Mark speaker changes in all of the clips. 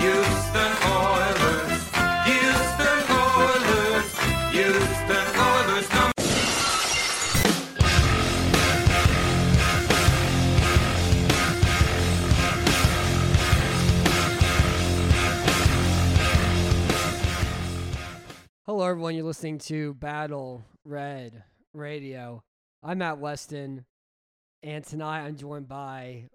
Speaker 1: Houston Oilers. Houston Oilers. Houston Oilers number
Speaker 2: Hello, everyone. You're listening to Battle Red Radio. I'm Matt Weston, and tonight I'm joined by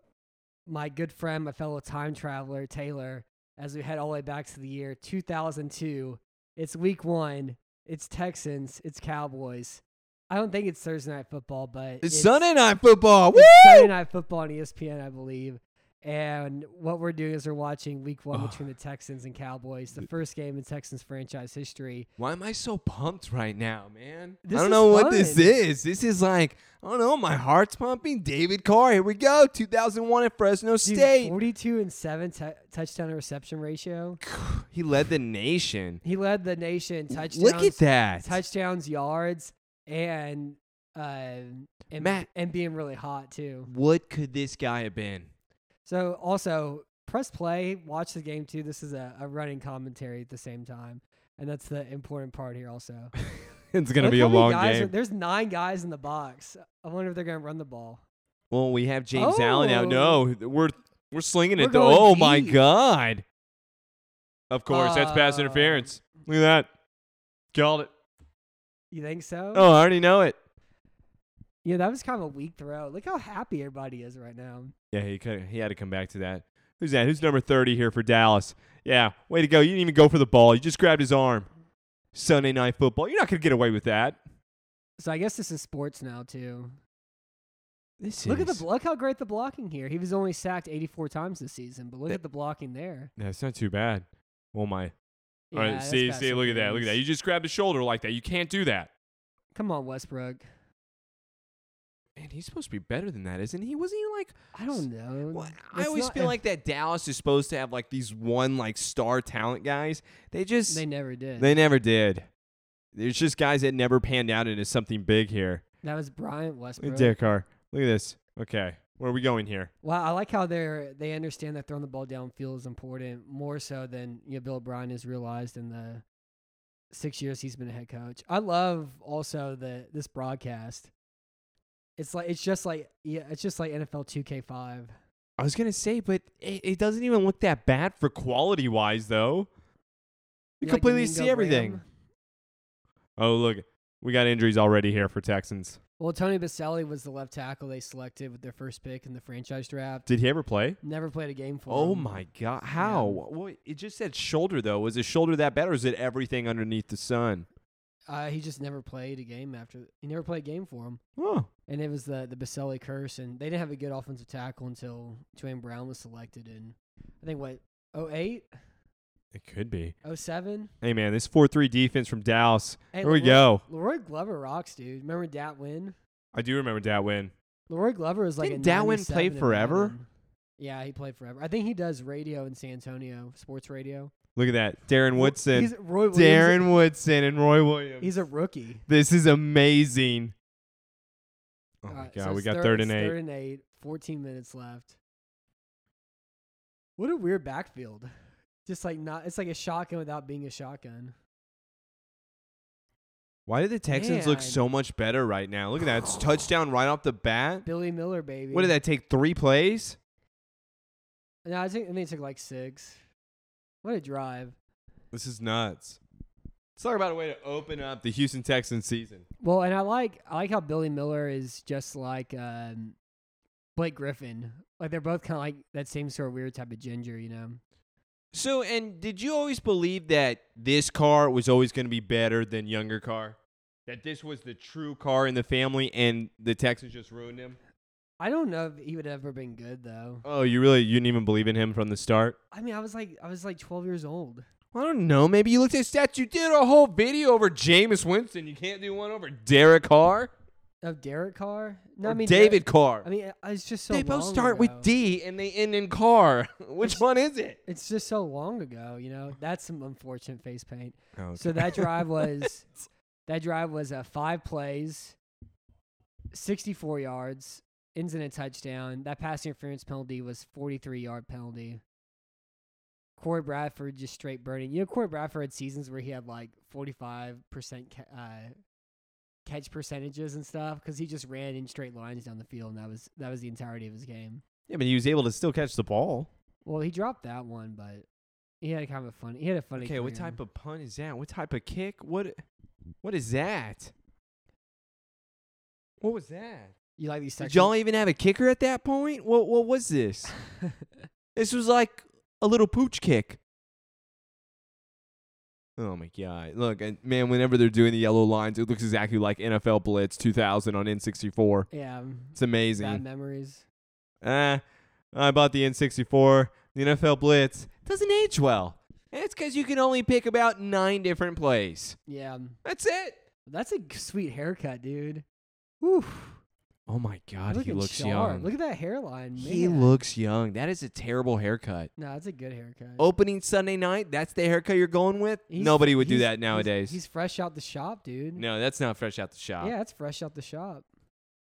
Speaker 2: my good friend, my fellow time traveler, Taylor, as we head all the way back to the year 2002. It's week one. It's Texans. It's Cowboys. I don't think it's Thursday night football, but
Speaker 3: It's, Sunday night football. Woo!
Speaker 2: it's Sunday night football on E ESPN, I believe. And what we're doing is we're watching week one
Speaker 3: Ugh.
Speaker 2: between the Texans and Cowboys, the first game in Texans franchise history.
Speaker 3: Why am I so pumped right now, man?
Speaker 2: This
Speaker 3: I
Speaker 2: is
Speaker 3: don't know what this
Speaker 2: fun.
Speaker 3: is. This is like, I don't know, my heart's pumping. David Carr, here we go. 2001 at Fresno
Speaker 2: Dude,
Speaker 3: State.
Speaker 2: 42 and 7 t- touchdown to reception ratio.
Speaker 3: He led the nation.
Speaker 2: He led the nation in touchdowns.
Speaker 3: Look at that.
Speaker 2: Touchdowns, yards, and uh, and,
Speaker 3: Matt.
Speaker 2: and being really hot too.
Speaker 3: What could this guy have been?
Speaker 2: So also press play, watch the game too. This is a, a running commentary at the same time, and that's the important part here also.
Speaker 3: It's going to
Speaker 2: Look
Speaker 3: be a
Speaker 2: how many
Speaker 3: long
Speaker 2: guys are-
Speaker 3: game.
Speaker 2: there's nine guys in the box. I wonder if they're gonna run the ball.
Speaker 3: well, we have James Allen now.
Speaker 2: Oh.
Speaker 3: No, we're we're slinging
Speaker 2: We're
Speaker 3: it. though.
Speaker 2: going
Speaker 3: oh, my
Speaker 2: deep.
Speaker 3: God. Of course, that's pass
Speaker 2: Uh,
Speaker 3: interference. Look at that. Called it.
Speaker 2: You think so?
Speaker 3: Oh, I already know it.
Speaker 2: Yeah, that was kind of a weak throw. Look how happy everybody is right now.
Speaker 3: Yeah, he could, he had to come back to that. Who's that? Who's number 30 here for Dallas? Yeah, way to go. You didn't even go for the ball. You just grabbed his arm. Sunday night football. You're not going to get away with that.
Speaker 2: So I guess this is sports now too.
Speaker 3: This
Speaker 2: Look at the bl- look how great the blocking here. He was only sacked 84 times this season, but look
Speaker 3: That-
Speaker 2: at the blocking there.
Speaker 3: That's not too bad. Oh my.
Speaker 2: Yeah,
Speaker 3: All right,
Speaker 2: that's
Speaker 3: see,
Speaker 2: pass
Speaker 3: see, look at that. Look at that. You
Speaker 2: interference.
Speaker 3: just grabbed his shoulder like that. You can't do that.
Speaker 2: Come on, Westbrook.
Speaker 3: Man, he's supposed to be better than that, isn't he? Wasn't he like
Speaker 2: I don't know.
Speaker 3: Well, I
Speaker 2: It's
Speaker 3: always
Speaker 2: not-
Speaker 3: feel like that Dallas is supposed to have like these one like star talent guys. They just
Speaker 2: they never did.
Speaker 3: They never did. There's just guys that never panned out into something big here.
Speaker 2: that was Bryant Westbrook.
Speaker 3: Dick Carr. Look at this. Okay. Where are we going here?
Speaker 2: Wow, I like how they're they understand that throwing the ball downfield is important more so than you know, Bill O'Brien has realized in the six years he's been a head coach. I love also the this broadcast. It's like it's just like yeah, it's just like NFL 2K5.
Speaker 3: I was gonna say, but it, it doesn't even look that bad for quality wise though.
Speaker 2: Yeah,
Speaker 3: You
Speaker 2: like
Speaker 3: completely
Speaker 2: Domingo
Speaker 3: see everything.
Speaker 2: Graham.
Speaker 3: Oh look. We got injuries already here for Texans.
Speaker 2: Well, Tony Baselli was the left tackle they selected with their first pick in the franchise draft.
Speaker 3: Did he ever play?
Speaker 2: Never played a game for
Speaker 3: Oh
Speaker 2: him.
Speaker 3: my god. How? Well, it just said shoulder though. Was his shoulder that bad or is it everything underneath the sun?
Speaker 2: Uh, he just never played a game after. He never played a game for him,
Speaker 3: Oh.
Speaker 2: and it was the the Baselli curse. And they didn't have a good offensive tackle until Dwayne Brown was selected in, I think what 08,
Speaker 3: It could be.
Speaker 2: 07?
Speaker 3: Hey man, this four three defense from Dallas.
Speaker 2: Hey,
Speaker 3: here we
Speaker 2: Leroy-
Speaker 3: go.
Speaker 2: Leroy Glover rocks, dude. Remember that win?
Speaker 3: I do remember that win.
Speaker 2: Leroy Glover was like
Speaker 3: Didn't
Speaker 2: a
Speaker 3: Datwin play
Speaker 2: 97 in
Speaker 3: forever?
Speaker 2: Madden. Yeah, he played forever. I think he does radio in San Antonio, sports radio.
Speaker 3: Look at that. Darren Woodson.
Speaker 2: He's, Roy Williams,
Speaker 3: Darren Woodson and Roy Williams.
Speaker 2: He's a rookie.
Speaker 3: this is amazing. Oh my
Speaker 2: Alright,
Speaker 3: god,
Speaker 2: Uh, so
Speaker 3: we
Speaker 2: it's
Speaker 3: got third
Speaker 2: it's
Speaker 3: and eight.
Speaker 2: Third and eight. Fourteen minutes left. What a weird backfield. Just like not, it's like a shotgun without being a shotgun.
Speaker 3: Why do the Texans look
Speaker 2: Man.
Speaker 3: so much better right now? Look at that. It's touchdown right off the bat.
Speaker 2: Billy Miller, baby.
Speaker 3: What did that take? Three plays?
Speaker 2: No, I think I think it took like six. What a drive.
Speaker 3: This is nuts. Let's talk about a way to open up the Houston Texans season.
Speaker 2: Well, and I like I like how Billy Miller is just like um, Blake Griffin. Like they're both kind of like that same sort of weird type of ginger, you know.
Speaker 3: So, and did you always believe that this car was always going to be better than younger car? That this was the true car in the family and the Texans just ruined him?
Speaker 2: I don't know if he would ever been good though.
Speaker 3: Oh, you really you didn't even believe in him from the start?
Speaker 2: I mean, I was like I was like twelve years old.
Speaker 3: I don't know. Maybe you looked at stats. You did a whole video over Jameis Winston. You can't do one over Derek Carr
Speaker 2: Of Derek Carr, no,
Speaker 3: or
Speaker 2: I mean Derek-
Speaker 3: David Carr.
Speaker 2: I mean, I- it's just so.
Speaker 3: they both
Speaker 2: long
Speaker 3: start
Speaker 2: ago.
Speaker 3: with D and they end in Carr. Which
Speaker 2: It's-
Speaker 3: one is it?
Speaker 2: It's just so long ago, you know. That's some unfortunate face paint.
Speaker 3: Oh,
Speaker 2: So that drive was That drive was uh, five plays, 64 yards, ends in a touchdown. That pass interference penalty was 43 yard penalty. Corey Bradford just straight burning. You know, Corey Bradford had seasons where he had like 45% ca- uh, catch percentages and stuff because he just ran in straight lines down the field, and that was that was the entirety of his game.
Speaker 3: Yeah, but he was able to still catch the ball.
Speaker 2: Well, he dropped that one, but he had kind of a funny. He had a funny.
Speaker 3: Okay, what
Speaker 2: career.
Speaker 3: type of punt is that? What type of kick? What what is that? What was that?
Speaker 2: You like these?
Speaker 3: Did
Speaker 2: Sections?
Speaker 3: y'all even have a kicker at that point? What what was this? This was like a little pooch kick. Oh my god! Look, and man, whenever they're doing the yellow lines, it looks exactly like NFL Blitz 2000 on N64.
Speaker 2: yeah,
Speaker 3: It's amazing.
Speaker 2: bad memories.
Speaker 3: Ah, I bought the N64. The NFL Blitz doesn't age well. And it's because you can only pick about nine different plays.
Speaker 2: Yeah, um,
Speaker 3: That's it.
Speaker 2: that's a g- sweet haircut, dude. Whew.
Speaker 3: Oh my God, he
Speaker 2: Looking
Speaker 3: looks
Speaker 2: sharp.
Speaker 3: young.
Speaker 2: Look at that hairline.
Speaker 3: he
Speaker 2: man.
Speaker 3: looks young. That is a terrible haircut.
Speaker 2: No, that's a good haircut.
Speaker 3: Opening Sunday night, that's the haircut you're going with?
Speaker 2: He's-
Speaker 3: Oh, Nobody would do
Speaker 2: he's-
Speaker 3: that
Speaker 2: he's-
Speaker 3: nowadays.
Speaker 2: He's, fresh out the shop, dude.
Speaker 3: no, that's not fresh out the shop.
Speaker 2: Yeah, it's fresh out the shop.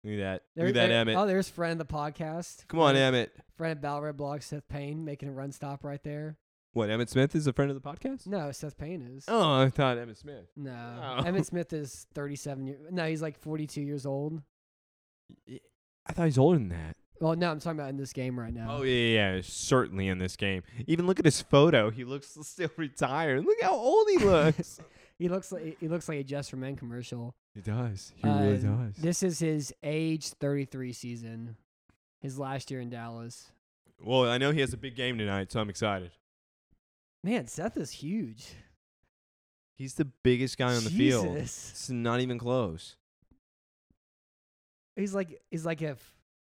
Speaker 3: Look at that.
Speaker 2: There-
Speaker 3: Look at that,
Speaker 2: there-
Speaker 3: Emmett.
Speaker 2: Oh, there's friend of the podcast.
Speaker 3: Come on,
Speaker 2: friend,
Speaker 3: Emmett.
Speaker 2: Friend of Balred Blog, Seth Payne, making a run stop right there.
Speaker 3: What, Emmett Smith is a friend of the podcast?
Speaker 2: No, Seth Payne is.
Speaker 3: Oh, I thought Emmett Smith.
Speaker 2: No.
Speaker 3: Oh.
Speaker 2: Emmett Smith is 37 years. No, he's like 42 years old.
Speaker 3: I thought he's older than that.
Speaker 2: Well, no, I'm talking about in this game right now.
Speaker 3: Oh yeah, yeah, yeah, certainly in this game. Even look at his photo; he looks still retired. Look how old he looks.
Speaker 2: He looks like he looks like a Just for Men commercial.
Speaker 3: he does. He
Speaker 2: Uh,
Speaker 3: really does.
Speaker 2: This is his age 33 season. His last year in Dallas.
Speaker 3: well, I know he has a big game tonight, so I'm excited.
Speaker 2: Man, Seth is huge.
Speaker 3: He's the biggest guy on the field.
Speaker 2: Jesus.
Speaker 3: It's not even close.
Speaker 2: He's like he's like if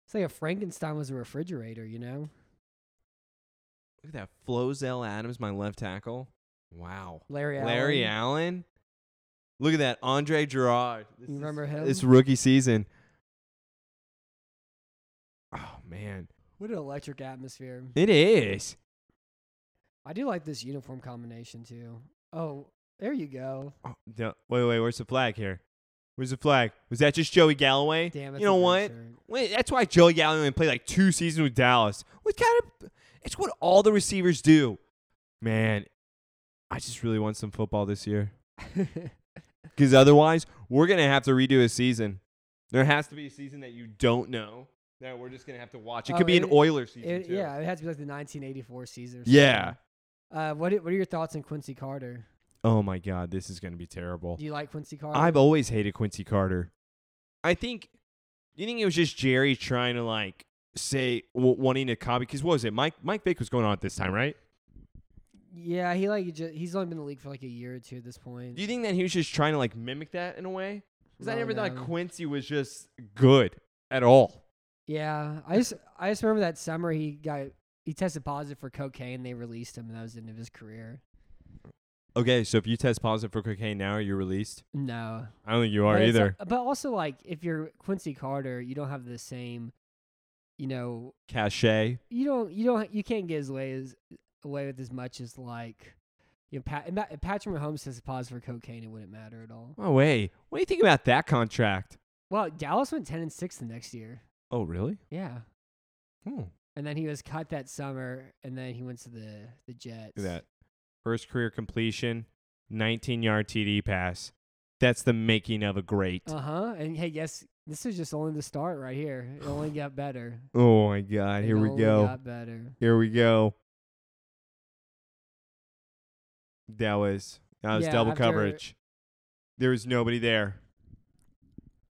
Speaker 2: it's like if Frankenstein was a refrigerator, you know?
Speaker 3: Look at that, Flozell Adams, my left tackle. Wow,
Speaker 2: Larry Allen.
Speaker 3: Larry Allen. Look at that, Andre Girard. This
Speaker 2: You
Speaker 3: is-
Speaker 2: remember him?
Speaker 3: This rookie season. Oh man,
Speaker 2: What an electric atmosphere.
Speaker 3: it is.
Speaker 2: I do like this uniform combination too. Oh, there you go.
Speaker 3: Oh, no, wait, wait, where's the flag here? Where's the flag? Was that just Joey Galloway?
Speaker 2: Damn it.
Speaker 3: you know what? Wait, that's why Joey Galloway played like two seasons with Dallas. What kind of? It's what all the receivers do. Man, I just really want some football this year because otherwise we're gonna have to redo a season. There has to be a season that you don't know that we're just gonna have to watch. It
Speaker 2: Oh,
Speaker 3: could be an
Speaker 2: it-
Speaker 3: Oilers season
Speaker 2: It,
Speaker 3: too.
Speaker 2: yeah, it has to be like the 1984 season. or
Speaker 3: Yeah.
Speaker 2: something. Uh, what are- What are your thoughts on Quincy Carter?
Speaker 3: Oh my God, this is gonna be terrible.
Speaker 2: Do you like Quincy Carter?
Speaker 3: I've always hated Quincy Carter. I think you think it was just Jerry trying to like say w- wanting to copy because what was it? Mike Mike Vick was going on at this time, right?
Speaker 2: yeah, he like ju- he's only been in the league for like a year or two at this point.
Speaker 3: Do you think that he was just trying to like mimic that in a way? Because I
Speaker 2: Well,
Speaker 3: never
Speaker 2: no.
Speaker 3: thought Quincy was just good at all.
Speaker 2: yeah, I just I just remember that summer he got he tested positive for cocaine. They released him, and that was the end of his career.
Speaker 3: Okay, so if you test positive for cocaine now, are you released?
Speaker 2: No,
Speaker 3: I don't think you
Speaker 2: But it's- uh, But also, like, if you're Quincy Carter, you don't have the same, you know,
Speaker 3: Cachet.
Speaker 2: you don't, you don't, you can't get as away as away with as much as like, you know, Pat, and Ma- if Patrick Mahomes has a pause for cocaine, it wouldn't matter at all.
Speaker 3: Oh wait, what do you think about that contract?
Speaker 2: Well, Dallas went ten and six the next year.
Speaker 3: Oh really?
Speaker 2: Yeah,
Speaker 3: Hmm.
Speaker 2: and then he was cut that summer, and then he went to the the Jets.
Speaker 3: Look at that. First career completion, 19 yard TD pass. That's the making of a great.
Speaker 2: Uh huh. And hey, guess this is just only the start right here. It only got better.
Speaker 3: oh my God.
Speaker 2: It
Speaker 3: Here we
Speaker 2: only
Speaker 3: go.
Speaker 2: Got better.
Speaker 3: Here we go. That was that was
Speaker 2: Yeah,
Speaker 3: double
Speaker 2: after-
Speaker 3: coverage. There was nobody there.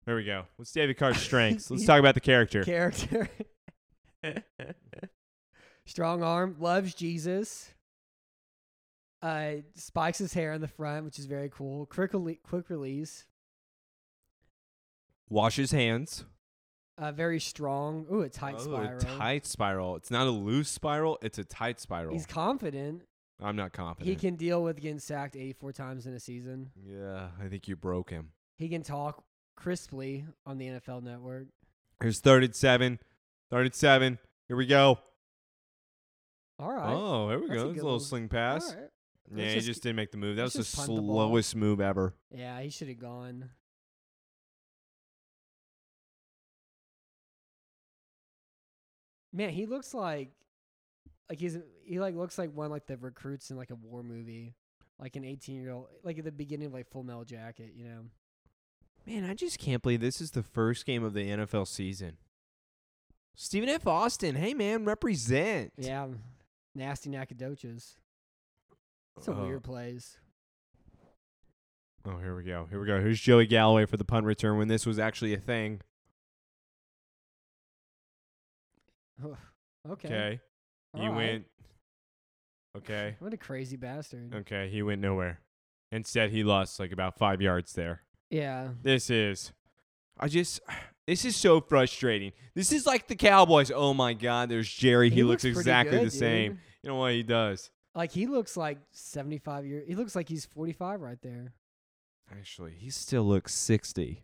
Speaker 3: There we go. What's David Carr's strengths? Let's talk about the character.
Speaker 2: character. Strong arm, loves Jesus. Uh, spikes his hair in the front, which is very cool. Quick, rele- quick release.
Speaker 3: Wash his hands.
Speaker 2: Uh, very strong. Ooh, a tight
Speaker 3: Oh, a
Speaker 2: spiral.
Speaker 3: tight spiral. It's not a loose spiral. It's a tight spiral.
Speaker 2: He's confident.
Speaker 3: I'm not
Speaker 2: He
Speaker 3: confident.
Speaker 2: can deal with getting sacked 84 times in a season.
Speaker 3: yeah, I think you broke him.
Speaker 2: He can talk crisply on the NFL Network.
Speaker 3: Here's third and seven. Third and seven. Here we go.
Speaker 2: All right.
Speaker 3: Oh, here we
Speaker 2: That's a
Speaker 3: go.
Speaker 2: good
Speaker 3: There's a little
Speaker 2: little-
Speaker 3: sling
Speaker 2: All
Speaker 3: Oh, pass.
Speaker 2: right.
Speaker 3: Yeah, he
Speaker 2: just
Speaker 3: just, didn't make the move. That was
Speaker 2: let's
Speaker 3: the
Speaker 2: just punt the ball.
Speaker 3: slowest move ever.
Speaker 2: Yeah, he should have gone. Man, he looks like like he's he like looks like one like the recruits in like a war movie, like an eighteen year old, like at the beginning of like Full Metal Jacket, you know.
Speaker 3: Man, I just can't believe this is the first game of the NFL season. Stephen F. Austin, hey man, represent.
Speaker 2: Yeah, nasty Nacogdoches. It's a
Speaker 3: Oh.
Speaker 2: weird place.
Speaker 3: Oh, here we go. Here we go. Here's Joey Galloway for the punt return when this was actually a thing.
Speaker 2: Okay,
Speaker 3: Okay. He
Speaker 2: alright.
Speaker 3: went. Okay.
Speaker 2: What a crazy bastard.
Speaker 3: Okay. He went nowhere. Instead, he lost like about five yards there.
Speaker 2: Yeah,
Speaker 3: This is. I just. This is so frustrating. This is like the Cowboys. Oh my God, there's Jerry. He, looks,
Speaker 2: pretty
Speaker 3: exactly
Speaker 2: good,
Speaker 3: the same.
Speaker 2: dude.
Speaker 3: You know what he does?
Speaker 2: Like he looks like seventy five years. He looks like he's forty five right there.
Speaker 3: Actually, he still looks 60.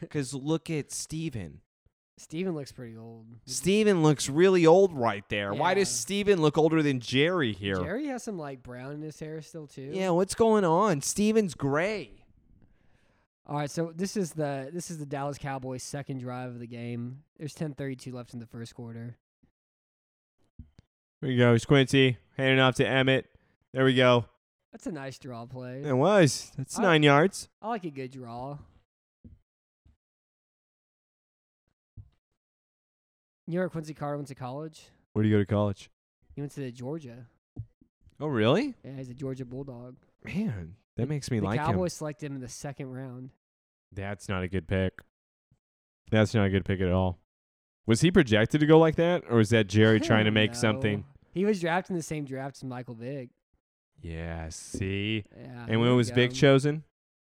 Speaker 3: Because look at Steven.
Speaker 2: Steven looks pretty old.
Speaker 3: Steven looks really old right there. Why does
Speaker 2: Yeah.
Speaker 3: Steven look older than Jerry here?
Speaker 2: Jerry has some like brown in his hair still too.
Speaker 3: Yeah, what's going on? Steven's gray.
Speaker 2: All right, so this is the this is the Dallas Cowboys second drive of the game. There's 10:32 left in the first quarter.
Speaker 3: Here we go. It's Quincy handing off to Emmett. There we go.
Speaker 2: That's a nice draw play.
Speaker 3: It was. That's
Speaker 2: I-
Speaker 3: nine yards.
Speaker 2: I like a good draw. You know where Quincy Carter went to college?
Speaker 3: Where do you go to college?
Speaker 2: He went to Georgia.
Speaker 3: Oh, really?
Speaker 2: Yeah, he's a Georgia Bulldog.
Speaker 3: Man, that makes me
Speaker 2: the
Speaker 3: like
Speaker 2: Cowboys selected him in the second round.
Speaker 3: him. That's not a good pick. That's not a good pick at all. Was he projected to go like that, or is that Jerry trying to
Speaker 2: Hell
Speaker 3: make
Speaker 2: no.
Speaker 3: something?
Speaker 2: He was drafted in the same draft as Michael Vick.
Speaker 3: Yeah, see.
Speaker 2: Yeah.
Speaker 3: and when was Vic
Speaker 2: Cho?
Speaker 3: chosen?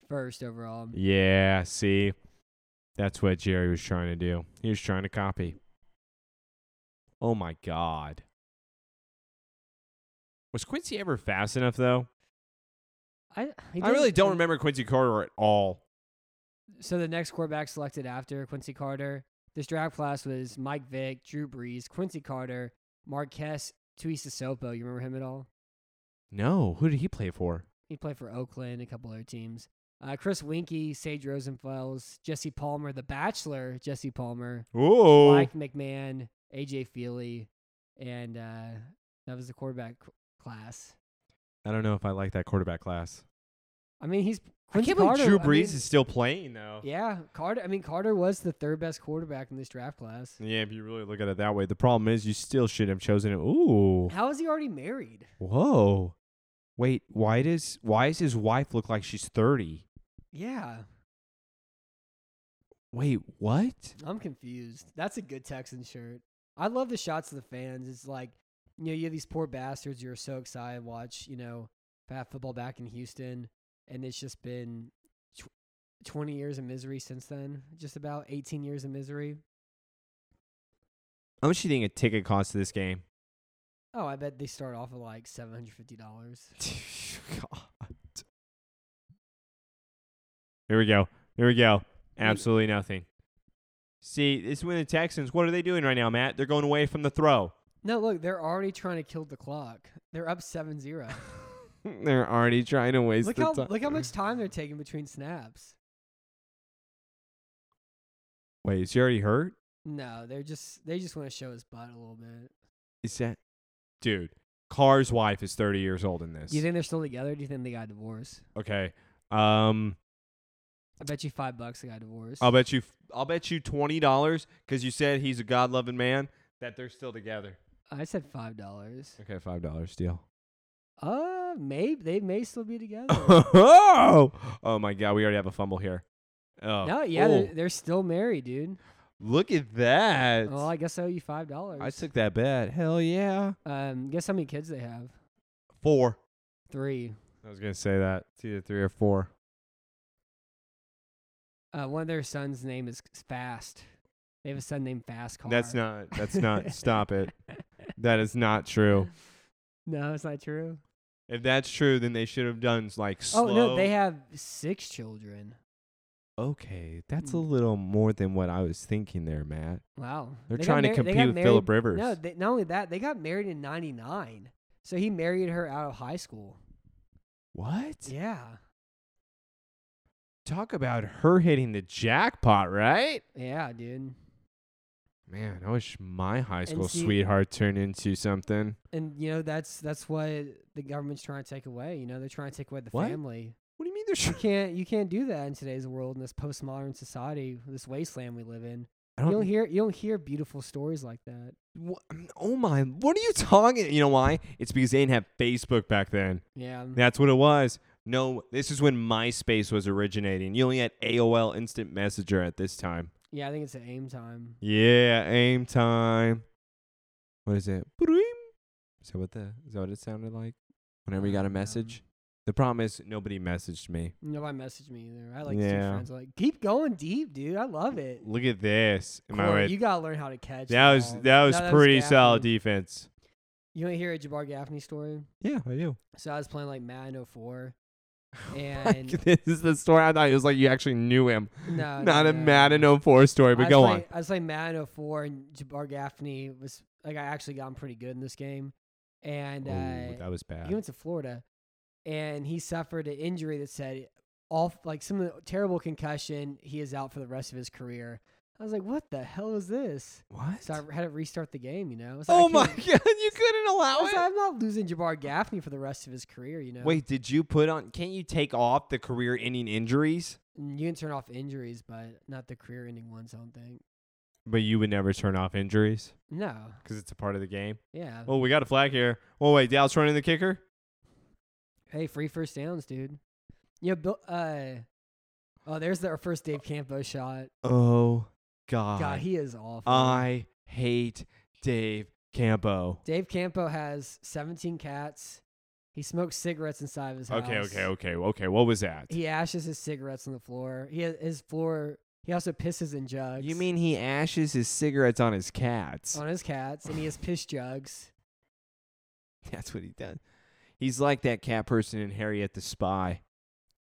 Speaker 2: First overall.
Speaker 3: Yeah, see. That's what Jerry was trying to do. He was trying to copy. Oh my God. Was Quincy ever fast enough though?
Speaker 2: I he
Speaker 3: I really
Speaker 2: didn't-
Speaker 3: don't
Speaker 2: and-
Speaker 3: remember Quincy Carter at all.
Speaker 2: So the next quarterback selected after Quincy Carter, this draft class was Mike Vick, Drew Brees, Quincy Carter, Marquez Tuisa Sopo. You remember him at all?
Speaker 3: No, who did he play for?
Speaker 2: He played for Oakland, a couple other teams. Uh, Chris Winky, Sage Rosenfels, Jesse Palmer, The Bachelor, Jesse Palmer,
Speaker 3: Oh,
Speaker 2: Mike McMahon, AJ Feely, and uh, that was the quarterback c- class.
Speaker 3: I don't know if I like that quarterback class.
Speaker 2: I mean, he's
Speaker 3: I
Speaker 2: Quincy
Speaker 3: can't believe
Speaker 2: Carter,
Speaker 3: Drew
Speaker 2: I
Speaker 3: Brees
Speaker 2: mean-
Speaker 3: is still playing though.
Speaker 2: Yeah, Carter. I mean, Carter was the third best quarterback in this draft class.
Speaker 3: Yeah, if you really look at it that way, the problem is you still should have chosen it. Ooh,
Speaker 2: How is he already married?
Speaker 3: whoa, wait, why does why does his wife look like she's thirty?
Speaker 2: Yeah,
Speaker 3: Wait, what?
Speaker 2: I'm confused. That's a good Texan shirt. I love the shots of the fans. It's like, you know, you have these poor bastards you're so excited to watch, you know, fat football back in Houston, and it's just been tw- 20 years of misery since then, just about 18 years of misery.
Speaker 3: How much do you think a ticket costs to this game?
Speaker 2: Oh, I bet they start off at like $750.
Speaker 3: God. Here we go. Here we go. Absolutely nothing. See, this is when the Texans, what are they doing right now, Matt? They're going away from the throw.
Speaker 2: No, look, they're already trying to kill the clock. They're up 7 0.
Speaker 3: They're already trying to waste
Speaker 2: look,
Speaker 3: the
Speaker 2: how,
Speaker 3: ti-
Speaker 2: look how much time they're taking between snaps.
Speaker 3: Wait, is he already hurt?
Speaker 2: No, they're just they just want to show his butt a little bit.
Speaker 3: Is that. Dude, Carr's wife is 30 years old in this.
Speaker 2: Do you think they're still together? Do you think they got divorced?
Speaker 3: okay. Um,
Speaker 2: I bet you five bucks they got divorced.
Speaker 3: I'll bet you. I'll bet you twenty dollars because you said he's a God loving man that they're still together.
Speaker 2: I said five dollars.
Speaker 3: Okay, five dollars deal.
Speaker 2: Uh, maybe they may still be together.
Speaker 3: oh, oh my God, we already have a fumble here. Oh,
Speaker 2: no, yeah,
Speaker 3: Oh,
Speaker 2: they're, they're still married, dude.
Speaker 3: look at that.
Speaker 2: Well, I guess Oh, I owe you five dollars.
Speaker 3: I took that bet. Hell yeah.
Speaker 2: Um, guess how many kids they have?
Speaker 3: Four.
Speaker 2: Three.
Speaker 3: I was gonna say that. It's either three or four.
Speaker 2: Uh, one of their sons' name is Fast. They have a son named Fast Car.
Speaker 3: That's not. That's not. stop it. That is not true.
Speaker 2: No, it's not true.
Speaker 3: If that's true, then they should have done like slow.
Speaker 2: Oh no, they have six children.
Speaker 3: Okay, that's a little more than what I was thinking there, Matt.
Speaker 2: Wow.
Speaker 3: They're
Speaker 2: They got
Speaker 3: trying to
Speaker 2: mar- they
Speaker 3: compete
Speaker 2: got
Speaker 3: with
Speaker 2: married-
Speaker 3: Phillip Rivers.
Speaker 2: No, they, not only that, they got married in '99. So he married her out of high school.
Speaker 3: What?
Speaker 2: Yeah.
Speaker 3: Talk about her hitting the jackpot, right?
Speaker 2: Yeah, dude.
Speaker 3: Man, I wish my high school
Speaker 2: see-
Speaker 3: sweetheart turned into something.
Speaker 2: And you know that's that's what the government's trying to take away. You know they're trying to take away the
Speaker 3: What?
Speaker 2: family.
Speaker 3: What do you mean there's?
Speaker 2: You can't you can't do that in today's world in this postmodern society, this wasteland we live in.
Speaker 3: I
Speaker 2: You
Speaker 3: don't
Speaker 2: don't hear you don't hear beautiful stories like that.
Speaker 3: Wha- Oh my! What are you talking? You know why? It's because they didn't have Facebook back then.
Speaker 2: Yeah.
Speaker 3: That's what it was. No, this is when MySpace was originating. You only had AOL Instant Messenger at this time.
Speaker 2: Yeah, I think it's the aim time.
Speaker 3: Yeah, aim time. What is it? Broom. Is that what the? Is that what it sounded like? Whenever you got a
Speaker 2: Um,
Speaker 3: message. The problem is nobody messaged me.
Speaker 2: Nobody messaged me either. I like to see
Speaker 3: Yeah.
Speaker 2: friends like keep going deep, dude. I love it.
Speaker 3: Look at this. Am I
Speaker 2: Corey,
Speaker 3: right?
Speaker 2: You gotta learn how to catch.
Speaker 3: that
Speaker 2: the
Speaker 3: was
Speaker 2: ball.
Speaker 3: that
Speaker 2: No,
Speaker 3: was pretty solid
Speaker 2: Gaffney.
Speaker 3: defense.
Speaker 2: You want to hear a Jabbar Gaffney story?
Speaker 3: Yeah, I do.
Speaker 2: So I was playing like Madden 04.
Speaker 3: Like,
Speaker 2: And
Speaker 3: this is the story I thought it was like you actually knew him.
Speaker 2: No,
Speaker 3: Not
Speaker 2: no,
Speaker 3: a
Speaker 2: no.
Speaker 3: Madden 04 story,
Speaker 2: I
Speaker 3: but
Speaker 2: was
Speaker 3: go
Speaker 2: playing-
Speaker 3: on.
Speaker 2: I was playing Madden 04, and Jabbar Gaffney was like, I actually got him pretty good in this game. And uh,
Speaker 3: that was bad.
Speaker 2: he went to Florida, and he suffered an injury that said all like some terrible concussion. He is out for the rest of his career. I was like, what the hell is this?
Speaker 3: what?
Speaker 2: So I had to restart the game. You know? I was like, I
Speaker 3: oh my god,
Speaker 2: can't-
Speaker 3: you couldn't
Speaker 2: I
Speaker 3: allow
Speaker 2: was
Speaker 3: it.
Speaker 2: like, I'm not losing Jabbar Gaffney for the rest of his career. You know?
Speaker 3: Oh, Wait, did you put on can't you take off the career ending injuries?
Speaker 2: And you can turn off injuries, but not the career-ending ones. I don't think.
Speaker 3: But you would never turn off injuries
Speaker 2: No.
Speaker 3: because it's a part of the game.
Speaker 2: Yeah.
Speaker 3: Oh, we got a flag here. Oh wait, Dallas running the kicker?
Speaker 2: Hey, free first downs, dude. Yeah, Bill, uh, oh, there's the first Dave Campo shot.
Speaker 3: Oh god.
Speaker 2: God, he is awful.
Speaker 3: I hate Dave Campo.
Speaker 2: Dave Campo has 17 cats. He smokes cigarettes inside of his house.
Speaker 3: Okay, okay, okay, okay. What was that?
Speaker 2: He ashes his cigarettes on the floor. He his floor. He also pisses in jugs.
Speaker 3: You mean he ashes his cigarettes on his cats?
Speaker 2: on his cats, and he has piss jugs.
Speaker 3: That's what he does. He's like that cat person in Harriet the Spy.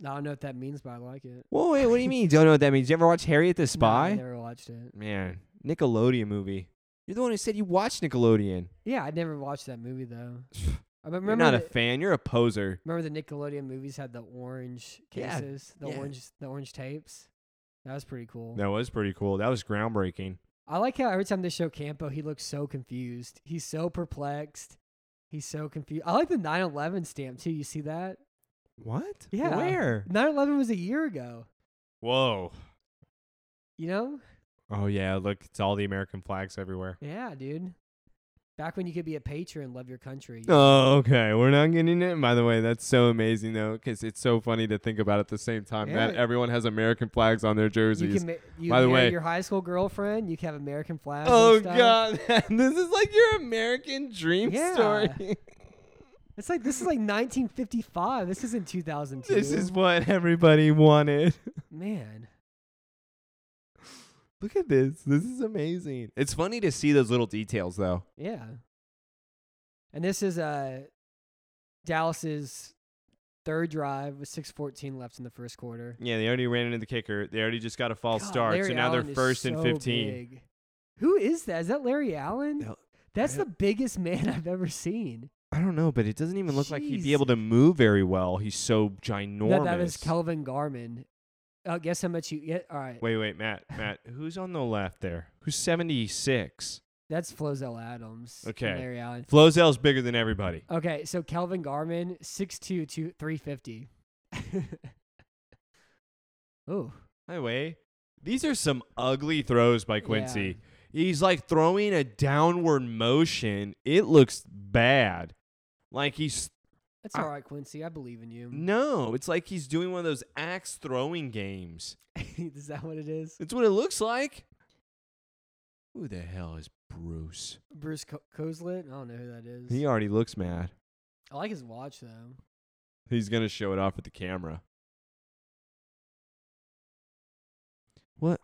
Speaker 2: I don't know what that means, but I like it.
Speaker 3: Whoa, wait, what do you mean? You don't know what that means? You ever watch Harriet the
Speaker 2: No, I
Speaker 3: Spy?
Speaker 2: never watched it.
Speaker 3: Man, Nickelodeon movie. You're the one who said you watched Nickelodeon.
Speaker 2: Yeah, I never watched that movie though. I remember
Speaker 3: You're not a
Speaker 2: the-
Speaker 3: fan. You're a poser.
Speaker 2: Remember the Nickelodeon movies had the orange
Speaker 3: Yeah,
Speaker 2: cases, the
Speaker 3: yeah.
Speaker 2: orange the orange tapes. That was pretty cool.
Speaker 3: That was pretty cool. That was groundbreaking.
Speaker 2: I like how every time they show Campo, he looks so confused. He's so perplexed. He's so confused. I like the 9/11 stamp too. You see that?
Speaker 3: What?
Speaker 2: Yeah.
Speaker 3: Where?
Speaker 2: 9/11 was a year ago.
Speaker 3: Whoa.
Speaker 2: You know?
Speaker 3: Oh yeah. Look, it's all the American flags everywhere.
Speaker 2: Yeah, dude. Back when you could be a patron and love your country.
Speaker 3: Oh, okay. We're not getting it. By the way, that's so amazing though, because it's so funny to think about at the same time that
Speaker 2: Yeah.
Speaker 3: everyone has American flags on their
Speaker 2: you
Speaker 3: jerseys.
Speaker 2: can ma- you
Speaker 3: By the
Speaker 2: marry
Speaker 3: way-
Speaker 2: your high school girlfriend. You can have American flags. and
Speaker 3: Oh
Speaker 2: stuff.
Speaker 3: god, this is like your American dream
Speaker 2: Yeah.
Speaker 3: story.
Speaker 2: It's like this is like 1955. This isn't 2002.
Speaker 3: this is what everybody wanted.
Speaker 2: man.
Speaker 3: Look at this. This is amazing. It's funny to see those little details though.
Speaker 2: Yeah. And this is uh Dallas's third drive with 6:14 left in the first quarter.
Speaker 3: Yeah, they already ran into the kicker. They already just got a false
Speaker 2: God,
Speaker 3: start.
Speaker 2: Larry
Speaker 3: so now
Speaker 2: Allen
Speaker 3: they're
Speaker 2: is
Speaker 3: first and
Speaker 2: so
Speaker 3: 15.
Speaker 2: big. Who is that? Is that Larry Allen?
Speaker 3: No,
Speaker 2: That's
Speaker 3: I-
Speaker 2: the biggest man I've ever seen.
Speaker 3: I don't know, but it doesn't even look like he'd be able to move very well. He's so ginormous.
Speaker 2: That, that is Kelvin Garmin. Oh, guess how much you get? All right.
Speaker 3: Wait, wait, Matt, Matt, who's on the left there? Who's 76?
Speaker 2: That's Flozell Adams. and
Speaker 3: Okay.
Speaker 2: Larry Allen.
Speaker 3: Flozell's bigger than everybody.
Speaker 2: Okay, so Kelvin Garmin, 6'2", two- 350. Ooh.
Speaker 3: By the way, these are some ugly throws by
Speaker 2: Yeah.
Speaker 3: Quincy. He's like throwing a downward motion. It looks bad. Like he's
Speaker 2: That's
Speaker 3: I-
Speaker 2: all right, Quincy. I believe in you.
Speaker 3: no, it's like he's doing one of those axe throwing games.
Speaker 2: is that what it is?
Speaker 3: It's what it looks like. Who the hell is Bruce?
Speaker 2: Bruce Co- Kozlet? I don't know who that is.
Speaker 3: He already looks mad.
Speaker 2: I like his watch though.
Speaker 3: He's gonna show it off at the camera. What?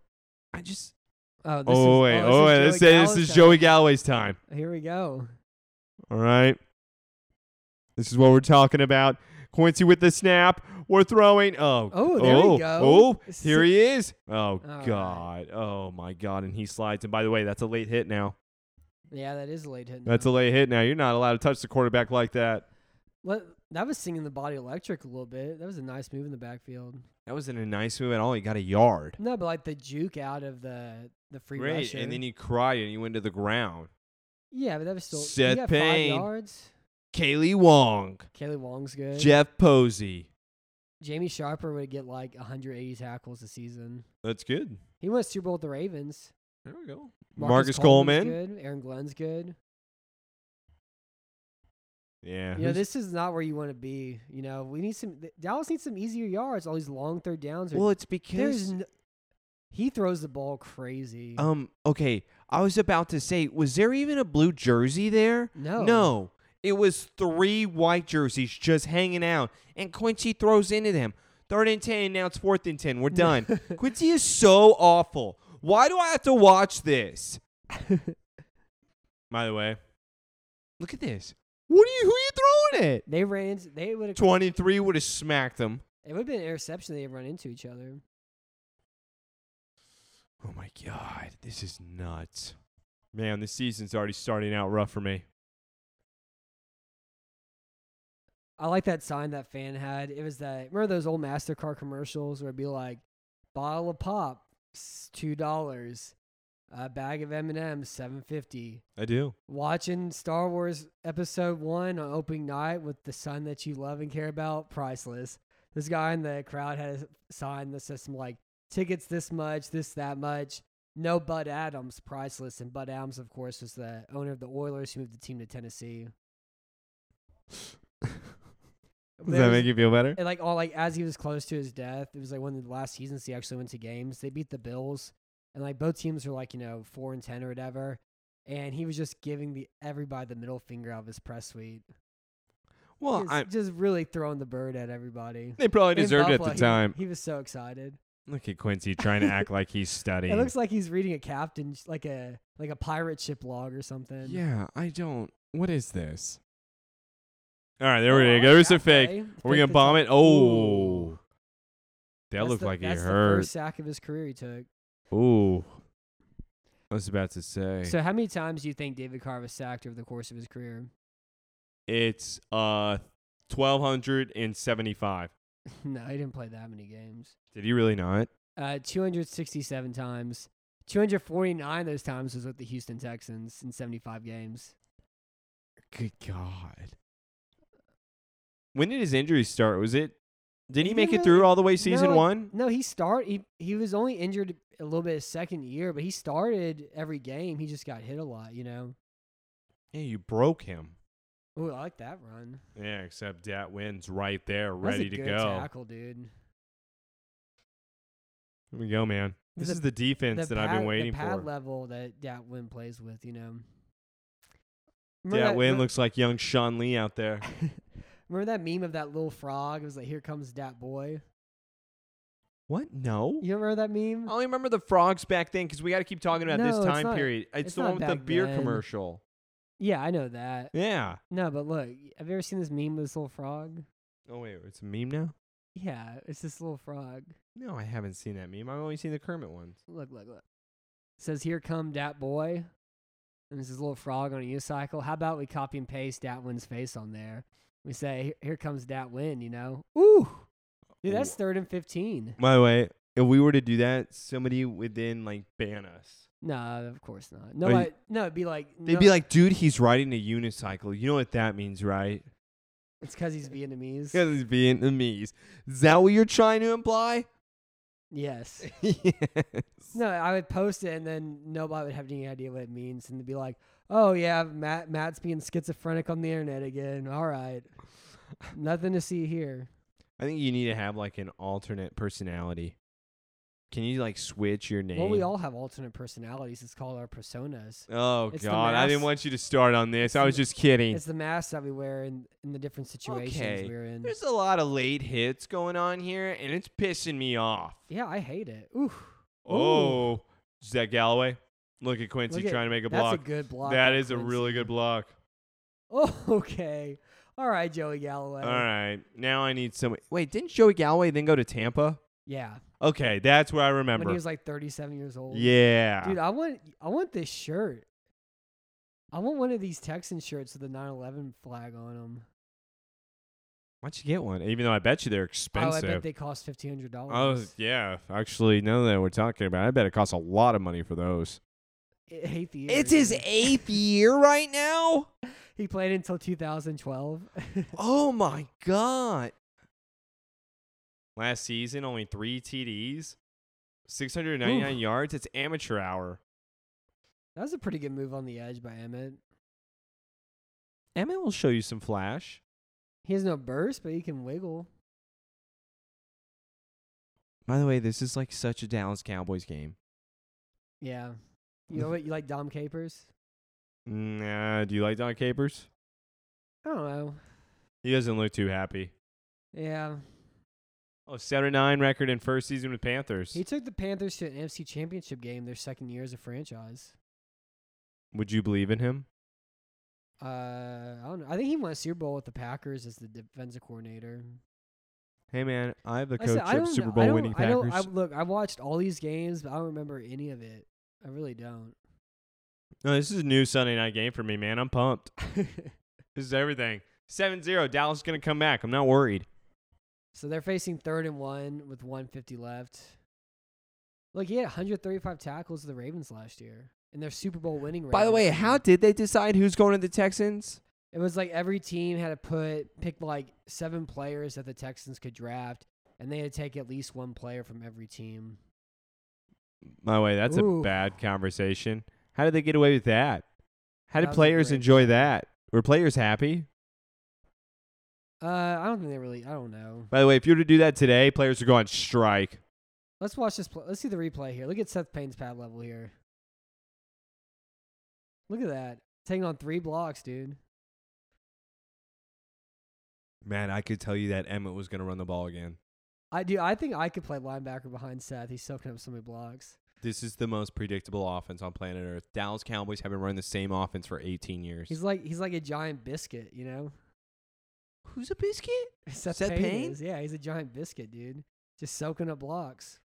Speaker 3: I just.
Speaker 2: Oh, this is,
Speaker 3: oh wait,
Speaker 2: oh,
Speaker 3: oh wait.
Speaker 2: Joey
Speaker 3: This, is, this
Speaker 2: Gallo's
Speaker 3: is
Speaker 2: time.
Speaker 3: Joey Galloway's time.
Speaker 2: Here we go.
Speaker 3: All right. This is what we're talking about. Quincy with the snap. We're throwing. Oh,
Speaker 2: Oh, there we
Speaker 3: oh,
Speaker 2: go.
Speaker 3: Oh,
Speaker 2: It's
Speaker 3: here
Speaker 2: si-
Speaker 3: he is. Oh
Speaker 2: right.
Speaker 3: God. Oh my God. And he slides. And by the way, that's a late hit now.
Speaker 2: Yeah, that is a late hit.
Speaker 3: That's a
Speaker 2: now.
Speaker 3: late hit now. You're not allowed to touch the quarterback like that.
Speaker 2: Let- That was singing the body electric a little bit. That was a nice move in the backfield.
Speaker 3: That wasn't a nice move at all. He got a yard.
Speaker 2: No, but like the juke out of the the free
Speaker 3: Great.
Speaker 2: rusher.
Speaker 3: And then you cried and you went to the ground.
Speaker 2: yeah, but that was still
Speaker 3: Seth
Speaker 2: he got
Speaker 3: Payne.
Speaker 2: five yards.
Speaker 3: Kaylee Wong,
Speaker 2: Kaylee Wong's good.
Speaker 3: Jeff Posey.
Speaker 2: Jamie Sharper would get like 180 tackles a season.
Speaker 3: That's good.
Speaker 2: He went Super Bowl with the Ravens.
Speaker 3: There we go. Marcus,
Speaker 2: Coleman's
Speaker 3: Coleman.
Speaker 2: good. Aaron Glenn's good.
Speaker 3: Yeah.
Speaker 2: You know,
Speaker 3: who's-
Speaker 2: this is not where you want to be. You know, we need some. th- Dallas needs some easier yards. All these long third downs. Are,
Speaker 3: well, it's
Speaker 2: there's
Speaker 3: because
Speaker 2: n- he throws the ball crazy.
Speaker 3: um okay, I was about to say, was there even a blue jersey there?
Speaker 2: No.
Speaker 3: No. It was three white jerseys just hanging out, and Quincy throws into them. Third and ten, now it's fourth and ten. We're done. Quincy is so awful. Why do I have to watch this? By the way, look at this. What are you? Who are you throwing at?
Speaker 2: they ran. into- They would have.
Speaker 3: Twenty-three would have smacked them.
Speaker 2: It would have been an interception. They run into each other.
Speaker 3: Oh my god, this is nuts. Man, this season's already starting out rough for me.
Speaker 2: I like that sign that fan had. It was that remember those old Mastercard commercials where it'd be like, bottle of pop, s- two dollars, a bag of M and M's, seven fifty.
Speaker 3: I do.
Speaker 2: Watching Star Wars Episode One on opening night with the son that you love and care about, priceless. This guy in the crowd had a s- sign that says something like, tickets this much, this that much. No Bud Adams, priceless. And Bud Adams, of course, was the owner of the Oilers who moved the team to Tennessee.
Speaker 3: Does
Speaker 2: There
Speaker 3: that
Speaker 2: was-
Speaker 3: make you feel better?
Speaker 2: and like all like as he was close to his death, it was like one of the last seasons he actually went to games. They beat the Bills, and like both teams were like you know four and ten or whatever, and he was just giving the everybody the middle finger out of his press suite.
Speaker 3: Well,
Speaker 2: just,
Speaker 3: I,
Speaker 2: just really throwing the bird at everybody.
Speaker 3: they probably
Speaker 2: In
Speaker 3: deserved it
Speaker 2: Buffalo,
Speaker 3: at the
Speaker 2: he-
Speaker 3: time.
Speaker 2: He, was so excited.
Speaker 3: Look at Quincy trying to act like he's studying.
Speaker 2: It looks like he's reading a captain like a like a pirate ship log or something.
Speaker 3: yeah, I don't. What is this? All right, there
Speaker 2: Oh,
Speaker 3: we go. There's a fake. We're gonna bomb it. Oh, that looked like
Speaker 2: that's
Speaker 3: it
Speaker 2: the
Speaker 3: hurt.
Speaker 2: first sack of his career he took.
Speaker 3: Ooh, I was about to say
Speaker 2: So how many times do you think David Carr was sacked over the course of his career?
Speaker 3: it's uh twelve hundred and seventy-five.
Speaker 2: no, he didn't play that many games.
Speaker 3: Did he really not?
Speaker 2: Uh, 267 times. 249 of those times was with the Houston Texans in 75 games.
Speaker 3: Good God. When did his injury start? Was it? Did he
Speaker 2: He
Speaker 3: make
Speaker 2: didn't
Speaker 3: it through
Speaker 2: really-
Speaker 3: all the way season
Speaker 2: No,
Speaker 3: one?
Speaker 2: No, he start he he was only injured a little bit his second year, but he started every game. He just got hit a lot, you know.
Speaker 3: Yeah, you broke him.
Speaker 2: Ooh, I like that run.
Speaker 3: Yeah, except that wins right there,
Speaker 2: That was
Speaker 3: ready
Speaker 2: a
Speaker 3: to
Speaker 2: good
Speaker 3: go.
Speaker 2: Tackle, dude.
Speaker 3: Here we go, man. This
Speaker 2: The-
Speaker 3: is the defense
Speaker 2: the
Speaker 3: that I've
Speaker 2: pad-
Speaker 3: been waiting
Speaker 2: the pad
Speaker 3: for.
Speaker 2: level that Datwin plays with, you know. Remember
Speaker 3: That win
Speaker 2: remem-
Speaker 3: looks like young Sean Lee out there.
Speaker 2: remember that meme of that little frog? It was like, "Here comes Dat boy."
Speaker 3: What? No.
Speaker 2: You remember that meme?
Speaker 3: I only remember the frogs back then because we got to keep talking about
Speaker 2: No,
Speaker 3: this
Speaker 2: it's
Speaker 3: time
Speaker 2: not-
Speaker 3: period. It's,
Speaker 2: it's
Speaker 3: the
Speaker 2: not
Speaker 3: one with the
Speaker 2: back
Speaker 3: beer
Speaker 2: then.
Speaker 3: commercial.
Speaker 2: Yeah, I know that.
Speaker 3: Yeah.
Speaker 2: No, but look, have you ever seen this meme with this little frog?
Speaker 3: Oh wait, it's a meme now.
Speaker 2: Yeah, it's this little frog.
Speaker 3: No, I haven't seen that meme. I've only seen the Kermit ones.
Speaker 2: Look, look, look. It says, Here come dat boy. And there's this little frog on a unicycle. How about we copy and paste Datwin's face on there? We say, "Here- Here comes Datwin, you know? Ooh! Dude, that's
Speaker 3: Ooh.
Speaker 2: third and 15.
Speaker 3: By the way, if we were to do that, somebody would then like ban us.
Speaker 2: No, of course not.
Speaker 3: Are
Speaker 2: No,
Speaker 3: you-
Speaker 2: I, no, it'd be like,
Speaker 3: They'd
Speaker 2: no,
Speaker 3: be like, dude, he's riding a unicycle. You know what that means, right?
Speaker 2: It's because he's Vietnamese.
Speaker 3: Because he's Vietnamese. Is that what you're trying to imply?
Speaker 2: Yes.
Speaker 3: yes.
Speaker 2: No, I would post it, and then nobody would have any idea what it means, and they'd be like, "Oh yeah, Matt, Matt's being schizophrenic on the internet again. All right, nothing to see here."
Speaker 3: I think you need to have like an alternate personality. Can you like switch your name?
Speaker 2: Well, we all have alternate personalities. It's called our personas.
Speaker 3: Oh
Speaker 2: It's the
Speaker 3: God! I didn't
Speaker 2: mask.
Speaker 3: want you to start on this. I
Speaker 2: the
Speaker 3: was just kidding.
Speaker 2: It's the masks that we wear in in the different situations
Speaker 3: Okay.
Speaker 2: we're in.
Speaker 3: There's a lot of late hits going on here, and it's pissing me off.
Speaker 2: Yeah, I hate it. Ooh,
Speaker 3: Oh, is that Galloway? Look at Quincy
Speaker 2: Look at-
Speaker 3: trying to make a
Speaker 2: that's
Speaker 3: block.
Speaker 2: a good block.
Speaker 3: that
Speaker 2: by
Speaker 3: is a really good
Speaker 2: Quincy.
Speaker 3: block.
Speaker 2: Oh, okay. All right, Joey Galloway.
Speaker 3: All right, now I need some. uh, Wait, didn't Joey Galloway then go to Tampa?
Speaker 2: Yeah,
Speaker 3: Okay, that's where I remember.
Speaker 2: when he was like 37 years old.
Speaker 3: yeah,
Speaker 2: Dude, I want I want this shirt. I want one of these Texan shirts with the 9/11 flag on them.
Speaker 3: Why don't you get one? Even though I bet you they're
Speaker 2: Oh, I
Speaker 3: expensive.
Speaker 2: bet they cost fifteen hundred dollars.
Speaker 3: Oh yeah, actually, now that we're talking about, it, I bet it costs a lot of money for those.
Speaker 2: eighth year.
Speaker 3: It's his
Speaker 2: dude.
Speaker 3: eighth year right now.
Speaker 2: He played until 2012.
Speaker 3: Oh my god! Last season, only three TDs, six hundred ninety-nine yards. It's amateur hour.
Speaker 2: that was a pretty good move on the edge by Emmett.
Speaker 3: Emmett will show you some flash.
Speaker 2: He has no burst, but he can wiggle.
Speaker 3: By the way, this is like such a Dallas Cowboys game.
Speaker 2: Yeah. You know what? You like Dom Capers?
Speaker 3: Nah, do you like Don Capers?
Speaker 2: I don't know.
Speaker 3: He doesn't look too happy.
Speaker 2: Yeah.
Speaker 3: Oh, 7-9 record in first season with Panthers.
Speaker 2: He took the Panthers to an NFC championship game their second year as a franchise.
Speaker 3: Would you believe in him?
Speaker 2: Uh, I don't know. I think he won a Super Bowl with the Packers as the defensive coordinator.
Speaker 3: Hey man, I have the
Speaker 2: Like I said,
Speaker 3: coach
Speaker 2: I
Speaker 3: of
Speaker 2: don't
Speaker 3: Super
Speaker 2: know- I
Speaker 3: Bowl
Speaker 2: don't-
Speaker 3: winning
Speaker 2: I don't-
Speaker 3: Packers.
Speaker 2: I- look, I watched all these games, but I don't remember any of it. I really don't.
Speaker 3: No, this is a new Sunday night game for me, man. I'm pumped. this is everything. 7-0. Dallas is going to come back. I'm not worried.
Speaker 2: So they're facing third and one with 150 left. Look, he had 135 tackles to the Ravens last year in their Super Bowl winning.
Speaker 3: By the
Speaker 2: Ravens
Speaker 3: way,
Speaker 2: team.
Speaker 3: how did they decide who's going to the Texans?
Speaker 2: it was like every team had to put pick like seven players that the Texans could draft, and they had to take at least one player from every team.
Speaker 3: By the way, that's a
Speaker 2: Ooh.
Speaker 3: bad conversation. How did they get away with that? How
Speaker 2: That
Speaker 3: did
Speaker 2: was a
Speaker 3: players
Speaker 2: great
Speaker 3: enjoy that? Were players happy?
Speaker 2: Uh, I don't think they really. I don't know.
Speaker 3: By the way, if you were to do that today, players would go on strike.
Speaker 2: Let's watch this. Play. Let's see the replay here. Look at Seth Payne's pad level here. Look at that. Taking on three blocks, dude.
Speaker 3: Man, I could tell you that Emmett was going to run the ball again.
Speaker 2: I do. I think I could play linebacker behind Seth. He's soaking up so many blocks.
Speaker 3: This is the most predictable offense on planet Earth. Dallas Cowboys have been running the same offense for 18 years.
Speaker 2: He's like he's like a giant biscuit, you know.
Speaker 3: Who's a biscuit?
Speaker 2: Seth,
Speaker 3: Seth
Speaker 2: Payne,
Speaker 3: Payne?
Speaker 2: is. Yeah, he's a giant biscuit, dude. Just soaking up blocks.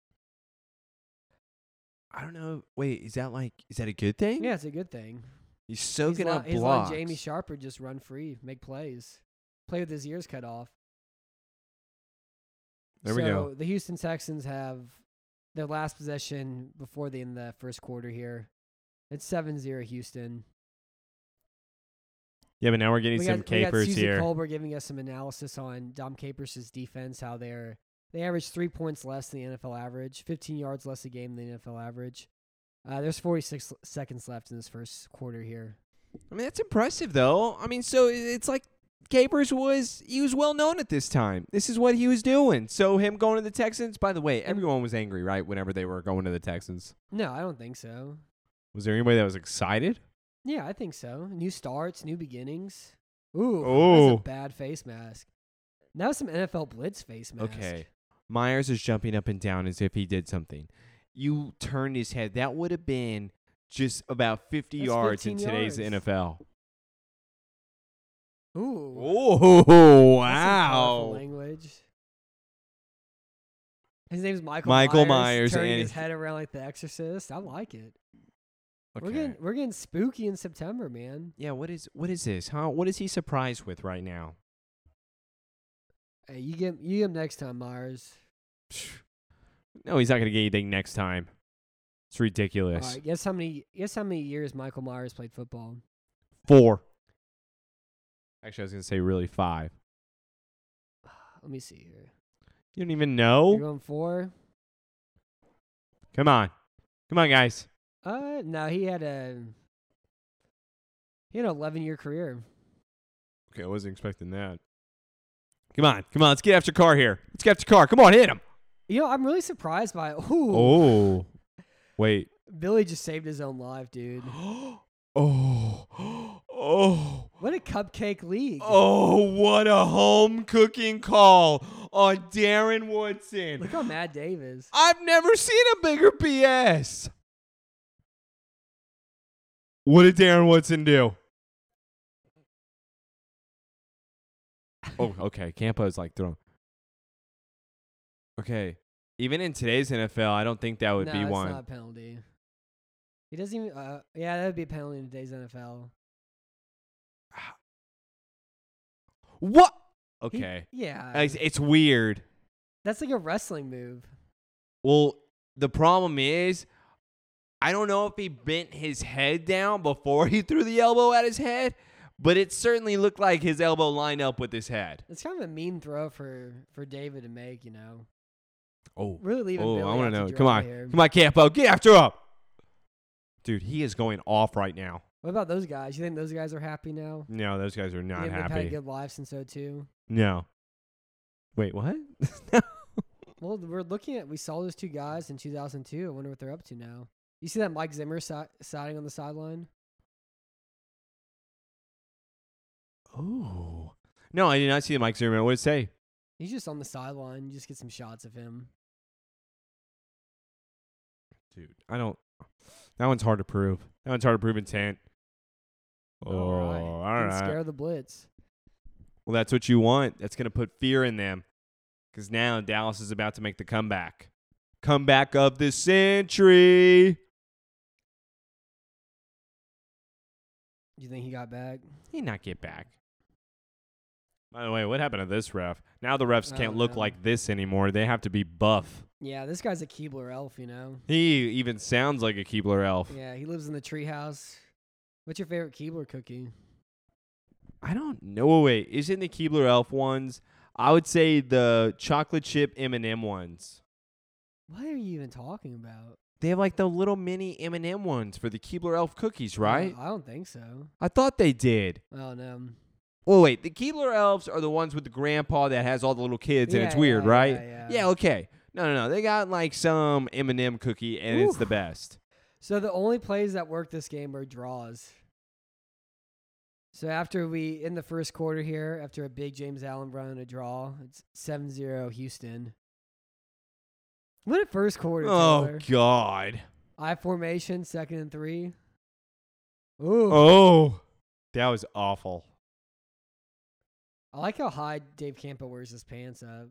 Speaker 3: I don't know. Wait, is that like is that a good thing?
Speaker 2: Yeah, it's a good thing.
Speaker 3: He's
Speaker 2: He's
Speaker 3: soaking
Speaker 2: let-
Speaker 3: up
Speaker 2: he's letting
Speaker 3: blocks.
Speaker 2: Jamie Sharper just run free, make plays, play with his ears cut off.
Speaker 3: There we go.
Speaker 2: So The Houston Texans have their last possession before the end of the first quarter here. It's 7-0 Houston.
Speaker 3: yeah, but now we're getting
Speaker 2: we
Speaker 3: some
Speaker 2: got, we got
Speaker 3: capers
Speaker 2: Susie
Speaker 3: here.
Speaker 2: Colbert giving us some analysis on Dom Capers' defense, how they're they average three points less than the NFL average, 15 yards less a game than the NFL average. Uh, there's 46 l- seconds left in this first quarter here.
Speaker 3: I mean, that's impressive though. I mean, so i- it's like Capers was he was well known at this time. This is what he was doing. So him going to the Texans. By the way, everyone was angry, right? Whenever they were going to the Texans,
Speaker 2: No, I don't think so.
Speaker 3: was there anybody that was excited?
Speaker 2: Yeah, I think so. New starts, new beginnings. Ooh, that's
Speaker 3: Oh.
Speaker 2: a bad face mask. Now some NFL blitz face mask.
Speaker 3: Okay. Myers is jumping up and down as if he did something. You turned his head. That would have been just about 50
Speaker 2: That's
Speaker 3: yards in
Speaker 2: 15
Speaker 3: today's
Speaker 2: yards.
Speaker 3: NFL.
Speaker 2: Ooh.
Speaker 3: Oh,
Speaker 2: that's some powerful
Speaker 3: wow.
Speaker 2: Language. His name's Michael.
Speaker 3: Michael Myers
Speaker 2: Myers. turning
Speaker 3: and-
Speaker 2: his head around like The Exorcist. I like it. We're
Speaker 3: Okay.
Speaker 2: getting we're getting spooky in September, man.
Speaker 3: yeah, what is what is this? Huh? What is he surprised with right now?
Speaker 2: Hey, you get you get him next time, Myers.
Speaker 3: No, he's not going to get anything next time. It's ridiculous.
Speaker 2: All right, guess how many guess how many years Michael Myers played football?
Speaker 3: Four. Actually, I was going to say really five.
Speaker 2: Let me see here.
Speaker 3: You don't even
Speaker 2: You're
Speaker 3: know?
Speaker 2: going four?
Speaker 3: Come on. Come on, guys.
Speaker 2: Uh, no, he had a he had an 11 year career.
Speaker 3: Okay, I wasn't expecting that. Come on, come on, let's get after Carr here. Let's get after Carr. Come on, hit him.
Speaker 2: You know, I'm really surprised by ooh,
Speaker 3: Oh, wait.
Speaker 2: Billy just saved his own life, dude.
Speaker 3: oh, oh,
Speaker 2: What a cupcake league!
Speaker 3: oh! What a home cooking call on Darren
Speaker 2: Look
Speaker 3: Woodson.
Speaker 2: how mad Dave is.
Speaker 3: I've never seen a bigger BS. What did Darren Woodson do? Oh, okay. Campo's like thrown. Okay. Even in today's NFL, I don't think that would
Speaker 2: no,
Speaker 3: be
Speaker 2: that's
Speaker 3: one.
Speaker 2: not a penalty. He doesn't even. Uh, yeah, that would be a penalty in today's NFL.
Speaker 3: What?
Speaker 2: He-
Speaker 3: okay.
Speaker 2: yeah.
Speaker 3: It's, it's weird.
Speaker 2: that's like a wrestling move.
Speaker 3: Well, the problem is, I don't know if he bent his head down before he threw the elbow at his head, but it certainly looked like his elbow lined up with his head.
Speaker 2: It's kind of a mean throw for for David to make. You know,
Speaker 3: Oh,
Speaker 2: really leaving.
Speaker 3: oh,
Speaker 2: Billy
Speaker 3: I want
Speaker 2: out
Speaker 3: to
Speaker 2: dry
Speaker 3: know. Come on,
Speaker 2: here.
Speaker 3: come on, Campo, get after him, dude. He is going off right now.
Speaker 2: What about those guys? You think those guys are happy now?
Speaker 3: No, those guys are
Speaker 2: you
Speaker 3: not
Speaker 2: think They've had
Speaker 3: happy.
Speaker 2: a good life since 02.
Speaker 3: no. Wait, what?
Speaker 2: Well, we're looking at we saw those two guys in 2002. I wonder what they're up to now. You see that Mike Zimmer si- siding on the sideline?
Speaker 3: oh, no, I did not see the Mike Zimmerman. What did it say?
Speaker 2: He's just on the sideline. You just get some shots of him.
Speaker 3: Dude, I don't. That one's hard to prove. That one's hard to prove intent. Oh, all
Speaker 2: Didn't
Speaker 3: right.
Speaker 2: Scare the blitz.
Speaker 3: Well, that's what you want. That's going to put fear in them. Because now Dallas is about to make the comeback. Comeback of the century.
Speaker 2: Do you think he got back?
Speaker 3: He did not get back. By the way, what happened to this ref? Now the refs
Speaker 2: I
Speaker 3: can't
Speaker 2: don't
Speaker 3: look
Speaker 2: know.
Speaker 3: like this anymore. They have to be buff.
Speaker 2: Yeah, this guy's a Keebler elf, you know.
Speaker 3: He even sounds like a Keebler elf.
Speaker 2: Yeah, he lives in the treehouse. What's your favorite Keebler cookie?
Speaker 3: I don't know. Oh, Wait, isn't the Keebler elf ones? I would say the chocolate chip M&M ones.
Speaker 2: What are you even talking about?
Speaker 3: They have like the little mini M&M ones for the Keebler Elf cookies,
Speaker 2: Uh,
Speaker 3: right?
Speaker 2: I don't think so.
Speaker 3: I thought they did.
Speaker 2: Oh no.
Speaker 3: Well, wait, the Keebler Elves are the ones with the grandpa that has all the little kids, and it's
Speaker 2: Yeah,
Speaker 3: weird,
Speaker 2: yeah,
Speaker 3: right?
Speaker 2: yeah, yeah.
Speaker 3: okay. No, no, no. They got like some M&M cookie, and it's the best.
Speaker 2: So the only plays that work this game are draws. So after we in the first quarter here, after a big James Allen run and a draw, it's 7-0 Houston. What a first quarter!
Speaker 3: Oh
Speaker 2: Taylor.
Speaker 3: God.
Speaker 2: I formation, second and three. Ooh,
Speaker 3: Oh, that was awful.
Speaker 2: I like how high Dave Campo wears his pants up.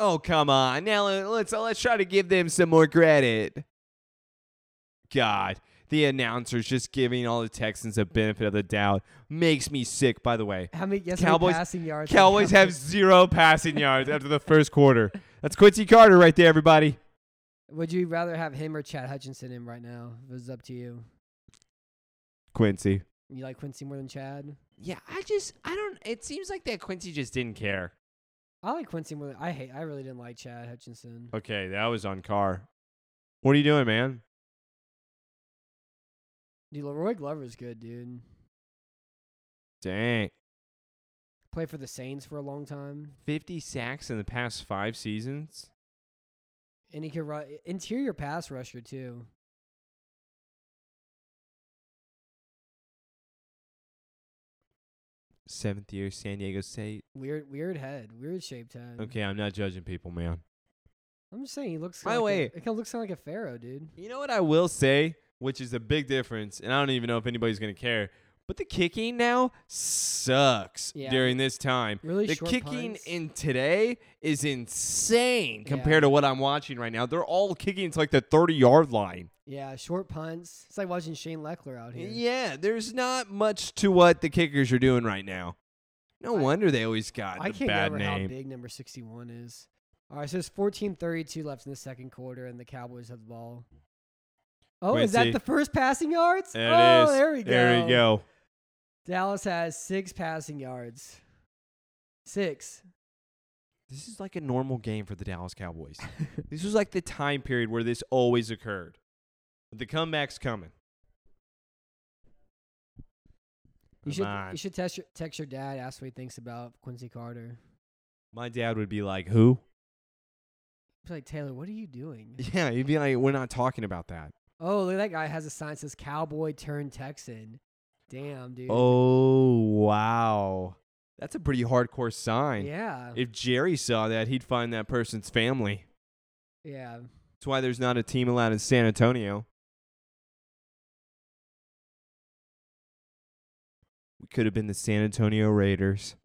Speaker 3: Oh come on. Now let- let's let's try to give them some more credit. God, the announcers just giving all the Texans a benefit of the doubt makes me sick. By the way,
Speaker 2: How many? Yes,
Speaker 3: Cowboys-
Speaker 2: passing yards. did
Speaker 3: Cowboys
Speaker 2: Campo-
Speaker 3: have zero passing yards after the first quarter. That's Quincy Carter right there, everybody.
Speaker 2: Would you rather have him or Chad Hutchinson in right now? If it was up to you.
Speaker 3: Quincy.
Speaker 2: You like Quincy more than Chad?
Speaker 3: Yeah, I just I don't it seems like that Quincy just didn't care.
Speaker 2: I like Quincy more. Than, I hate. I really didn't like Chad Hutchinson.
Speaker 3: Okay, that was on Carr. What are you doing, man?
Speaker 2: Dude, Leroy Glover's good, dude.
Speaker 3: Dang.
Speaker 2: Played for the Saints for a long time,
Speaker 3: 50 sacks in the past 5 seasons?
Speaker 2: and he could run interior pass rusher too.
Speaker 3: Seventh year San Diego State.
Speaker 2: Weird, weird head, weird shaped head.
Speaker 3: Mm-hmm. Okay, I'm not judging people, man.
Speaker 2: I'm just saying he looks.
Speaker 3: By the
Speaker 2: like
Speaker 3: way-
Speaker 2: a, it kind of looks like a pharaoh, dude.
Speaker 3: You know what I will say, which is a big difference, and I don't even know if anybody's going to care, but the kicking now sucks
Speaker 2: Yeah.
Speaker 3: during this time.
Speaker 2: Really
Speaker 3: the
Speaker 2: short
Speaker 3: kicking
Speaker 2: punts.
Speaker 3: in today is insane
Speaker 2: Yeah.
Speaker 3: compared to what I'm watching right now. They're all kicking to like the 30 yard line.
Speaker 2: Yeah, short punts. It's like watching Shane Leckler out here.
Speaker 3: Yeah, there's not much to what the kickers are doing right now. No
Speaker 2: I-
Speaker 3: wonder they always got
Speaker 2: I
Speaker 3: uh, the
Speaker 2: can't
Speaker 3: bad
Speaker 2: remember how
Speaker 3: name.
Speaker 2: big number 61 is. All right, so it's 14:32 left in the second quarter, and the Cowboys have the ball. Oh, is
Speaker 3: Quincy.
Speaker 2: that the first passing yards?
Speaker 3: There it
Speaker 2: oh,
Speaker 3: is.
Speaker 2: there we go.
Speaker 3: There we go.
Speaker 2: Dallas has six passing yards. Six.
Speaker 3: This is like a normal game for the Dallas Cowboys. this was like the time period where this always occurred. But the comeback's coming.
Speaker 2: You should
Speaker 3: Come on.
Speaker 2: you should text your, text your dad ask what he thinks about Quincy Carter.
Speaker 3: My dad would be like, "Who?"
Speaker 2: He's like Taylor, what are you doing?
Speaker 3: Yeah, he'd be like, "We're not talking about that."
Speaker 2: oh, look, that guy has a sign that says Cowboy turned Texan. Damn, dude.
Speaker 3: Oh wow, that's a pretty hardcore sign.
Speaker 2: yeah,
Speaker 3: If Jerry saw that, he'd find that person's family.
Speaker 2: yeah.
Speaker 3: That's why there's not a team allowed in San Antonio. We could have been the San Antonio Raiders.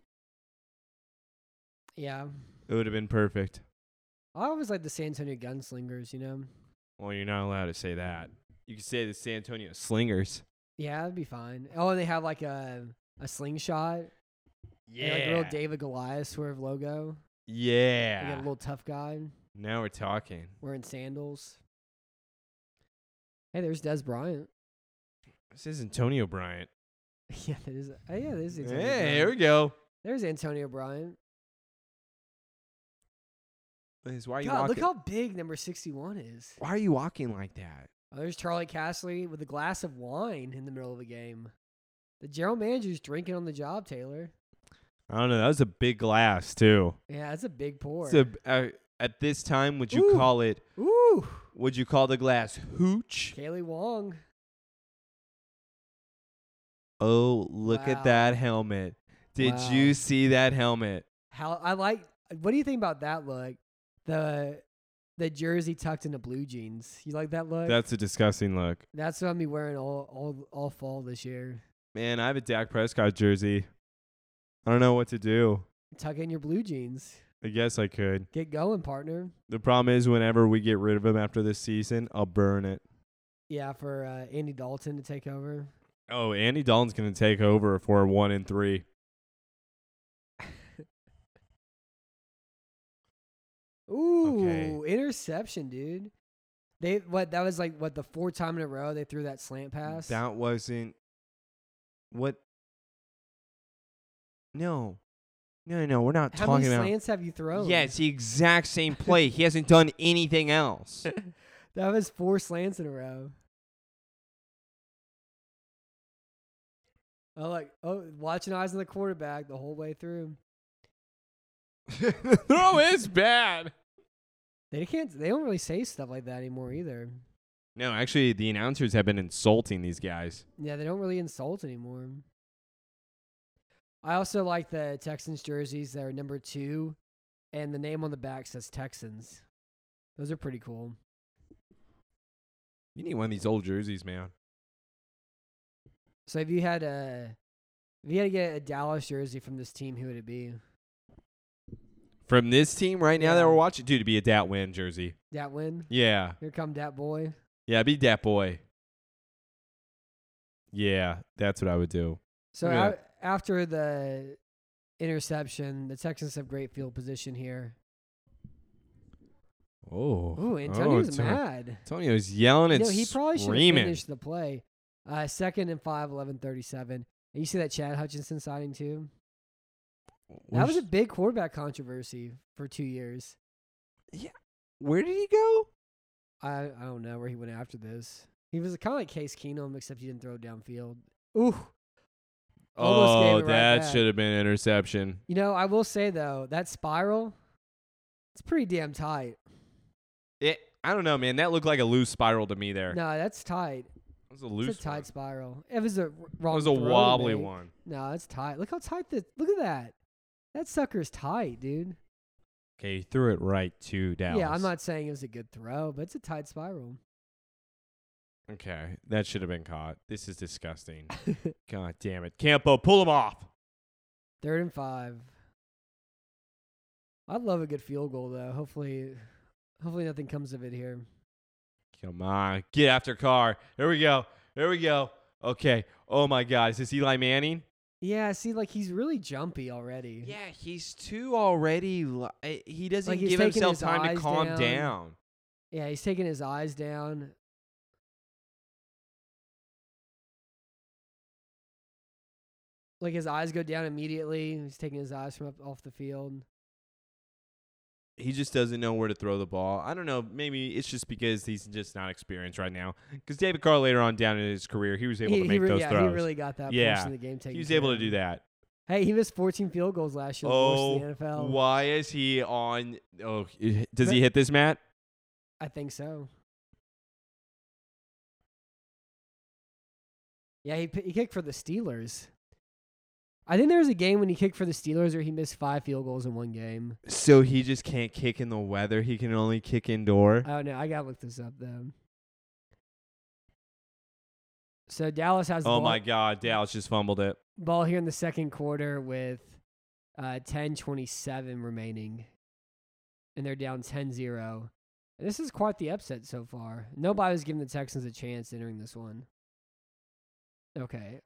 Speaker 2: Yeah.
Speaker 3: It would have been perfect.
Speaker 2: I always like the San Antonio Gunslingers, you know?
Speaker 3: Well, you're not allowed to say that. You could say the San Antonio Slingers.
Speaker 2: Yeah, that'd be fine. Oh, and they have like a a slingshot. and,
Speaker 3: Yeah.
Speaker 2: like a real David Goliath sort of logo. We got a
Speaker 3: yeah.
Speaker 2: little tough guy
Speaker 3: now we're talking.
Speaker 2: wearing sandals. Hey, there's Des Bryant.
Speaker 3: This is Antonio Bryant.
Speaker 2: yeah, that is. Oh, yeah, that is. Antonio
Speaker 3: hey,
Speaker 2: Bryant.
Speaker 3: here we go.
Speaker 2: There's Antonio Bryant.
Speaker 3: Liz, why are you
Speaker 2: God, look
Speaker 3: walking?
Speaker 2: how big number 61 is.
Speaker 3: why are you walking like that?
Speaker 2: Oh, there's Charlie Castley with a glass of wine in the middle of a game. The general manager's drinking on the job, Taylor.
Speaker 3: I don't know. That was a big glass too.
Speaker 2: Yeah, that's a big pour.
Speaker 3: It's a, uh, at this time, would you
Speaker 2: Ooh.
Speaker 3: call it?
Speaker 2: Ooh,
Speaker 3: Would you call the glass hooch?
Speaker 2: Kaylee Wong.
Speaker 3: Oh, look
Speaker 2: Wow.
Speaker 3: at that helmet. Did
Speaker 2: Wow.
Speaker 3: you see that helmet?
Speaker 2: How I like. What do you think about that look? The the jersey tucked into blue jeans. You like that look?
Speaker 3: That's a disgusting look.
Speaker 2: That's what I'm be wearing all all all fall this year.
Speaker 3: Man, I have a Dak Prescott jersey. I don't know what to do.
Speaker 2: Tuck in your blue jeans.
Speaker 3: I guess I could.
Speaker 2: Get going, partner.
Speaker 3: The problem is, whenever we get rid of him after this season, I'll burn it.
Speaker 2: Yeah, for uh, Andy Dalton to take over.
Speaker 3: Oh, Andy Dalton's going to take over if we're one and three.
Speaker 2: Ooh,
Speaker 3: Okay.
Speaker 2: interception, dude. They what that was like what the fourth time in a row they threw that slant pass.
Speaker 3: That wasn't what. No, no, no, no. We're not
Speaker 2: How many
Speaker 3: talking about.
Speaker 2: slants have you thrown?
Speaker 3: Yeah, it's the exact same play. he hasn't done anything else.
Speaker 2: That was four slants in a row. Oh like oh watching eyes on the quarterback the whole way through.
Speaker 3: Throw is bad.
Speaker 2: They can't they don't really say stuff like that anymore either.
Speaker 3: No, actually, the announcers have been insulting these guys.
Speaker 2: Yeah, they don't really insult anymore. I also like the Texans jerseys that are number two, and the name on the back says Texans. Those are pretty cool.
Speaker 3: You need one of these old jerseys, man.
Speaker 2: So if you had a, if you had to get a Dallas jersey from this team, who would it be?
Speaker 3: From this team right now
Speaker 2: Yeah.
Speaker 3: that we're watching, dude, it'd be a Dat Win jersey.
Speaker 2: Dat win.
Speaker 3: Yeah,
Speaker 2: Here come Dat boy.
Speaker 3: yeah, it'd be Dat Boy. Yeah, that's what I would do.
Speaker 2: So
Speaker 3: Yeah.
Speaker 2: a- after the interception, the Texans have great field position here.
Speaker 3: Oh,
Speaker 2: Ooh, Antonio's
Speaker 3: Antonio-
Speaker 2: mad.
Speaker 3: Antonio's yelling
Speaker 2: You
Speaker 3: and
Speaker 2: know, he probably should have
Speaker 3: screaming.
Speaker 2: finished the play. Uh, second and five, 11 37. And you see that Chad Hutchinson signing too? That was a big quarterback controversy for two years.
Speaker 3: Where did he go?
Speaker 2: I, I don't know where he went after this. He was kind of like Case Keenum, except he didn't throw downfield. Ooh. Almost gave
Speaker 3: oh,
Speaker 2: it right
Speaker 3: that
Speaker 2: back.
Speaker 3: should have been interception.
Speaker 2: You know, I will say, though, that spiral, it's pretty damn tight.
Speaker 3: It, I don't know, man. That looked like a loose spiral to me there.
Speaker 2: No, that's tight.
Speaker 3: It was a loose
Speaker 2: it's a tight
Speaker 3: one.
Speaker 2: spiral. It was a r- wrong
Speaker 3: It was a
Speaker 2: throw to
Speaker 3: wobbly
Speaker 2: make.
Speaker 3: one.
Speaker 2: No, it's tight. Look how tight the. Look at that. That sucker's tight, dude.
Speaker 3: Okay, he threw it right to Dallas.
Speaker 2: Yeah, I'm not saying it was a good throw, but it's a tight spiral.
Speaker 3: Okay, that should have been caught. This is disgusting. God damn it, Campo, pull him off.
Speaker 2: Third and five. I'd love a good field goal though. Hopefully, hopefully nothing comes of it here.
Speaker 3: Come on, get after Carr. Here we go. Here we go. Okay. Oh my God, is this Eli Manning?
Speaker 2: Yeah, see, like he's really jumpy already.
Speaker 3: he's too already. Li- eh, he doesn't
Speaker 2: Like, he's taking his eyes down. Yeah, he's taking his eyes down. Like his eyes go down immediately. He's taking his eyes from up off the field.
Speaker 3: He just doesn't know where to throw the ball. I don't know. Maybe it's just because he's just not experienced right now. Because David Carr later on down in his career, he was able
Speaker 2: he,
Speaker 3: to
Speaker 2: he
Speaker 3: make
Speaker 2: re-
Speaker 3: those
Speaker 2: yeah,
Speaker 3: throws.
Speaker 2: he really got that
Speaker 3: Yeah,
Speaker 2: portion of the game taken.
Speaker 3: he was
Speaker 2: care
Speaker 3: able to
Speaker 2: of.
Speaker 3: do that. Oh,
Speaker 2: Hey, he missed 14 field goals last year. the worst in the NFL.
Speaker 3: Why is he on? Oh, does
Speaker 2: But-
Speaker 3: he hit this, Matt?
Speaker 2: I think so. Yeah, he p- he kicked for the Steelers. I think there was a game when he kicked for the Steelers where he missed five field goals in one game.
Speaker 3: So he just can't kick in the weather. He can only kick indoor.
Speaker 2: Oh, I don't know. I gotta look this up though. So Dallas has the
Speaker 3: oh
Speaker 2: ball,
Speaker 3: my God, Dallas just fumbled it.
Speaker 2: ball here in the second quarter with uh, 10-27 remaining, and they're down 10-0. And this is quite the upset so far. Nobody was giving the Texans a chance entering this one. Okay.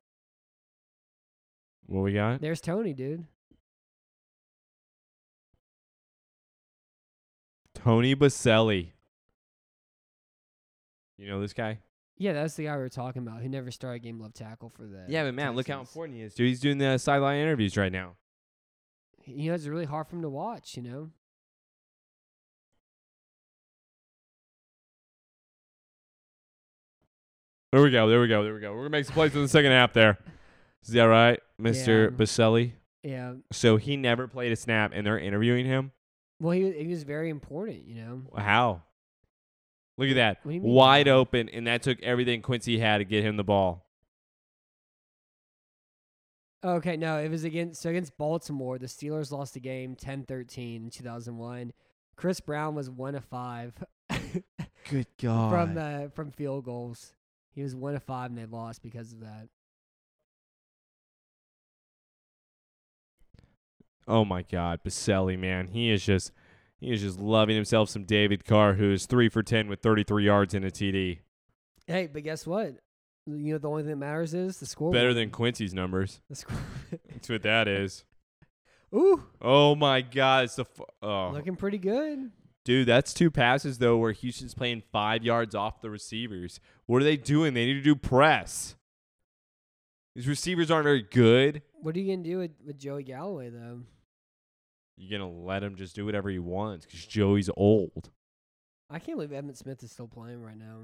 Speaker 3: What we got?
Speaker 2: There's Tony, dude.
Speaker 3: Tony Baselli. You know this guy?
Speaker 2: Yeah, that's the guy we were talking about who never started game love tackle for the.
Speaker 3: Yeah, but man, look how
Speaker 2: Texans.
Speaker 3: important he is, dude. He's doing the sideline interviews right now.
Speaker 2: You know, it's really hard for him to watch, you know?
Speaker 3: There we go. There we go. There we go. We're gonna make some plays in the second half. There. Is that right, Mister
Speaker 2: Yeah.
Speaker 3: Baselli?
Speaker 2: Yeah.
Speaker 3: So he never played a snap, and they're interviewing him.
Speaker 2: Well, he, he was very important, you know?
Speaker 3: How? Look at that,
Speaker 2: What do you mean,
Speaker 3: wide
Speaker 2: how?
Speaker 3: open, and that took everything Quincy had to get him the ball.
Speaker 2: Okay, no, it was against so against Baltimore. The Steelers lost the game 10-13 in 2001. Chris Brown was 1 of 5
Speaker 3: Good God.
Speaker 2: from uh, from field goals. He was 1 of 5 and they lost because of that.
Speaker 3: Oh my God, Baselli, man, he is just he is just loving himself some David Carr, who is three for ten with thirty three yards and a TD.
Speaker 2: Hey, but guess what? You know the only thing that matters is the score.
Speaker 3: Better than Quincy's numbers.
Speaker 2: the score.
Speaker 3: That's what that is.
Speaker 2: Ooh,
Speaker 3: Oh my God, it's the f- oh
Speaker 2: looking pretty good.
Speaker 3: dude, that's two passes though where Houston's playing five yards off the receivers. What are they doing? They need to do press. These receivers aren't very good.
Speaker 2: What are you gonna do with, with Joey Galloway though?
Speaker 3: You're gonna let him just do whatever he wants because Joey's old.
Speaker 2: I can't believe Evan Smith is still playing right now.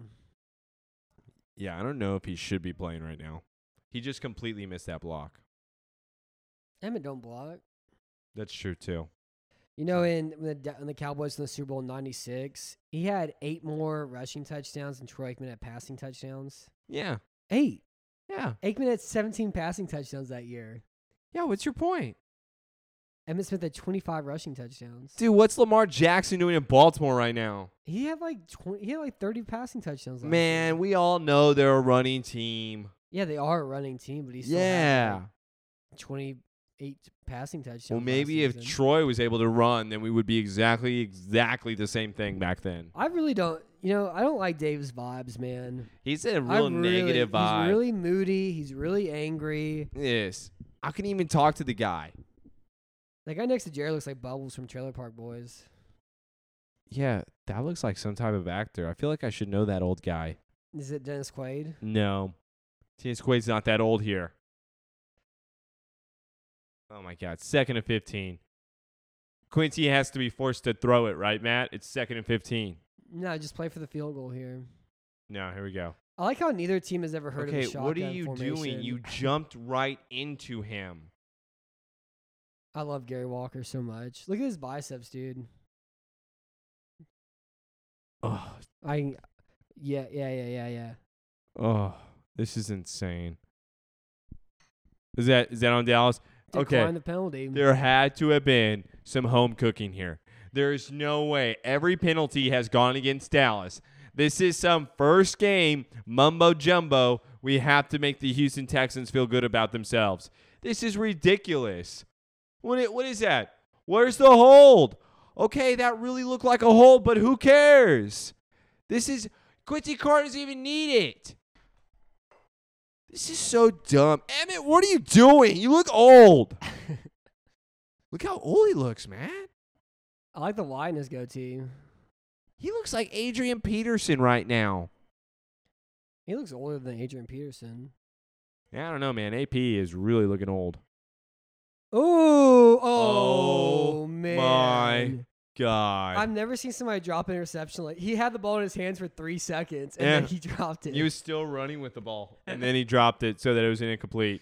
Speaker 3: Yeah, I don't know if he should be playing right now. He just completely missed that block.
Speaker 2: Emmett don't block.
Speaker 3: That's true too.
Speaker 2: You know, in when the, Da- when the Cowboys in the Super Bowl in '96, he had eight more rushing touchdowns and Troy Aikman had passing touchdowns.
Speaker 3: Yeah.
Speaker 2: Eight.
Speaker 3: Yeah.
Speaker 2: Aikman had 17 passing touchdowns that year.
Speaker 3: Yeah, what's your point?
Speaker 2: Emmett Smith had 25 rushing touchdowns.
Speaker 3: Dude, what's Lamar Jackson doing in Baltimore right now?
Speaker 2: He had like 20. He had like 30 passing touchdowns. Last year.
Speaker 3: Man, we all know they're a running team.
Speaker 2: yeah, they are a running team, but he still had
Speaker 3: Yeah.
Speaker 2: like 28 passing touchdowns.
Speaker 3: Well,
Speaker 2: last
Speaker 3: maybe if
Speaker 2: season.
Speaker 3: Troy was able to run, then we would be exactly, exactly the same thing back then.
Speaker 2: I really don't. You know, I don't like Dave's vibes, man.
Speaker 3: He's in a
Speaker 2: I
Speaker 3: real
Speaker 2: really-
Speaker 3: negative vibe.
Speaker 2: He's really moody. He's really angry.
Speaker 3: yes. I can even talk to the guy.
Speaker 2: That guy next to Jared looks like Bubbles from Trailer Park Boys.
Speaker 3: Yeah, that looks like some type of actor. I feel like I should know that old guy.
Speaker 2: Is it Dennis Quaid?
Speaker 3: No. T.S. Quaid's not that old here. Oh my God. Second and 15. Quincy has to be forced to throw it, right, Matt? It's second and 15.
Speaker 2: No, just play for the field goal here.
Speaker 3: No, here we go.
Speaker 2: I like how neither team has ever heard
Speaker 3: okay,
Speaker 2: of the
Speaker 3: what are
Speaker 2: shotgun
Speaker 3: you doing?
Speaker 2: formation.
Speaker 3: You jumped right into him.
Speaker 2: I love Gary Walker so much. Look at his biceps, dude.
Speaker 3: Oh,
Speaker 2: I, yeah, yeah, yeah, yeah, yeah.
Speaker 3: oh, this is insane. Is that is that on Dallas?
Speaker 2: Decline
Speaker 3: Okay.
Speaker 2: the penalty.
Speaker 3: There had to have been some home cooking here. There is no way. Every penalty has gone against Dallas. This is some first game mumbo jumbo. We have to make the Houston Texans feel good about themselves. This is ridiculous. What i- what is that? Where's the hold? Okay, that really looked like a hold, but who cares? This is Quincy Carter doesn't even need it. This is so dumb. Emmett, what are you doing? You look old. Look how old he looks, man.
Speaker 2: I like the line in his goatee.
Speaker 3: He looks like Adrian Peterson right now.
Speaker 2: He looks older than Adrian Peterson.
Speaker 3: Yeah, I don't know, man. AP is really looking old.
Speaker 2: Ooh, oh,
Speaker 3: Oh
Speaker 2: man.
Speaker 3: my God.
Speaker 2: I've never seen somebody drop an interception like he had the ball in his hands for three seconds and then
Speaker 3: Yeah.
Speaker 2: he dropped it.
Speaker 3: he was still running with the ball, and then he dropped it so that it was an incomplete.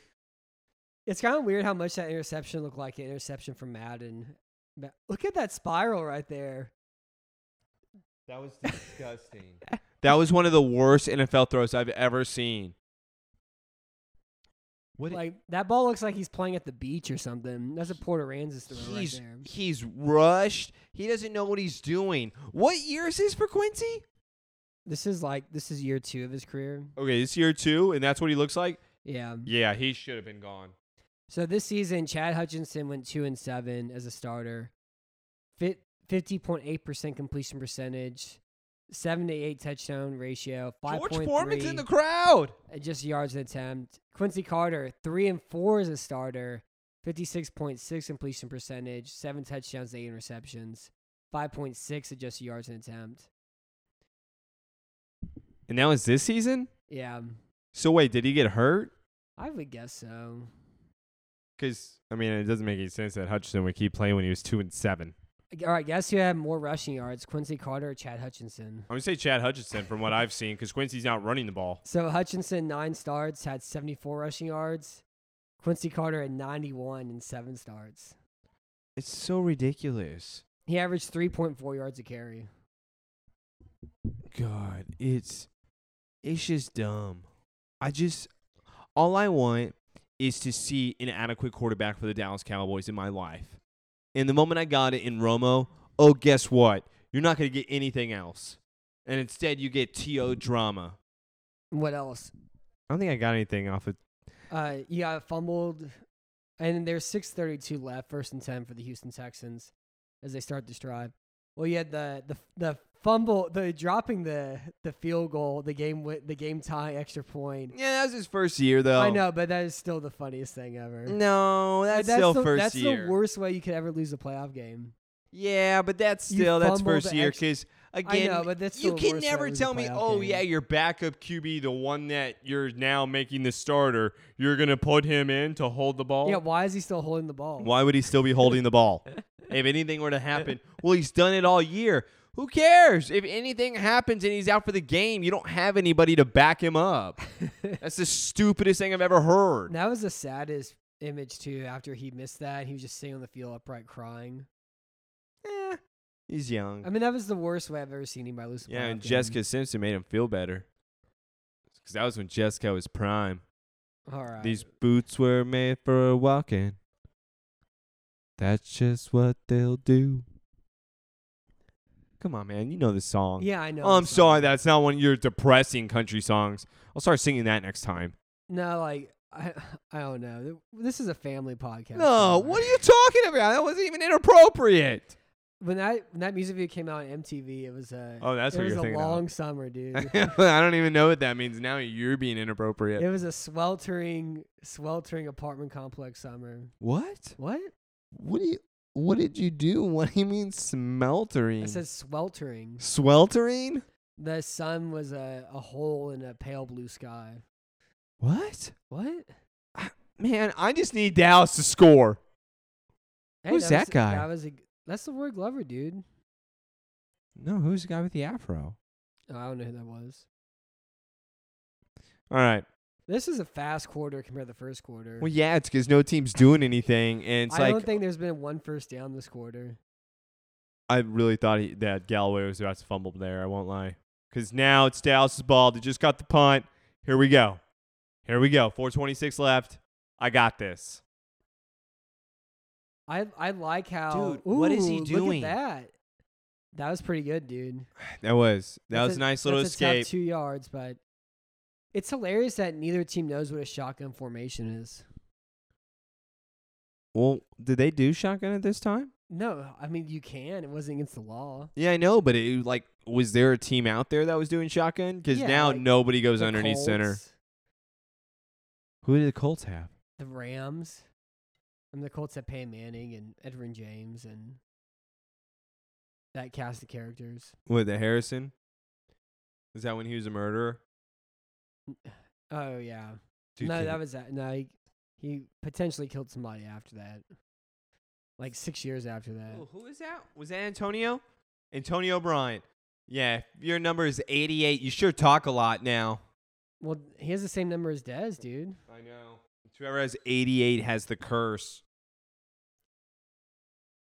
Speaker 2: it's kind of weird how much that interception looked like an interception from Madden. Ma- Look at that spiral right there.
Speaker 3: That was disgusting. that was one of the worst NFL throws I've ever seen. What?
Speaker 2: Like that ball looks like he's playing at the beach or something. That's a Porter Ranzis throw right
Speaker 3: he's
Speaker 2: there.
Speaker 3: he's rushed. He doesn't know what he's doing. What year is this for Quincy?
Speaker 2: This is like this is year two of his career.
Speaker 3: Okay, this year two, and that's what he looks like.
Speaker 2: Yeah.
Speaker 3: Yeah, he should have been gone.
Speaker 2: So this season, Chad Hutchinson went two and seven as a starter, fifty point eight percent completion percentage, seven to eight touchdown ratio. Five
Speaker 3: George Foreman's in the crowd.
Speaker 2: uh, just yards an attempt. Quincy Carter three and four as a starter. Fifty six point six completion percentage. Seven touchdowns, eight interceptions. Five point six adjusted yards an attempt.
Speaker 3: And now it's this season?
Speaker 2: Yeah,
Speaker 3: So wait, did he get hurt?
Speaker 2: I would guess so.
Speaker 3: Because I mean, it doesn't make any sense that Hutchinson would keep playing when he was two and seven.
Speaker 2: All right, guess who had more rushing yards, Quincy Carter or Chad Hutchinson?
Speaker 3: I'm gonna say Chad Hutchinson from what I've seen, because Quincy's not running the ball.
Speaker 2: So Hutchinson nine starts had seventy four rushing yards. Quincy Carter had ninety one and seven starts.
Speaker 3: It's so ridiculous.
Speaker 2: He averaged three point four yards a carry.
Speaker 3: God, it's it's just dumb. I just all I want is to see an adequate quarterback for the Dallas Cowboys in my life. And the moment I got it in Romo, oh guess what? You're not gonna get anything else. And instead you get TO drama.
Speaker 2: What else?
Speaker 3: I don't think I got anything off of
Speaker 2: Uh, you got fumbled, and there's six thirty two left, first and ten for the Houston Texans as they start this drive. Well, you had the the the fumble, the dropping the the field goal, the game wi- the game tie extra point.
Speaker 3: Yeah, that was his first year though.
Speaker 2: I know, but that is still the funniest thing ever.
Speaker 3: No, that's, still
Speaker 2: the,
Speaker 3: first
Speaker 2: that's
Speaker 3: year.
Speaker 2: the worst way you could ever lose a playoff game.
Speaker 3: Yeah, but that's
Speaker 2: You
Speaker 3: still that's
Speaker 2: fumble
Speaker 3: first
Speaker 2: the
Speaker 3: year
Speaker 2: extra-
Speaker 3: because again,
Speaker 2: know, but that's
Speaker 3: you
Speaker 2: still
Speaker 3: can
Speaker 2: worse than
Speaker 3: never
Speaker 2: losing a
Speaker 3: tell me,
Speaker 2: playoff
Speaker 3: oh
Speaker 2: game."
Speaker 3: yeah, your backup QB, the one that you're now making the starter, you're gonna put him in to hold the ball.
Speaker 2: Yeah, why is he still holding the ball?
Speaker 3: Why would he still be holding the ball? if anything were to happen, well, he's done it all year. Who cares? If anything happens and he's out for the game, you don't have anybody to back him up. That's the stupidest thing I've ever heard.
Speaker 2: That was the saddest image too. After he missed that, he was just sitting on the field upright crying.
Speaker 3: Eh, he's young.
Speaker 2: I mean, that was the worst way I've ever seen anybody lose. A
Speaker 3: Yeah,
Speaker 2: playoff
Speaker 3: and
Speaker 2: game.
Speaker 3: Jessica Simpson made him feel better. Because that was when Jessica was prime.
Speaker 2: All right.
Speaker 3: These boots were made for walking. That's just what they'll do. Come on, man. You know the song.
Speaker 2: Yeah, I know.
Speaker 3: Oh, I'm
Speaker 2: it's not-
Speaker 3: sorry. That's not one of your depressing country songs. I'll start singing that next time.
Speaker 2: No, like I, I don't know. Th- This is a family podcast.
Speaker 3: No,
Speaker 2: so-
Speaker 3: what are you talking about? That wasn't even inappropriate.
Speaker 2: When that when that music video came out on MTV, it was a
Speaker 3: Oh, that's
Speaker 2: it
Speaker 3: what
Speaker 2: was
Speaker 3: you're
Speaker 2: a
Speaker 3: thinking of.
Speaker 2: long summer, dude.
Speaker 3: I don't even know what that means. Now you're being inappropriate.
Speaker 2: it was a sweltering sweltering apartment complex summer.
Speaker 3: What?
Speaker 2: What?
Speaker 3: What do you? What did you do? What do you mean smeltering?
Speaker 2: It says sweltering.
Speaker 3: Sweltering?
Speaker 2: The sun was a, a hole in a pale blue sky.
Speaker 3: What?
Speaker 2: What?
Speaker 3: Man, I just need Dallas to score.
Speaker 2: Hey,
Speaker 3: Who's that
Speaker 2: was-
Speaker 3: guy?
Speaker 2: That was a, g- that's the word Glover, dude.
Speaker 3: No, who's the guy with the afro?
Speaker 2: Oh, I don't know who that was.
Speaker 3: All right.
Speaker 2: This is a fast quarter compared to the first quarter.
Speaker 3: Well, yeah, it's because no team's doing anything, and it's
Speaker 2: I
Speaker 3: like
Speaker 2: don't think there's been one first down this quarter.
Speaker 3: I really thought he, that Galloway was about to fumble there. I won't lie. Because now it's Dallas's ball. They just got the punt. Here we go. Here we go. 426 left. I got this.
Speaker 2: I I like how
Speaker 3: Dude, what is he
Speaker 2: Ooh,
Speaker 3: doing?
Speaker 2: Look at that. That was pretty good, dude.
Speaker 3: That was that
Speaker 2: That's
Speaker 3: was a, nice little
Speaker 2: that's a tough
Speaker 3: escape.
Speaker 2: two yards, but it's hilarious that neither team knows what a shotgun formation is.
Speaker 3: well, did they do shotgun at this time?
Speaker 2: No, I mean you can. It wasn't against the law.
Speaker 3: Yeah, I know, but it like was there a team out there that was doing shotgun? Because
Speaker 2: Yeah,
Speaker 3: now
Speaker 2: like,
Speaker 3: nobody goes
Speaker 2: The
Speaker 3: underneath center.
Speaker 2: Colts,
Speaker 3: Who did the Colts have?
Speaker 2: The Rams. I mean the Colts had Peyton Manning and Edwin James and that cast of characters.
Speaker 3: What the Harrison? Is that when he was a murderer?
Speaker 2: Oh yeah.
Speaker 3: Dude,
Speaker 2: no,
Speaker 3: can-
Speaker 2: that was that. No, he, he potentially killed somebody after that. Like six years after that.
Speaker 3: Oh, who was that? Was that Antonio? Antonio Bryant. Yeah, if your number is 88. You sure talk a lot now.
Speaker 2: Well, he has the same number as Dez, dude.
Speaker 3: I know. Whoever has 88 has the curse.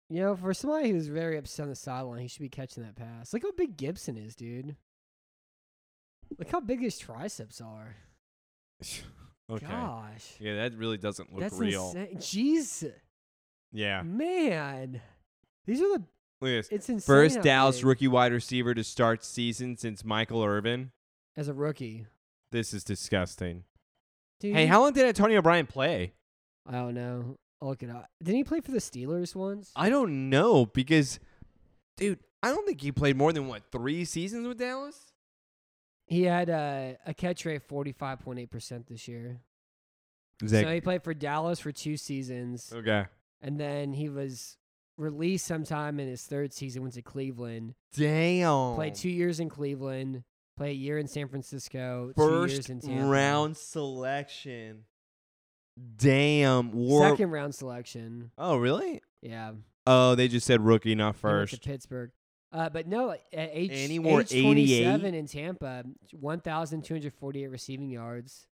Speaker 2: You know, for somebody who's very upset on the sideline, he should be catching that pass. Look how big Gibson is, dude. Look how big his triceps are.
Speaker 3: Okay.
Speaker 2: Gosh.
Speaker 3: Yeah, that really doesn't look
Speaker 2: That's
Speaker 3: real.
Speaker 2: insane. Jeez,
Speaker 3: Yeah.
Speaker 2: man. These are the.
Speaker 3: Look at this.
Speaker 2: It's insane.
Speaker 3: First
Speaker 2: how
Speaker 3: Dallas
Speaker 2: big-
Speaker 3: rookie wide receiver to start season since Michael Irvin.
Speaker 2: As a rookie.
Speaker 3: This is disgusting.
Speaker 2: Dude,
Speaker 3: Hey, how long did Antonio Bryant play?
Speaker 2: I don't know. I'll look it up. Didn't he play for the Steelers once?
Speaker 3: I don't know because, dude, I don't think he played more than what three seasons with Dallas.
Speaker 2: He had uh, a catch rate forty five point eight percent this year. So he played for Dallas for two seasons,
Speaker 3: okay.
Speaker 2: and then he was released sometime in his third season. Went to Cleveland,
Speaker 3: Damn.
Speaker 2: played two years in Cleveland, played a year in San Francisco, two years
Speaker 3: first
Speaker 2: in Tampa.
Speaker 3: round selection. Damn. War.
Speaker 2: second round selection.
Speaker 3: Oh really?
Speaker 2: Yeah, he
Speaker 3: Oh, they just said rookie, not
Speaker 2: went to
Speaker 3: first.
Speaker 2: Pittsburgh. Uh, but no, at age,
Speaker 3: And he wore
Speaker 2: age 27
Speaker 3: 88?
Speaker 2: in Tampa, 1,248 receiving yards.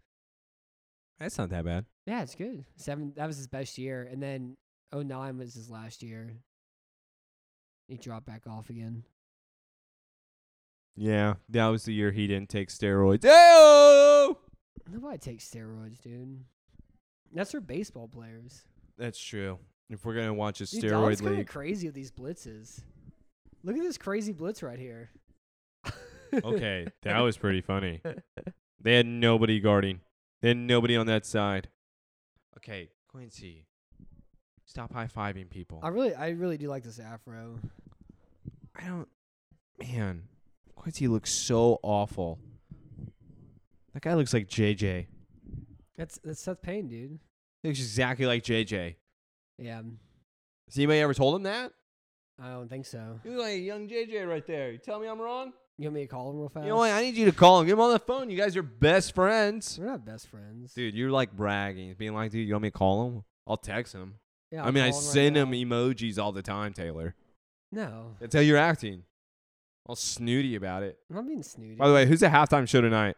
Speaker 3: That's not that bad.
Speaker 2: Yeah, it's good. Seven. That was his best year, and then 09 was his last year. He dropped back off again.
Speaker 3: Yeah, that was the year he didn't take steroids. Ew!
Speaker 2: Nobody takes steroids, dude. That's for baseball players.
Speaker 3: That's true. If we're gonna watch a
Speaker 2: Dude, Dallas
Speaker 3: steroid
Speaker 2: kind of
Speaker 3: league,
Speaker 2: crazy with these blitzes. Look at this crazy blitz right here.
Speaker 3: okay, that was pretty funny. They had nobody guarding. They had nobody on that side. Okay, Quincy, stop high fiving people.
Speaker 2: I really, I really do like this afro.
Speaker 3: I don't. Man, Quincy looks so awful. That guy looks like JJ.
Speaker 2: That's that's Seth Payne, dude.
Speaker 3: He looks exactly like JJ.
Speaker 2: Yeah, um,
Speaker 3: Has anybody ever told him that?
Speaker 2: I don't think so.
Speaker 3: You look like a young JJ right there. You tell me I'm wrong?
Speaker 2: You want me to call him real fast?
Speaker 3: You know what? I need you to call him. Get him on the phone. You guys are best friends.
Speaker 2: We're not best friends.
Speaker 3: Dude, you're like bragging, being like, dude, you want me to call him? I'll text him.
Speaker 2: Yeah,
Speaker 3: I
Speaker 2: I'll
Speaker 3: mean, I
Speaker 2: call right
Speaker 3: send
Speaker 2: now.
Speaker 3: him emojis all the time, Taylor.
Speaker 2: No,
Speaker 3: That's how you're acting. All snooty about it.
Speaker 2: I'm not being snooty.
Speaker 3: By the way, who's the halftime show tonight?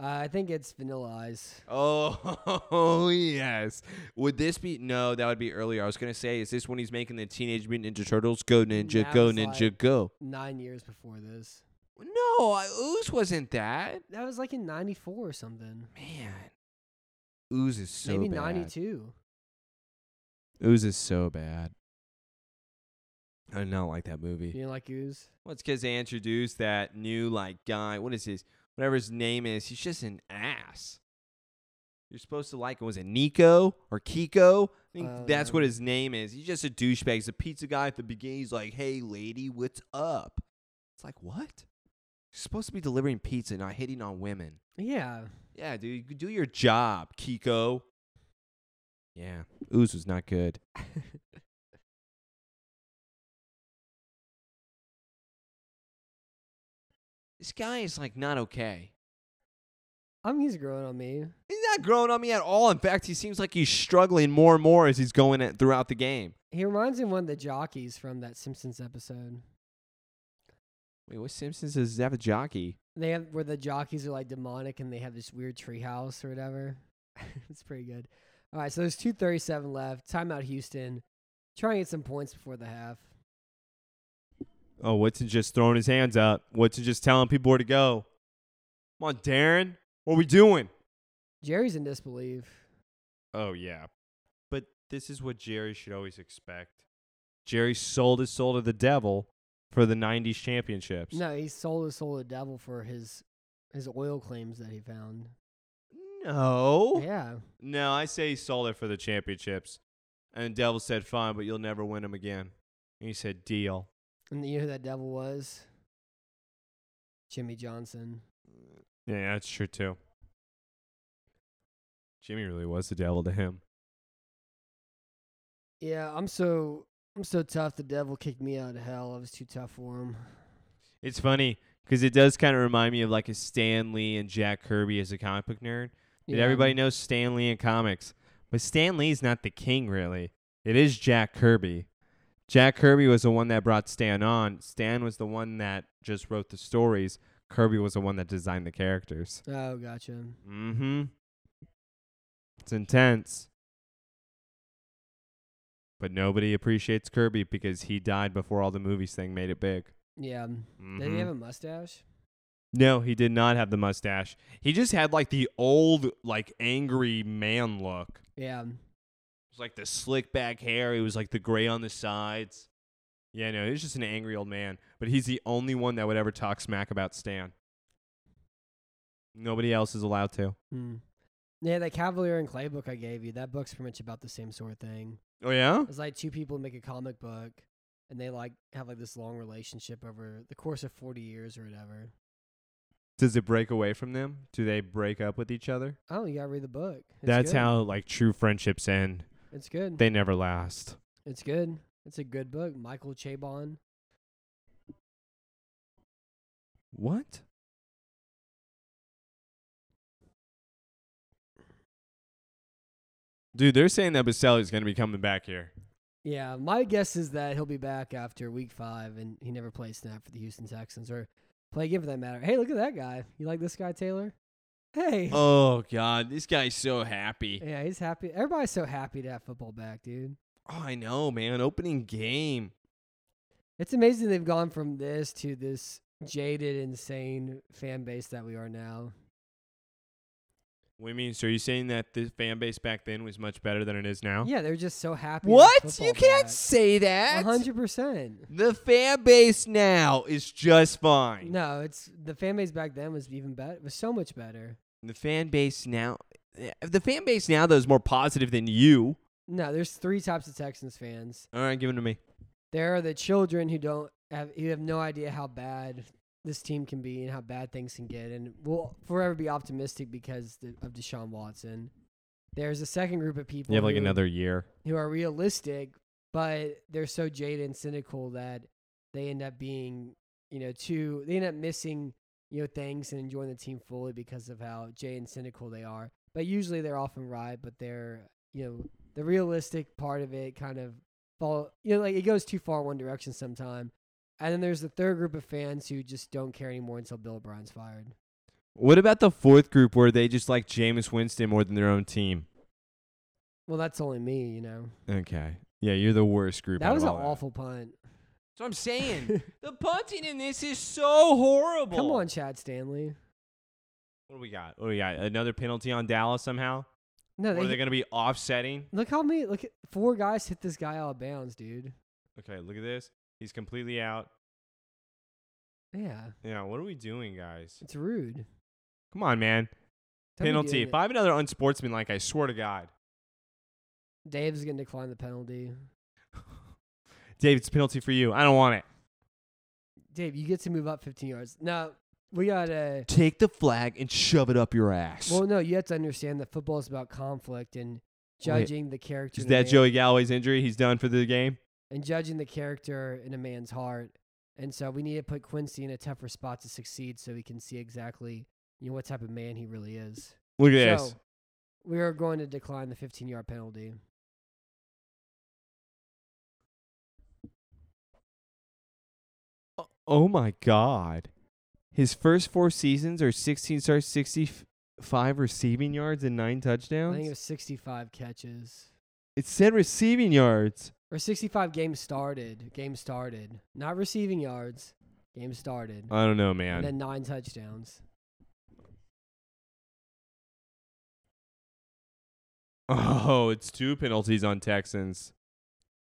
Speaker 2: uh, I think it's Vanilla Ice.
Speaker 3: Oh yes. Would this be no? That would be earlier. I was gonna say, is this when he's making the Teenage Mutant Ninja Turtles? Go ninja,
Speaker 2: That
Speaker 3: go
Speaker 2: was
Speaker 3: ninja,
Speaker 2: like-
Speaker 3: go.
Speaker 2: Nine years before this,
Speaker 3: No, I- Ooze wasn't that.
Speaker 2: that was like in '94 or something.
Speaker 3: Man, Ooze is so
Speaker 2: Maybe
Speaker 3: bad.
Speaker 2: '92.
Speaker 3: Ooze is so bad. I do not like that movie.
Speaker 2: You didn't like Ooze?
Speaker 3: Well, it's because they introduced that new like guy. What is his? Whatever his name is, he's just an ass. You're supposed to like him. Was it Nico or Kiko? I think
Speaker 2: Oh,
Speaker 3: that's
Speaker 2: yeah.
Speaker 3: what his name is. He's just a douchebag. He's a pizza guy at the beginning. He's like, "Hey, lady, what's up?" It's like, what? You're supposed to be delivering pizza, not hitting on women.
Speaker 2: Yeah,
Speaker 3: Yeah, dude, you do your job, Kiko. Yeah, Ooze was not good. this guy is like not okay.
Speaker 2: I mean, he's growing on me.
Speaker 3: He's not growing on me at all. In fact, he seems like he's struggling more and more as he's going at, throughout the game.
Speaker 2: He reminds me of one of the jockeys from that Simpsons episode.
Speaker 3: Wait, what Simpsons does that have a jockey?
Speaker 2: They have where the jockeys are like demonic and they have this weird treehouse or whatever. it's pretty good. All right, so there's 237 left. Timeout Houston. Try and get some points before the half.
Speaker 3: Oh, Woodson just throwing his hands up. Woodson just telling people where to go. Come on, Darren. What are we doing?
Speaker 2: Jerry's in disbelief.
Speaker 3: Oh yeah. But this is what Jerry should always expect. Jerry sold his soul to the devil for the nineties championships.
Speaker 2: No, he sold his soul to the devil for his his oil claims that he found.
Speaker 3: No.
Speaker 2: Yeah.
Speaker 3: No, I say he sold it for the championships. And the devil said, Fine, but you'll never win them again. And he said, Deal.
Speaker 2: And you know who that devil was? Jimmy Johnson.
Speaker 3: Yeah, that's true too. Jimmy really was the devil to him.
Speaker 2: Yeah, I'm so I'm so tough. The devil kicked me out of hell. I was too tough for him.
Speaker 3: It's funny because it does kind of remind me of like a Stan Lee and Jack Kirby as a comic book nerd. Dude,
Speaker 2: Yeah.
Speaker 3: everybody knows Stan Lee in comics, but Stan Lee's not the king, really. It is Jack Kirby. Jack Kirby was the one that brought Stan on. Stan was the one that just wrote the stories. Kirby was the one that designed the characters.
Speaker 2: Oh, gotcha.
Speaker 3: Mm-hmm. It's intense. But nobody appreciates Kirby because he died before all the movies thing made it big.
Speaker 2: Yeah. Did
Speaker 3: Mhm.
Speaker 2: he have a mustache?
Speaker 3: No, he did not have the mustache. He just had like the old, like angry man look.
Speaker 2: Yeah.
Speaker 3: It was like the slick back hair. He was like the gray on the sides. Yeah, no, he was just an angry old man. But he's the only one that would ever talk smack about Stan. Nobody else is allowed to.
Speaker 2: Hmm. Yeah, that Cavalier and Clay book I gave you, that book's pretty much about the same sort of thing.
Speaker 3: Oh yeah,
Speaker 2: It's like two people make a comic book and they like have like this long relationship over the course of 40 years or whatever.
Speaker 3: Does it break away from them? Do they break up with each other?
Speaker 2: Oh, you gotta read the book. It's
Speaker 3: That's
Speaker 2: good.
Speaker 3: how like true friendships end.
Speaker 2: it's good.
Speaker 3: They never last.
Speaker 2: it's good. It's a good book. Michael Chabon.
Speaker 3: What? Dude, they're saying that Baselli's going to be coming back here.
Speaker 2: Yeah, my guess is that he'll be back after week five, and he never plays snap for the Houston Texans or play again for that matter. Hey, look at that guy. You like this guy, Taylor? Hey.
Speaker 3: Oh God, this guy's so happy.
Speaker 2: Yeah, he's happy. Everybody's so happy to have football back, dude.
Speaker 3: Oh, I know, man. Opening game.
Speaker 2: It's amazing they've gone from this to this jaded, insane fan base that we are now.
Speaker 3: What do you mean? So are you saying that the fan base back then was much better than it is now?
Speaker 2: Yeah, they're just so happy. to have
Speaker 3: What?
Speaker 2: football
Speaker 3: You can't
Speaker 2: back.
Speaker 3: say that.
Speaker 2: 100%.
Speaker 3: The fan base now is just fine.
Speaker 2: No, it's the fan base back then was even better. Was so much better.
Speaker 3: The fan base now, eh, the fan base now though is more positive than you.
Speaker 2: No, there's three types of Texans fans.
Speaker 3: All right, give it to me.
Speaker 2: There are the children who don't have who have no idea how bad this team can be and how bad things can get, and will forever be optimistic because th- of Deshaun Watson. There's a second group of people.
Speaker 3: You have like
Speaker 2: who-
Speaker 3: another year.
Speaker 2: who are realistic, but they're so jaded and cynical that they end up being, you know, too, they end up missing, you know, things and enjoying the team fully because of how jaded and cynical they are. But usually they're often right, but they're, you know, the realistic part of it kind of fall, you know, like it goes too far one direction sometime. And then there's the third group of fans who just don't care anymore until Bill O'Brien's fired.
Speaker 3: What about the fourth group where they just like Jameis Winston more than their own team?
Speaker 2: Well, that's only me, you know.
Speaker 3: Okay. Yeah, you're the worst group.
Speaker 2: That
Speaker 3: out
Speaker 2: was
Speaker 3: of
Speaker 2: an
Speaker 3: all
Speaker 2: awful punt.
Speaker 3: So I'm saying the punting in this is so horrible.
Speaker 2: Come on, Chad Stanley.
Speaker 3: What do we got? What do we got? Another penalty on Dallas somehow?
Speaker 2: No,
Speaker 3: Or are
Speaker 2: Oh, they,
Speaker 3: they going to be offsetting?
Speaker 2: Look how many look at four guys hit this guy out of bounds, dude.
Speaker 3: Okay, look at this. He's completely out.
Speaker 2: Yeah.
Speaker 3: Yeah, what are we doing, guys?
Speaker 2: It's rude.
Speaker 3: Come on, man.
Speaker 2: Don't be
Speaker 3: penalty.
Speaker 2: doing
Speaker 3: If
Speaker 2: it.
Speaker 3: I have another unsportsmanlike, I swear to God.
Speaker 2: Dave's gonna decline the penalty.
Speaker 3: Dave, it's a penalty for you. I don't want it.
Speaker 2: Dave, you get to move up fifteen yards. No, we gotta
Speaker 3: Take the flag and shove it up your ass.
Speaker 2: Well no, you have to understand that football is about conflict and judging the character
Speaker 3: is
Speaker 2: in a
Speaker 3: that
Speaker 2: man-
Speaker 3: Joey Galloway's injury? He's done for the game.
Speaker 2: and judging the character in a man's heart. And so we need to put Quincy in a tougher spot to succeed so we can see exactly you know what type of man he really is.
Speaker 3: Look at this.
Speaker 2: So we are going to decline the fifteen yard penalty.
Speaker 3: Oh my God. His first four seasons are 16 starts, 65 receiving yards, and nine
Speaker 2: I think
Speaker 3: touchdowns.
Speaker 2: it was sixty five catches.
Speaker 3: it said receiving yards.
Speaker 2: Or 65 games started. Game started. Not receiving yards. Game started.
Speaker 3: I don't know,
Speaker 2: and
Speaker 3: Oh, man.
Speaker 2: then nine touchdowns.
Speaker 3: Oh, it's two penalties on Texans.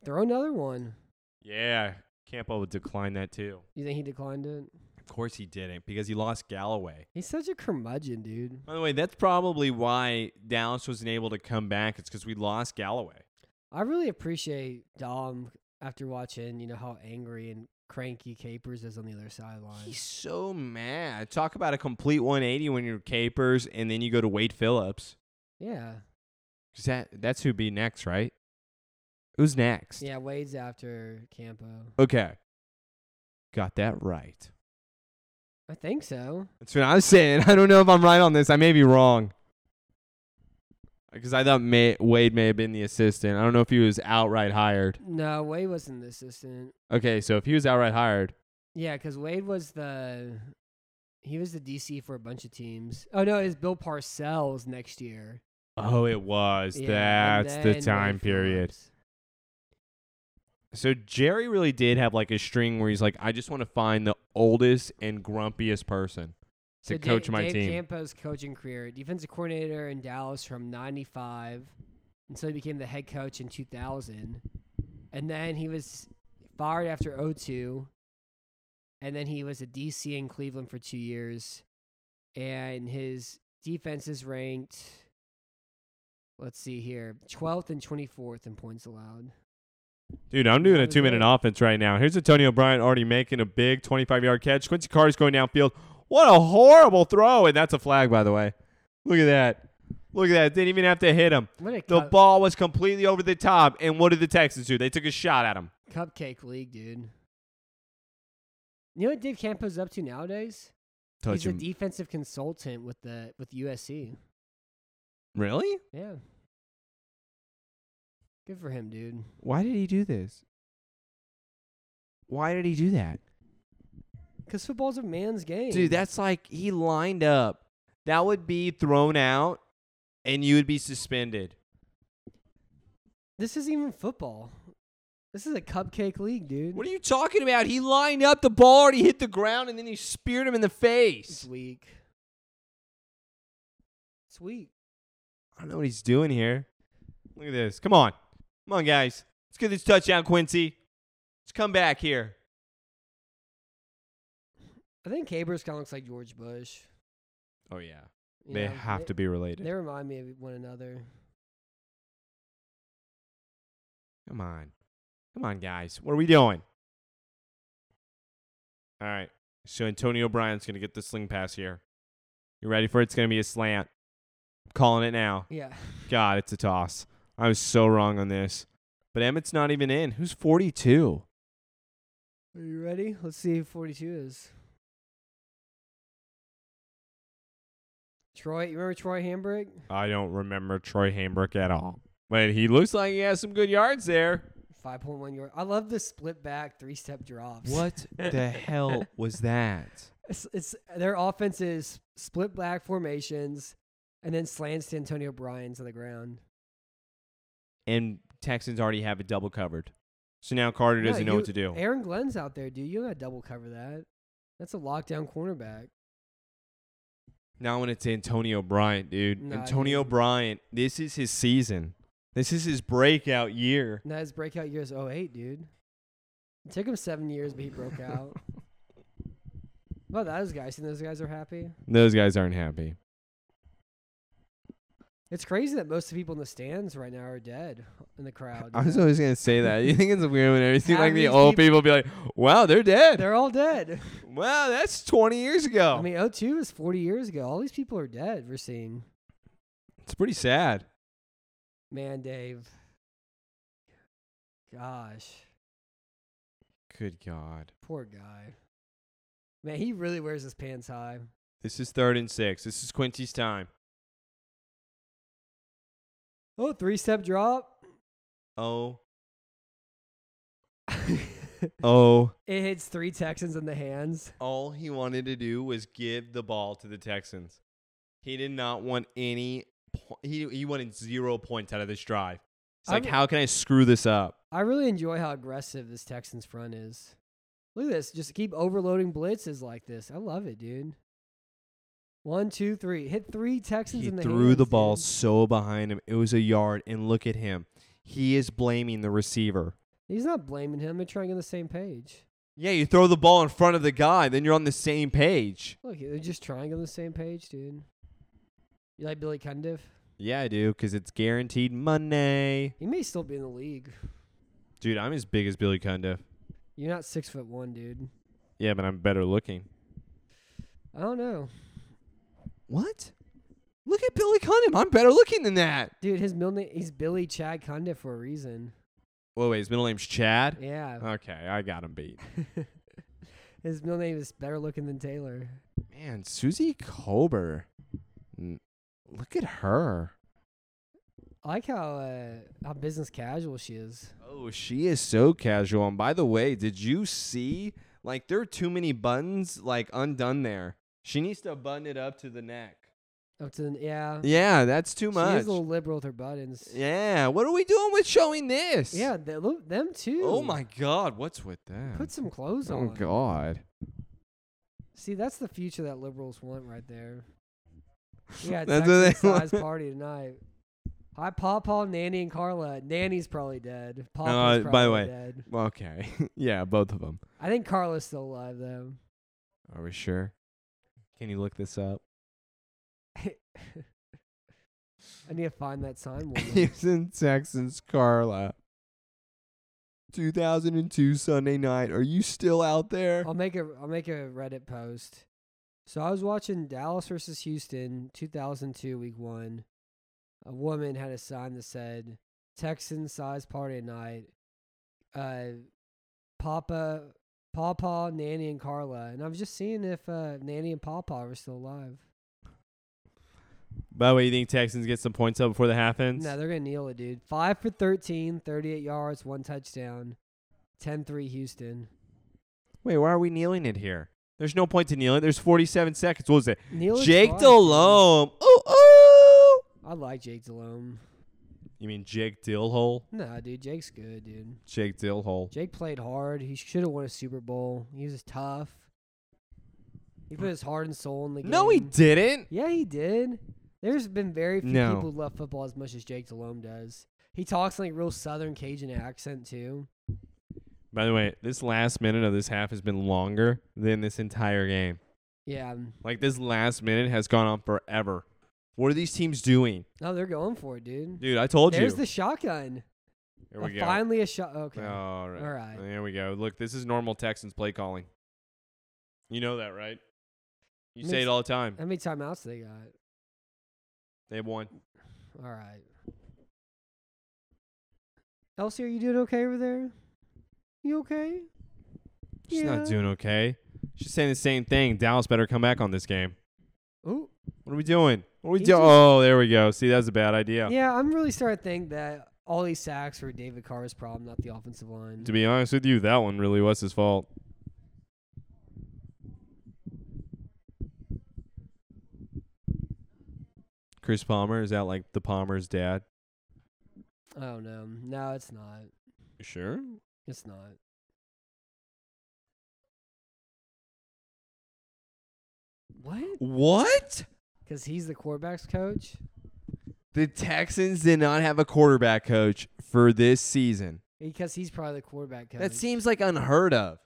Speaker 2: Throw another one.
Speaker 3: Yeah. Campo would decline that too.
Speaker 2: You think he declined it?
Speaker 3: Of course he didn't because he lost Galloway.
Speaker 2: He's such a curmudgeon, dude.
Speaker 3: By the way, that's probably why Dallas wasn't able to come back. It's because we lost Galloway.
Speaker 2: I really appreciate Dom after watching, you know, how angry and cranky Capers is on the other sideline.
Speaker 3: He's so mad. Talk about a complete 180 when you're Capers and then you go to Wade Phillips.
Speaker 2: Yeah.
Speaker 3: 'Cause that, that's who'd be next, right? Who's next?
Speaker 2: Yeah, Wade's after Campo.
Speaker 3: Okay. Got that right.
Speaker 2: I think so.
Speaker 3: That's what I'm saying. I don't know if I'm right on this. I may be wrong. Because I thought may- Wade may have been the assistant. I don't know if he was outright hired.
Speaker 2: No, Wade wasn't the assistant.
Speaker 3: Okay, so if he was outright hired,
Speaker 2: Yeah, because Wade was the he was the DC for a bunch of teams. Oh no, it's Bill Parcells next year.
Speaker 3: Oh, it was.
Speaker 2: Yeah, and
Speaker 3: That's
Speaker 2: then
Speaker 3: the
Speaker 2: Wade
Speaker 3: time period.
Speaker 2: Phillips.
Speaker 3: So Jerry really did have like a string where he's like, I just want to find the oldest and grumpiest person to
Speaker 2: So Da-
Speaker 3: coach my
Speaker 2: Dave
Speaker 3: team.
Speaker 2: Campo's coaching career, defensive coordinator in Dallas from '95 until he became the head coach in 2000, and then he was fired after 02, and then he was a DC in Cleveland for two years, and his defense is ranked. Let's see here, 12th and 24th in points allowed.
Speaker 3: Dude, I'm doing a
Speaker 2: was
Speaker 3: two minute
Speaker 2: it.
Speaker 3: offense right now. Here's Antonio Bryant already making a big 25 yard catch. Quincy Carter's going downfield. What a horrible throw. And that's a flag, by the way. Look at that. Look at that. Didn't even have to hit him.
Speaker 2: What a
Speaker 3: The
Speaker 2: cup-
Speaker 3: ball was completely over the top. And what did the Texans do? They took a shot at him.
Speaker 2: cupcake league, dude. You know what Dave Campos is up to nowadays?
Speaker 3: Touch
Speaker 2: He's
Speaker 3: him.
Speaker 2: a defensive consultant with the with USC.
Speaker 3: really?
Speaker 2: Yeah. Good for him, dude.
Speaker 3: Why did he do this? Why did he do that?
Speaker 2: Because football's a man's game.
Speaker 3: Dude, that's like he lined up. That would be thrown out and you would be suspended.
Speaker 2: this isn't even football. This is a cupcake league, dude.
Speaker 3: What are you talking about? He lined up the ball, already hit the ground, and then he speared him in the
Speaker 2: It's
Speaker 3: face.
Speaker 2: weak. It's weak.
Speaker 3: I don't know what he's doing here. Look at this. Come on. Come on, guys. Let's get this touchdown, Quincy. Let's come back here.
Speaker 2: I think Cabers kind of looks like George Bush.
Speaker 3: Oh, yeah.
Speaker 2: you
Speaker 3: they
Speaker 2: know?
Speaker 3: have to be related.
Speaker 2: They remind me of one another.
Speaker 3: Come on. Come on, guys. What are we doing? All right. So Antonio Bryant's going to get the sling pass here. You ready for it? It's going to be a slant. I'm calling it now.
Speaker 2: Yeah.
Speaker 3: God, it's a toss. I was so wrong on this. But Emmett's not even in. Who's 42?
Speaker 2: Are you ready? Let's see who 42 is. Troy, you remember Troy Hambrick?
Speaker 3: I don't remember Troy Hambrick at all. But he looks like he has some good yards there.
Speaker 2: 5.1 yard. I love the split back three step drops.
Speaker 3: What the hell was that?
Speaker 2: It's, it's their offense is split back formations and then slants to Antonio Bryan's on the ground.
Speaker 3: And Texans already have it double covered. So now Carter doesn't
Speaker 2: Yeah,
Speaker 3: know what
Speaker 2: you-
Speaker 3: to do.
Speaker 2: Aaron Glenn's out there, dude. You gotta double cover that. That's a lockdown cornerback.
Speaker 3: now when it's Antonio Bryant, dude.
Speaker 2: Nah,
Speaker 3: Antonio
Speaker 2: dude.
Speaker 3: Bryant, this is his season. This is his breakout year.
Speaker 2: And that his breakout year is 08, dude. It took him seven years, but he broke out. Well, those guys, and those guys are happy.
Speaker 3: Those guys aren't happy.
Speaker 2: It's crazy that most of the people in the stands right now are dead in the crowd. you
Speaker 3: I was
Speaker 2: know?
Speaker 3: always gonna say that. You think it's weird when everything
Speaker 2: Have
Speaker 3: like the
Speaker 2: these
Speaker 3: old
Speaker 2: peop-
Speaker 3: people be like, "Wow, they're dead."
Speaker 2: They're all dead.
Speaker 3: wow, that's twenty years ago.
Speaker 2: I mean, 02 is 40 years ago. All these people are dead, we're seeing.
Speaker 3: it's pretty sad.
Speaker 2: Man, Dave. Gosh,
Speaker 3: Good God,
Speaker 2: poor guy. Man, he really wears his pants high.
Speaker 3: this is third and six. This is Quincy's time.
Speaker 2: Oh, three step drop.
Speaker 3: Oh,
Speaker 2: it
Speaker 3: oh!
Speaker 2: hits three Texans in the hands.
Speaker 3: All he wanted to do was give the ball to the Texans. He did not want any. Po- he he wanted zero points out of this drive. It's like,
Speaker 2: I'm-
Speaker 3: how can I screw this up?
Speaker 2: I really enjoy how aggressive this Texans front is. Look at this. Just keep overloading blitzes like this. I love it, dude. One, two, three. Hit three Texans
Speaker 3: He
Speaker 2: in the
Speaker 3: threw the
Speaker 2: hands,
Speaker 3: ball
Speaker 2: dude.
Speaker 3: so behind him. It was a yard, and look at him. He is blaming the receiver.
Speaker 2: He's not blaming him. They're trying on the same page.
Speaker 3: Yeah, you throw the ball in front of the guy, then you're on the same page.
Speaker 2: Look, they're just trying on the same page, dude. You like Billy Cundiff?
Speaker 3: Yeah, I do, because it's guaranteed money.
Speaker 2: He may still be in the league.
Speaker 3: Dude, I'm as big as Billy Cundiff.
Speaker 2: You're not six foot one, dude.
Speaker 3: Yeah, but I'm better looking.
Speaker 2: I don't know.
Speaker 3: What? Look at Billy Cundiff. I'm better looking than that.
Speaker 2: Dude, his middle name he's Billy Chad Cundiff for a reason.
Speaker 3: Whoa, wait, his middle name's Chad?
Speaker 2: Yeah.
Speaker 3: Okay, I got him beat.
Speaker 2: His middle name is better looking than Taylor.
Speaker 3: Man, Susie Kober. N- Look at her.
Speaker 2: I like how uh, how business casual she is.
Speaker 3: Oh, she is so casual. And by the way, did you see? Like, there are too many buttons, like, undone there. She needs to button it up to the neck.
Speaker 2: Up to the, yeah.
Speaker 3: Yeah, that's too
Speaker 2: She
Speaker 3: much.
Speaker 2: is a little liberal with her buttons.
Speaker 3: yeah, what are we doing with showing this?
Speaker 2: Yeah, they, look, them too.
Speaker 3: Oh my God, what's with that?
Speaker 2: Put some clothes
Speaker 3: oh
Speaker 2: on.
Speaker 3: God.
Speaker 2: See, that's the future that liberals want right there. Yeah,
Speaker 3: That's what they
Speaker 2: Texas size
Speaker 3: want.
Speaker 2: party tonight. Hi, Pawpaw, Nanny, and Carla. Nanny's probably dead. Pawpaw's
Speaker 3: Uh,
Speaker 2: probably
Speaker 3: by the way-
Speaker 2: dead.
Speaker 3: Okay. yeah, both of them.
Speaker 2: I think Carla's still alive though.
Speaker 3: Are we sure? Can you look this up?
Speaker 2: I need to find that sign. woman.
Speaker 3: Houston Texans Carla. 2002 Sunday night. Are you still out there?
Speaker 2: I'll make a I'll make a Reddit post. So I was watching Dallas versus Houston, 2002, Week One. A woman had a sign that said "Texan size party night." Uh, Papa, Papa, Nanny, and Carla, and I was just seeing if uh, Nanny and Papa were still alive.
Speaker 3: By the way, you think Texans get some points up before the half ends?
Speaker 2: No, they're gonna kneel it, dude. Five for 13, 38 yards, one touchdown, 10-3 Houston.
Speaker 3: Wait, why are we kneeling it here? There's no point to kneeling. There's 47 seconds. What was it?
Speaker 2: Kneel is
Speaker 3: Jake
Speaker 2: fine, dude.
Speaker 3: Delhomme. Ooh, ooh.
Speaker 2: I like Jake Delhomme.
Speaker 3: You mean Jake Dillhole?
Speaker 2: Nah, dude, Jake's good, dude.
Speaker 3: Jake Dillhole.
Speaker 2: Jake played hard. He should have won a Super Bowl. He was tough. He put his heart and soul in the game.
Speaker 3: No, he didn't.
Speaker 2: Yeah, he did. There's been very few
Speaker 3: No.
Speaker 2: people who love football as much as Jake Delhomme does. He talks like real Southern Cajun accent too.
Speaker 3: By the way, this last minute of this half has been longer than this entire game.
Speaker 2: Yeah. um,
Speaker 3: Like this last minute has gone on forever. What are these teams doing?
Speaker 2: No, they're going for it, dude.
Speaker 3: Dude, I told
Speaker 2: There's
Speaker 3: you.
Speaker 2: the shotgun.
Speaker 3: Here we
Speaker 2: Uh,
Speaker 3: go.
Speaker 2: Finally a shot. Okay.
Speaker 3: All right.
Speaker 2: All right.
Speaker 3: There we go. Look, this is normal Texans play calling. You know that, right? You say
Speaker 2: Makes-
Speaker 3: it all the time.
Speaker 2: How many timeouts they got?
Speaker 3: They won.
Speaker 2: All right. Elsie, are you doing okay over there? You okay?
Speaker 3: She's
Speaker 2: Yeah.
Speaker 3: not doing okay. She's saying the same thing. Dallas better come back on this game.
Speaker 2: Ooh.
Speaker 3: What are we doing? What are we
Speaker 2: He
Speaker 3: doing?
Speaker 2: just-
Speaker 3: Oh, there we go. See, that was a bad idea.
Speaker 2: Yeah, I'm really starting to think that all these sacks were David Carr's problem, not the offensive line.
Speaker 3: To be honest with you, that one really was his fault. Chris Palmer is that like the Palmer's dad?
Speaker 2: Oh no, no, it's not.
Speaker 3: Sure.
Speaker 2: It's not. What?
Speaker 3: What?
Speaker 2: Because he's the quarterbacks coach.
Speaker 3: The Texans did not have a quarterback coach for this season.
Speaker 2: Because he's probably the quarterback coach.
Speaker 3: That seems like unheard of.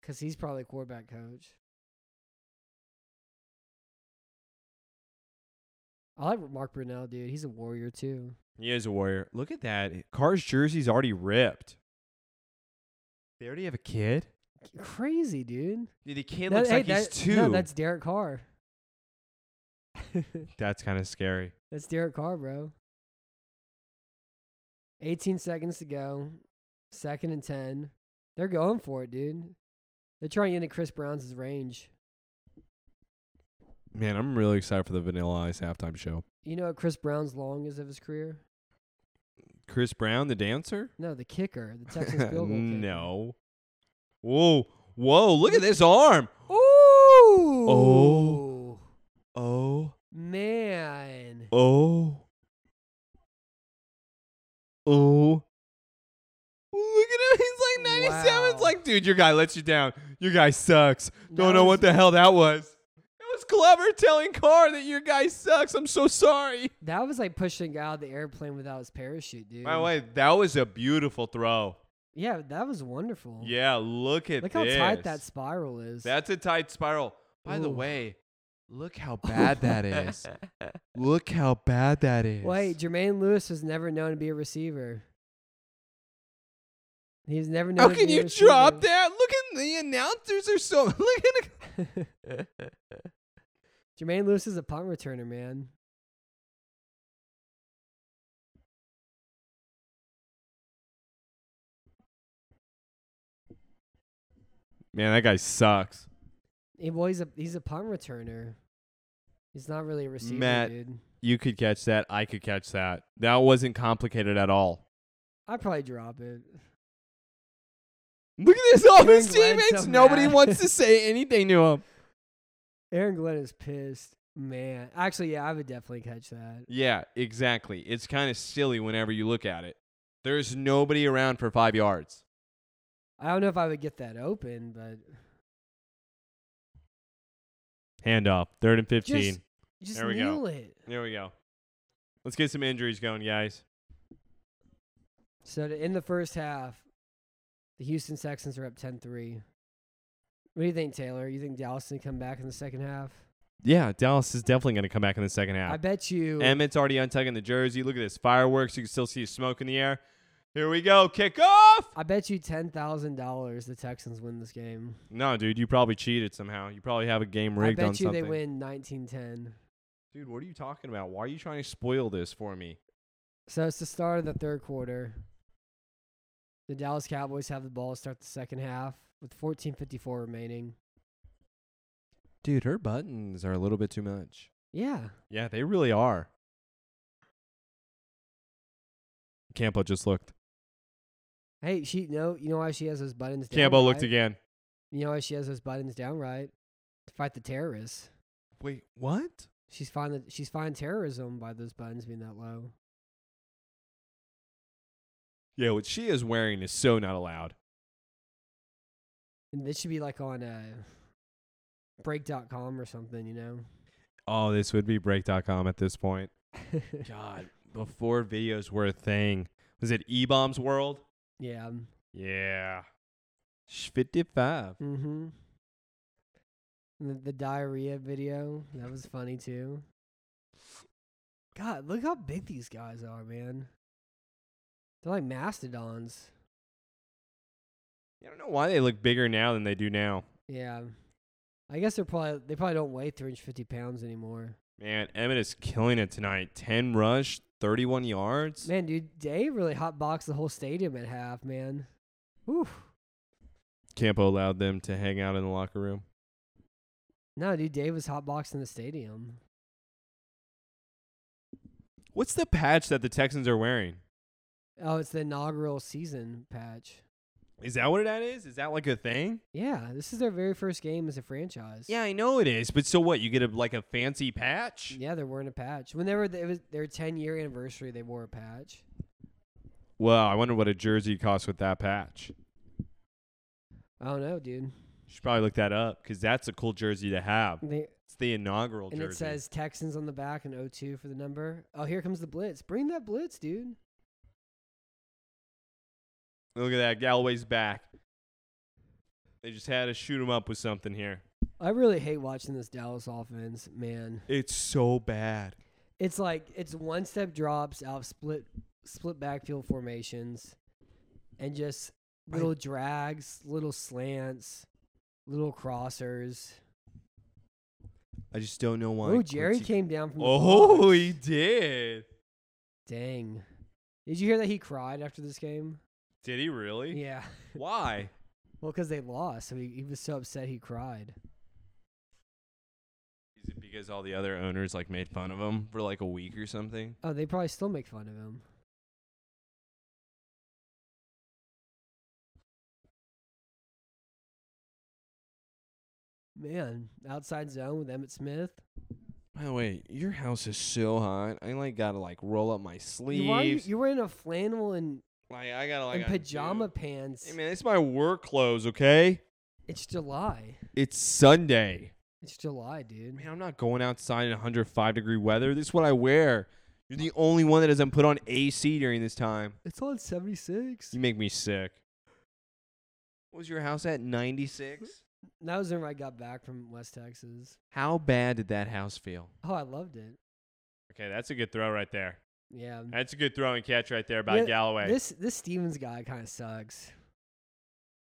Speaker 2: Because he's probably the quarterback coach. I like Mark Brunell, dude. He's a warrior too.
Speaker 3: He is a warrior. Look at that. Carr's jersey's already ripped. They already have a kid.
Speaker 2: Crazy, dude.
Speaker 3: Dude, the kid
Speaker 2: That-
Speaker 3: looks
Speaker 2: hey,
Speaker 3: like he's
Speaker 2: that-
Speaker 3: two.
Speaker 2: No, that's Derek Carr.
Speaker 3: that's kind of scary.
Speaker 2: That's Derek Carr, bro. 18 seconds to go. Second and 10. They're going for it, dude. They're trying to get into Chris Brown's range.
Speaker 3: Man, I'm really excited for the Vanilla Ice halftime show.
Speaker 2: You know what Chris Brown's long is of his career?
Speaker 3: Chris Brown, the dancer?
Speaker 2: No, the kicker, the Texas field goal kicker.
Speaker 3: no. Whoa, whoa, look at this arm.
Speaker 2: Ooh.
Speaker 3: Oh. Oh,
Speaker 2: Man.
Speaker 3: oh, oh. Look at him. He's like 97.
Speaker 2: Wow.
Speaker 3: It's like, dude, your guy lets you down. Your guy sucks. Don't
Speaker 2: That
Speaker 3: know
Speaker 2: was-
Speaker 3: what the hell that was. It was clever telling Carr that your guy sucks. I'm so sorry.
Speaker 2: That was like pushing out of the airplane without his parachute, dude.
Speaker 3: By the way, that was a beautiful throw.
Speaker 2: Yeah, that was wonderful.
Speaker 3: Yeah, look at
Speaker 2: Oh. Look how
Speaker 3: this.
Speaker 2: tight that spiral is.
Speaker 3: That's a tight spiral. By the
Speaker 2: Ooh.
Speaker 3: way, look how bad that is. Look how bad that is.
Speaker 2: Wait, Jermaine Lewis was never known to be a receiver. He was never known.
Speaker 3: how
Speaker 2: to
Speaker 3: can
Speaker 2: be
Speaker 3: you
Speaker 2: a
Speaker 3: drop
Speaker 2: receiver.
Speaker 3: that? Look at the announcers are so. Look at.
Speaker 2: Jermaine Lewis is a punt returner, man.
Speaker 3: Man, that guy sucks.
Speaker 2: He, well, he's a he's a punt returner. He's not really a receiver,
Speaker 3: Matt.
Speaker 2: dude.
Speaker 3: You could catch that. I could catch that. That wasn't complicated at all.
Speaker 2: I'd probably drop it.
Speaker 3: Look at this. All
Speaker 2: Aaron
Speaker 3: his
Speaker 2: Glenn's
Speaker 3: teammates.
Speaker 2: so
Speaker 3: Nobody
Speaker 2: mad.
Speaker 3: wants to say anything to him.
Speaker 2: Aaron Glenn is pissed, man. Actually, yeah, I would definitely catch that.
Speaker 3: Yeah, exactly. It's kind of silly whenever you look at it. There's nobody around for five yards.
Speaker 2: I don't know if I would get that open, but
Speaker 3: Handoff, third and 15.
Speaker 2: just just
Speaker 3: There we go.
Speaker 2: kneel it.
Speaker 3: there we go. Let's get some injuries going, guys.
Speaker 2: So to end the first half, the Houston Texans are up 10-3. What do you think, Taylor? You think Dallas can come back in the second half?
Speaker 3: Yeah, Dallas is definitely going to come back in the second
Speaker 2: I
Speaker 3: half.
Speaker 2: bet you.
Speaker 3: Emmett's already untucking the jersey. Look at this fireworks. You can still see smoke in the air. Here we go. Kick off.
Speaker 2: I bet you ten thousand dollars the Texans win this game.
Speaker 3: No, dude, you probably cheated somehow. You probably have a game rigged
Speaker 2: I bet
Speaker 3: on
Speaker 2: you
Speaker 3: something.
Speaker 2: they win nineteen ten.
Speaker 3: Dude, what are you talking about? Why are you trying to spoil this for me?
Speaker 2: So it's the start of the third quarter. The Dallas Cowboys have the ball to start the second half with 14:54 remaining.
Speaker 3: Dude, her buttons are a little bit too much.
Speaker 2: Yeah,
Speaker 3: Yeah, they really are. Campo just looked.
Speaker 2: Hey, she no. You know why she has those buttons? down
Speaker 3: Campo looked
Speaker 2: right?
Speaker 3: again.
Speaker 2: You know why she has those buttons down right? To fight the terrorists.
Speaker 3: Wait, what?
Speaker 2: She's fine. That she's fine terrorism by those buttons being that low.
Speaker 3: Yeah, what she is wearing is so not allowed.
Speaker 2: And this should be like on uh, Break.com or something. You know.
Speaker 3: Oh, this would be break.com at this point. God, before videos were a thing, was it E Bombs World?
Speaker 2: yeah. um,
Speaker 3: Yeah. 55.
Speaker 2: Mm-hmm. The, the diarrhea video that was funny too. God, look how big these guys are, man. They're like mastodons.
Speaker 3: I don't know why they look bigger now than they do now.
Speaker 2: Yeah, I guess they're probably they probably don't weigh three hundred fifty pounds anymore.
Speaker 3: Man, Emmett is killing it tonight. 10 rush, 31 yards.
Speaker 2: Man, dude, Dave really hot boxed the whole stadium at half, man. Whew.
Speaker 3: Campo allowed them to hang out in the locker room.
Speaker 2: No, dude, Dave was hot boxing the stadium.
Speaker 3: What's the patch that the Texans are wearing?
Speaker 2: Oh, it's the inaugural season patch.
Speaker 3: Is that what that is? Is that like a thing?
Speaker 2: Yeah, this is their very first game as a franchise.
Speaker 3: Yeah, I know it is. But so what? You get a like a fancy patch?
Speaker 2: Yeah, they're wearing a patch. When they were it was their ten year anniversary, they wore a patch.
Speaker 3: Well, I wonder what a jersey costs with that patch.
Speaker 2: I don't know, dude.
Speaker 3: Should probably look that up because that's a cool jersey to have.
Speaker 2: They,
Speaker 3: It's the inaugural
Speaker 2: and
Speaker 3: jersey.
Speaker 2: it says Texans on the back and 02 for the number. Oh, here comes the blitz. Bring that blitz, dude.
Speaker 3: look at that Galway's back. They just had to shoot him up with something here.
Speaker 2: I really hate watching this Dallas offense, man.
Speaker 3: It's so bad.
Speaker 2: It's like it's one step drops out of split split backfield formations and just
Speaker 3: I-
Speaker 2: little drags, little slants, little crossers.
Speaker 3: I just don't know why.
Speaker 2: Oh, Jerry came down from the
Speaker 3: Oh,
Speaker 2: box.
Speaker 3: he did.
Speaker 2: Dang. Did you hear that he cried after this game?
Speaker 3: Did he really?
Speaker 2: Yeah.
Speaker 3: Why?
Speaker 2: Well, because they lost, so he, he was so upset he cried.
Speaker 3: Is it because all the other owners like made fun of him for like a week or something?
Speaker 2: Oh, they probably still make fun of him. Man, outside zone with Emmett Smith.
Speaker 3: By the way, your house is so hot. I like gotta like roll up my
Speaker 2: You, why are you,
Speaker 3: sleeves.
Speaker 2: you were in a flannel and,
Speaker 3: like I gotta like
Speaker 2: and
Speaker 3: undo-
Speaker 2: pajama pants.
Speaker 3: Hey man, it's my work clothes, okay?
Speaker 2: It's July.
Speaker 3: It's Sunday.
Speaker 2: It's July, dude.
Speaker 3: Man, I'm not going outside in 105 degree weather. This is what I wear. You're the only one that doesn't put on AC during this time.
Speaker 2: It's on 76.
Speaker 3: You make me sick. What was your house at? 96?
Speaker 2: That was when I got back from West Texas.
Speaker 3: How bad did that house feel?
Speaker 2: Oh, I loved it.
Speaker 3: Okay, that's a good throw right there.
Speaker 2: Yeah.
Speaker 3: That's a good throw and catch right there
Speaker 2: Yeah, This this Stevens guy kind of sucks.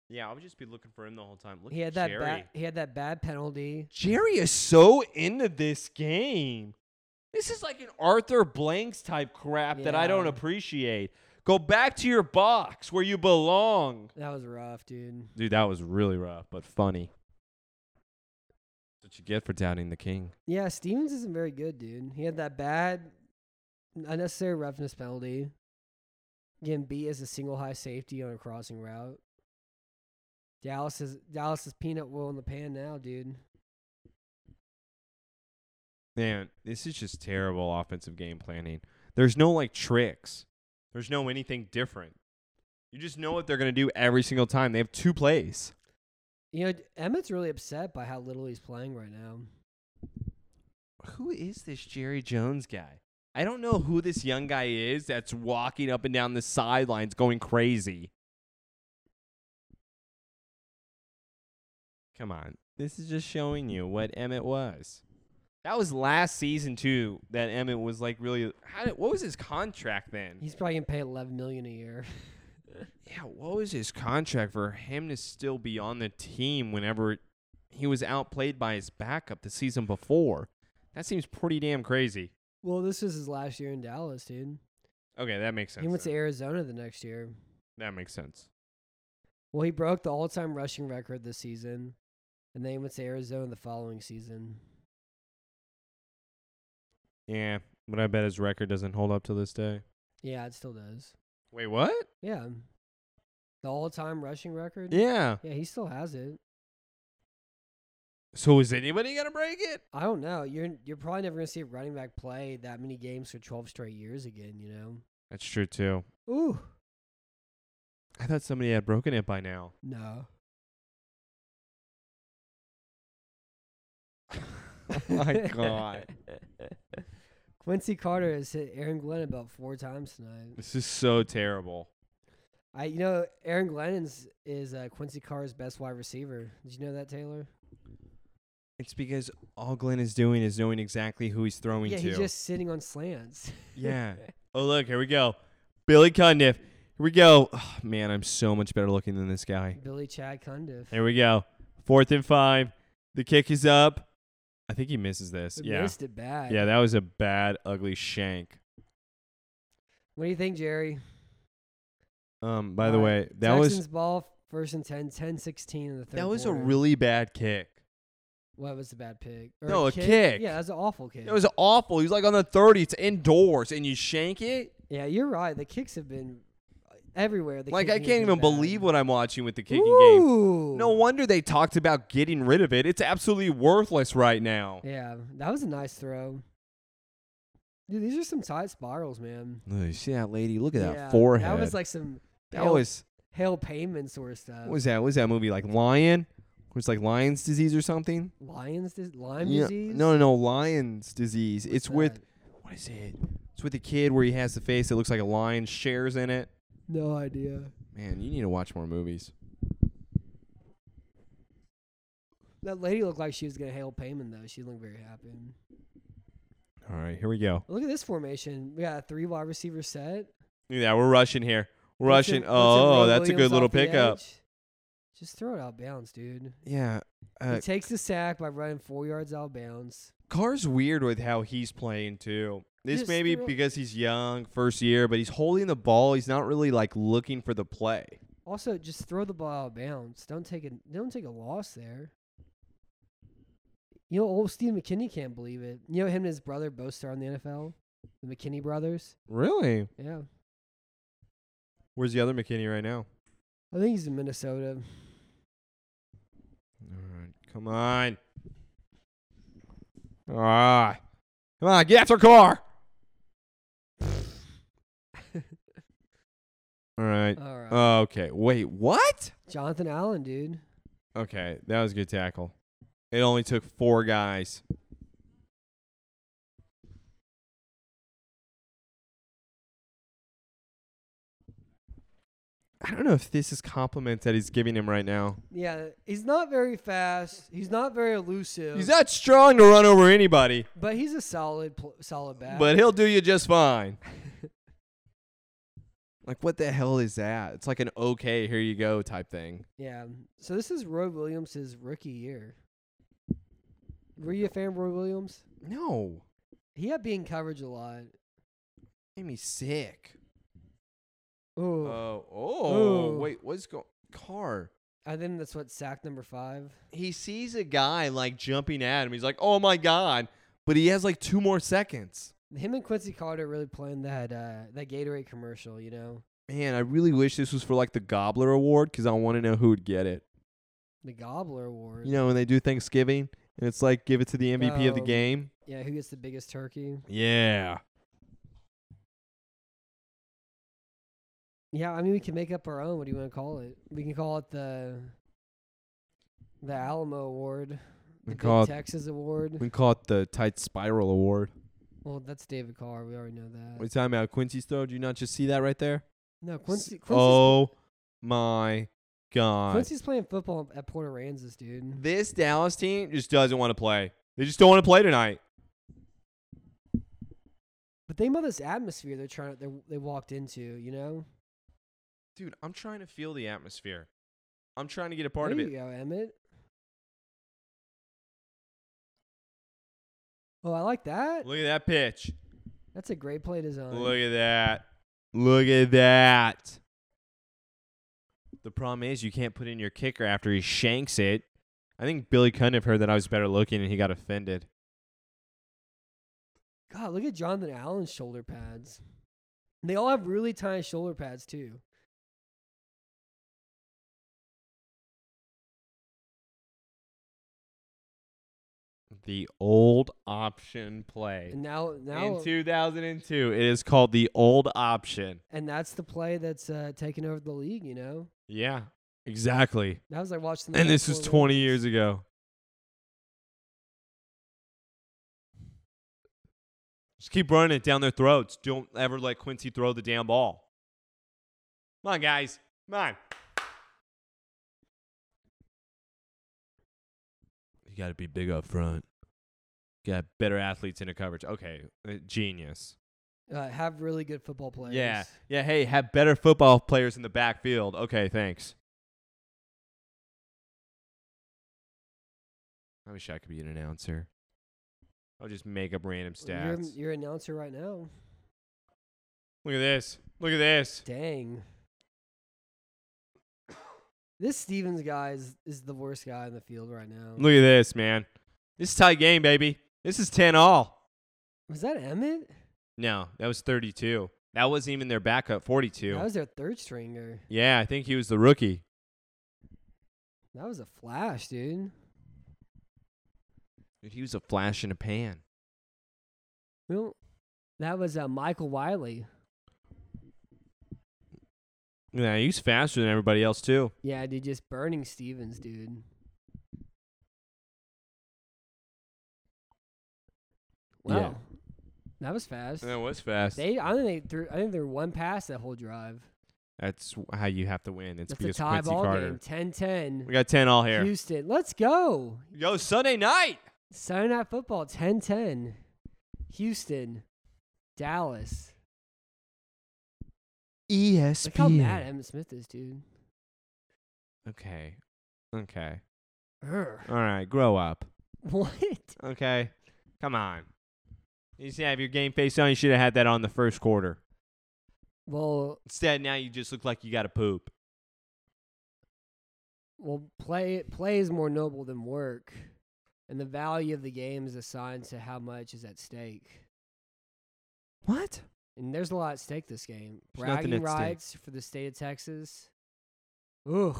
Speaker 3: yeah, I would just be looking for him the whole time. Look
Speaker 2: He had
Speaker 3: at
Speaker 2: that
Speaker 3: Jerry.
Speaker 2: bad he had that bad penalty.
Speaker 3: Jerry is so into this game. This is like an Arthur Blanks type crap that I don't
Speaker 2: Yeah.
Speaker 3: appreciate. Go back to your box where you belong.
Speaker 2: That was rough, dude.
Speaker 3: Dude, that was really rough, but funny. What you get for doubting the king?
Speaker 2: Yeah, Stevens isn't very good, dude. He had that bad unnecessary roughness penalty. Getting beat as a single high safety on a crossing route. Dallas is Dallas is peanut oil in the pan now, dude.
Speaker 3: Man, this is just terrible offensive game planning. There's no like tricks. There's no anything different. You just know what they're gonna do every single time. They have two plays.
Speaker 2: You know, Emmett's really upset by how little he's playing right now.
Speaker 3: Who is this Jerry Jones guy? I don't know who this young guy is that's walking up and down the sidelines going crazy. Come on. This is just showing you what Emmett was. That was last season too that Emmett was like really how did, what was his contract then?
Speaker 2: He's probably gonna pay eleven million a year.
Speaker 3: Yeah, what was his contract for him to still be on the team whenever he was outplayed by his backup the season before? That seems pretty damn crazy.
Speaker 2: well, this was his last year in Dallas, dude.
Speaker 3: Okay, that makes sense.
Speaker 2: He went to
Speaker 3: then.
Speaker 2: Arizona the next year.
Speaker 3: that makes sense.
Speaker 2: Well, he broke the all-time rushing record this season, and then he went to Arizona the following season.
Speaker 3: Yeah, but I bet his record doesn't hold up to this day.
Speaker 2: Yeah, it still does.
Speaker 3: Wait, what?
Speaker 2: Yeah, the all-time rushing record.
Speaker 3: Yeah.
Speaker 2: yeah, he still has it.
Speaker 3: So is anybody gonna break it?
Speaker 2: I don't know. You're you're probably never gonna see a running back play that many games for 12 straight years again. You know.
Speaker 3: That's true too.
Speaker 2: Ooh.
Speaker 3: I thought somebody had broken it by now.
Speaker 2: No.
Speaker 3: oh my god.
Speaker 2: Quincy Carter has hit Aaron Glenn about four times tonight.
Speaker 3: This is so terrible.
Speaker 2: I you know Aaron Glenn's is uh, Quincy Carter's best wide receiver. Did you know that Taylor?
Speaker 3: It's because all Glenn is doing is knowing exactly who he's throwing
Speaker 2: yeah,
Speaker 3: to.
Speaker 2: he's just sitting on slants.
Speaker 3: Yeah. Oh look, here we go. Billy Cundiff. Here we go. Oh, man, I'm so much better looking than this guy.
Speaker 2: Billy Chad Cundiff.
Speaker 3: There we go. Fourth and five. The kick is up. I think he misses this.
Speaker 2: We
Speaker 3: yeah.
Speaker 2: Missed it bad.
Speaker 3: Yeah, that was a bad, ugly shank.
Speaker 2: What do you think, Jerry?
Speaker 3: Um, by the
Speaker 2: Uh,
Speaker 3: way, that
Speaker 2: Texans
Speaker 3: was
Speaker 2: ball first and 10, 10 16 in the third.
Speaker 3: that was a
Speaker 2: quarter.
Speaker 3: really bad kick.
Speaker 2: What was the bad pick? Or
Speaker 3: No, a kick.
Speaker 2: Yeah, that was an awful kick.
Speaker 3: That was awful. He was like on the thirty. It's indoors, and you shank it.
Speaker 2: yeah, you're right. The kicks have been everywhere. The
Speaker 3: Like I
Speaker 2: kicking has
Speaker 3: can't
Speaker 2: been
Speaker 3: even
Speaker 2: bad.
Speaker 3: believe what I'm watching with the kicking game.
Speaker 2: Ooh.
Speaker 3: No wonder they talked about getting rid of it. It's absolutely worthless right now.
Speaker 2: Yeah, that was a nice throw. Dude, these are some tight spirals, man.
Speaker 3: Look, you see that lady? Look at
Speaker 2: Yeah,
Speaker 3: that forehead.
Speaker 2: That was like some
Speaker 3: that
Speaker 2: hell-
Speaker 3: was
Speaker 2: hail payment sort of stuff.
Speaker 3: what was that? What was that movie like Lion? It was like Lion's disease or something?
Speaker 2: Lions dis- Lyme
Speaker 3: Yeah.
Speaker 2: disease?
Speaker 3: No, no, no, Lion's disease.
Speaker 2: What's
Speaker 3: it's with
Speaker 2: that?
Speaker 3: what is it? It's with the kid where he has the face that looks like a lion, shares in it.
Speaker 2: no idea.
Speaker 3: Man, you need to watch more movies.
Speaker 2: That lady looked like she was gonna hail payment though. She didn't look very happy.
Speaker 3: All right, here we go.
Speaker 2: Look at this formation. We got a three wide receiver set.
Speaker 3: Look at that. We're rushing here. We're
Speaker 2: Let's
Speaker 3: rushing.
Speaker 2: hit- let's hit
Speaker 3: Oh,
Speaker 2: Roy
Speaker 3: that's a
Speaker 2: Williams
Speaker 3: good little
Speaker 2: off the
Speaker 3: pickup.
Speaker 2: edge. Just throw it out of bounds, dude.
Speaker 3: Yeah.
Speaker 2: he
Speaker 3: Uh,
Speaker 2: takes the sack by running four yards out of bounds.
Speaker 3: Carr's weird with how he's playing too. This
Speaker 2: Just
Speaker 3: may be
Speaker 2: throw-
Speaker 3: because he's young, first year, but he's holding the ball. He's not really like looking for the play.
Speaker 2: Also, just throw the ball out of bounds. Don't take a don't take a loss there. You know, old Steve McKinney can't believe it. You know him and his brother both star in the NFL, the McKinney brothers.
Speaker 3: Really?
Speaker 2: Yeah,
Speaker 3: Where's the other McKinney right now?
Speaker 2: I think he's in Minnesota.
Speaker 3: All right, come on. Ah, come on, get after Carr. All right.
Speaker 2: All right,
Speaker 3: Oh, okay. Wait, what?
Speaker 2: Jonathan Allen, dude.
Speaker 3: Okay, that was a good tackle. It only took four guys. I don't know if this is compliments that he's giving him right now.
Speaker 2: Yeah, he's not very fast. He's not very elusive.
Speaker 3: He's not strong to run over anybody,
Speaker 2: but he's a solid, pl- solid back.
Speaker 3: but he'll do you just fine. like, what the hell is that? It's like an okay, here you go type thing.
Speaker 2: yeah. So this is Roy Williams' rookie year. Were you a fan of Roy Williams?
Speaker 3: No,
Speaker 2: He had being coverage a lot.
Speaker 3: made me sick.
Speaker 2: Ooh.
Speaker 3: Oh, oh,
Speaker 2: Ooh.
Speaker 3: wait, what's going? Car.
Speaker 2: I think that's what sack number five.
Speaker 3: He sees a guy like jumping at him. He's like, "Oh my god!" But he has like two more seconds.
Speaker 2: Him and Quincy Carter really playing that uh, that Gatorade commercial, you know,
Speaker 3: Man, I really wish this was for like the Gobbler Award because I want to know who would get it.
Speaker 2: the Gobbler Award.
Speaker 3: You know, when they do Thanksgiving and it's like give it to the MVP of the
Speaker 2: Oh.
Speaker 3: game.
Speaker 2: Yeah, who gets the biggest turkey?
Speaker 3: Yeah.
Speaker 2: Yeah, I mean we can make up our own. What do you want to call it? We can call it the the Alamo Award, the
Speaker 3: We
Speaker 2: Big
Speaker 3: call it-
Speaker 2: Texas Award.
Speaker 3: We call it the Tight Spiral Award.
Speaker 2: Well, that's David Carr. We already know that.
Speaker 3: What are you talking about? Quincy's throw? Do you not just see that right there?
Speaker 2: no, Quincy.
Speaker 3: S-
Speaker 2: Quincy's,
Speaker 3: oh my god.
Speaker 2: Quincy's playing football at Port Aransas, dude.
Speaker 3: This Dallas team just doesn't want to play. They just don't want to play tonight.
Speaker 2: But they know this atmosphere they're trying. They they walked into, you know.
Speaker 3: dude, I'm trying to feel the atmosphere. I'm trying to get
Speaker 2: There
Speaker 3: a part of
Speaker 2: you
Speaker 3: it.
Speaker 2: go, Emmett. Oh, I like that.
Speaker 3: Look at that pitch.
Speaker 2: That's a great play design.
Speaker 3: Look at that. Look at that. The problem is you can't put in your kicker after he shanks it. I think Billy Cundiff heard that I was better looking and he got offended.
Speaker 2: God, look at Jonathan Allen's shoulder pads. They all have really tiny shoulder pads too.
Speaker 3: The old option play.
Speaker 2: And now, now,
Speaker 3: In 2002, it is called the old option.
Speaker 2: and that's the play that's uh, taking over the league. You know,
Speaker 3: Yeah, exactly.
Speaker 2: that was like watching. the
Speaker 3: And
Speaker 2: Final
Speaker 3: this was
Speaker 2: Four
Speaker 3: 20
Speaker 2: Olympics.
Speaker 3: years ago. Just keep running it down their throats. Don't ever let Quincy throw the damn ball. Come on, guys. Come on. You got to be big up front. Got better athletes in your coverage. Okay, uh, genius.
Speaker 2: Uh, have really good football players.
Speaker 3: Yeah, yeah. Hey, have better football players in the backfield. Okay, thanks. I wish I could be an announcer. I'll just make up random
Speaker 2: You're,
Speaker 3: stats.
Speaker 2: you're an announcer right now.
Speaker 3: Look at this. Look at this.
Speaker 2: Dang. This Stevens guy is, is the worst guy in the field right now.
Speaker 3: Look at this, man. This is tie game, baby. This is ten all.
Speaker 2: Was that Emmett?
Speaker 3: No, that was thirty-two. That wasn't even their backup, forty-two.
Speaker 2: That was their third stringer.
Speaker 3: yeah, I think he was the rookie.
Speaker 2: That was a flash, dude.
Speaker 3: Dude, he was a flash in a pan.
Speaker 2: We don't- that was uh, Michael Wiley.
Speaker 3: Yeah, he was faster than everybody else too.
Speaker 2: Yeah, dude, just burning Stevens, dude. Wow,
Speaker 3: Yeah.
Speaker 2: that was fast.
Speaker 3: That was fast.
Speaker 2: They, I think they threw. I think they were one pass that whole drive.
Speaker 3: That's how you have to win. It's
Speaker 2: That's a
Speaker 3: because
Speaker 2: tie
Speaker 3: Quincy
Speaker 2: ball
Speaker 3: Carter.
Speaker 2: game, 10-10.
Speaker 3: We got 10 all here.
Speaker 2: Houston, let's go.
Speaker 3: Yo, Sunday night.
Speaker 2: Sunday Night Football, 10 10. Houston, Dallas.
Speaker 3: ESPN.
Speaker 2: Look how mad Evan Smith is, dude.
Speaker 3: Okay. Okay.
Speaker 2: Urgh.
Speaker 3: All right. Grow up.
Speaker 2: What?
Speaker 3: Okay. Come on. You should have your game face on. You should have had that on the first quarter.
Speaker 2: Well,
Speaker 3: Instead, now you just look like you got to poop.
Speaker 2: well, play play is more noble than work, and the value of the game is assigned to how much is at stake.
Speaker 3: What?
Speaker 2: And there's a lot at stake this game.
Speaker 3: There's nothing
Speaker 2: Bragging
Speaker 3: at stake.
Speaker 2: rights for the state of Texas. Ugh.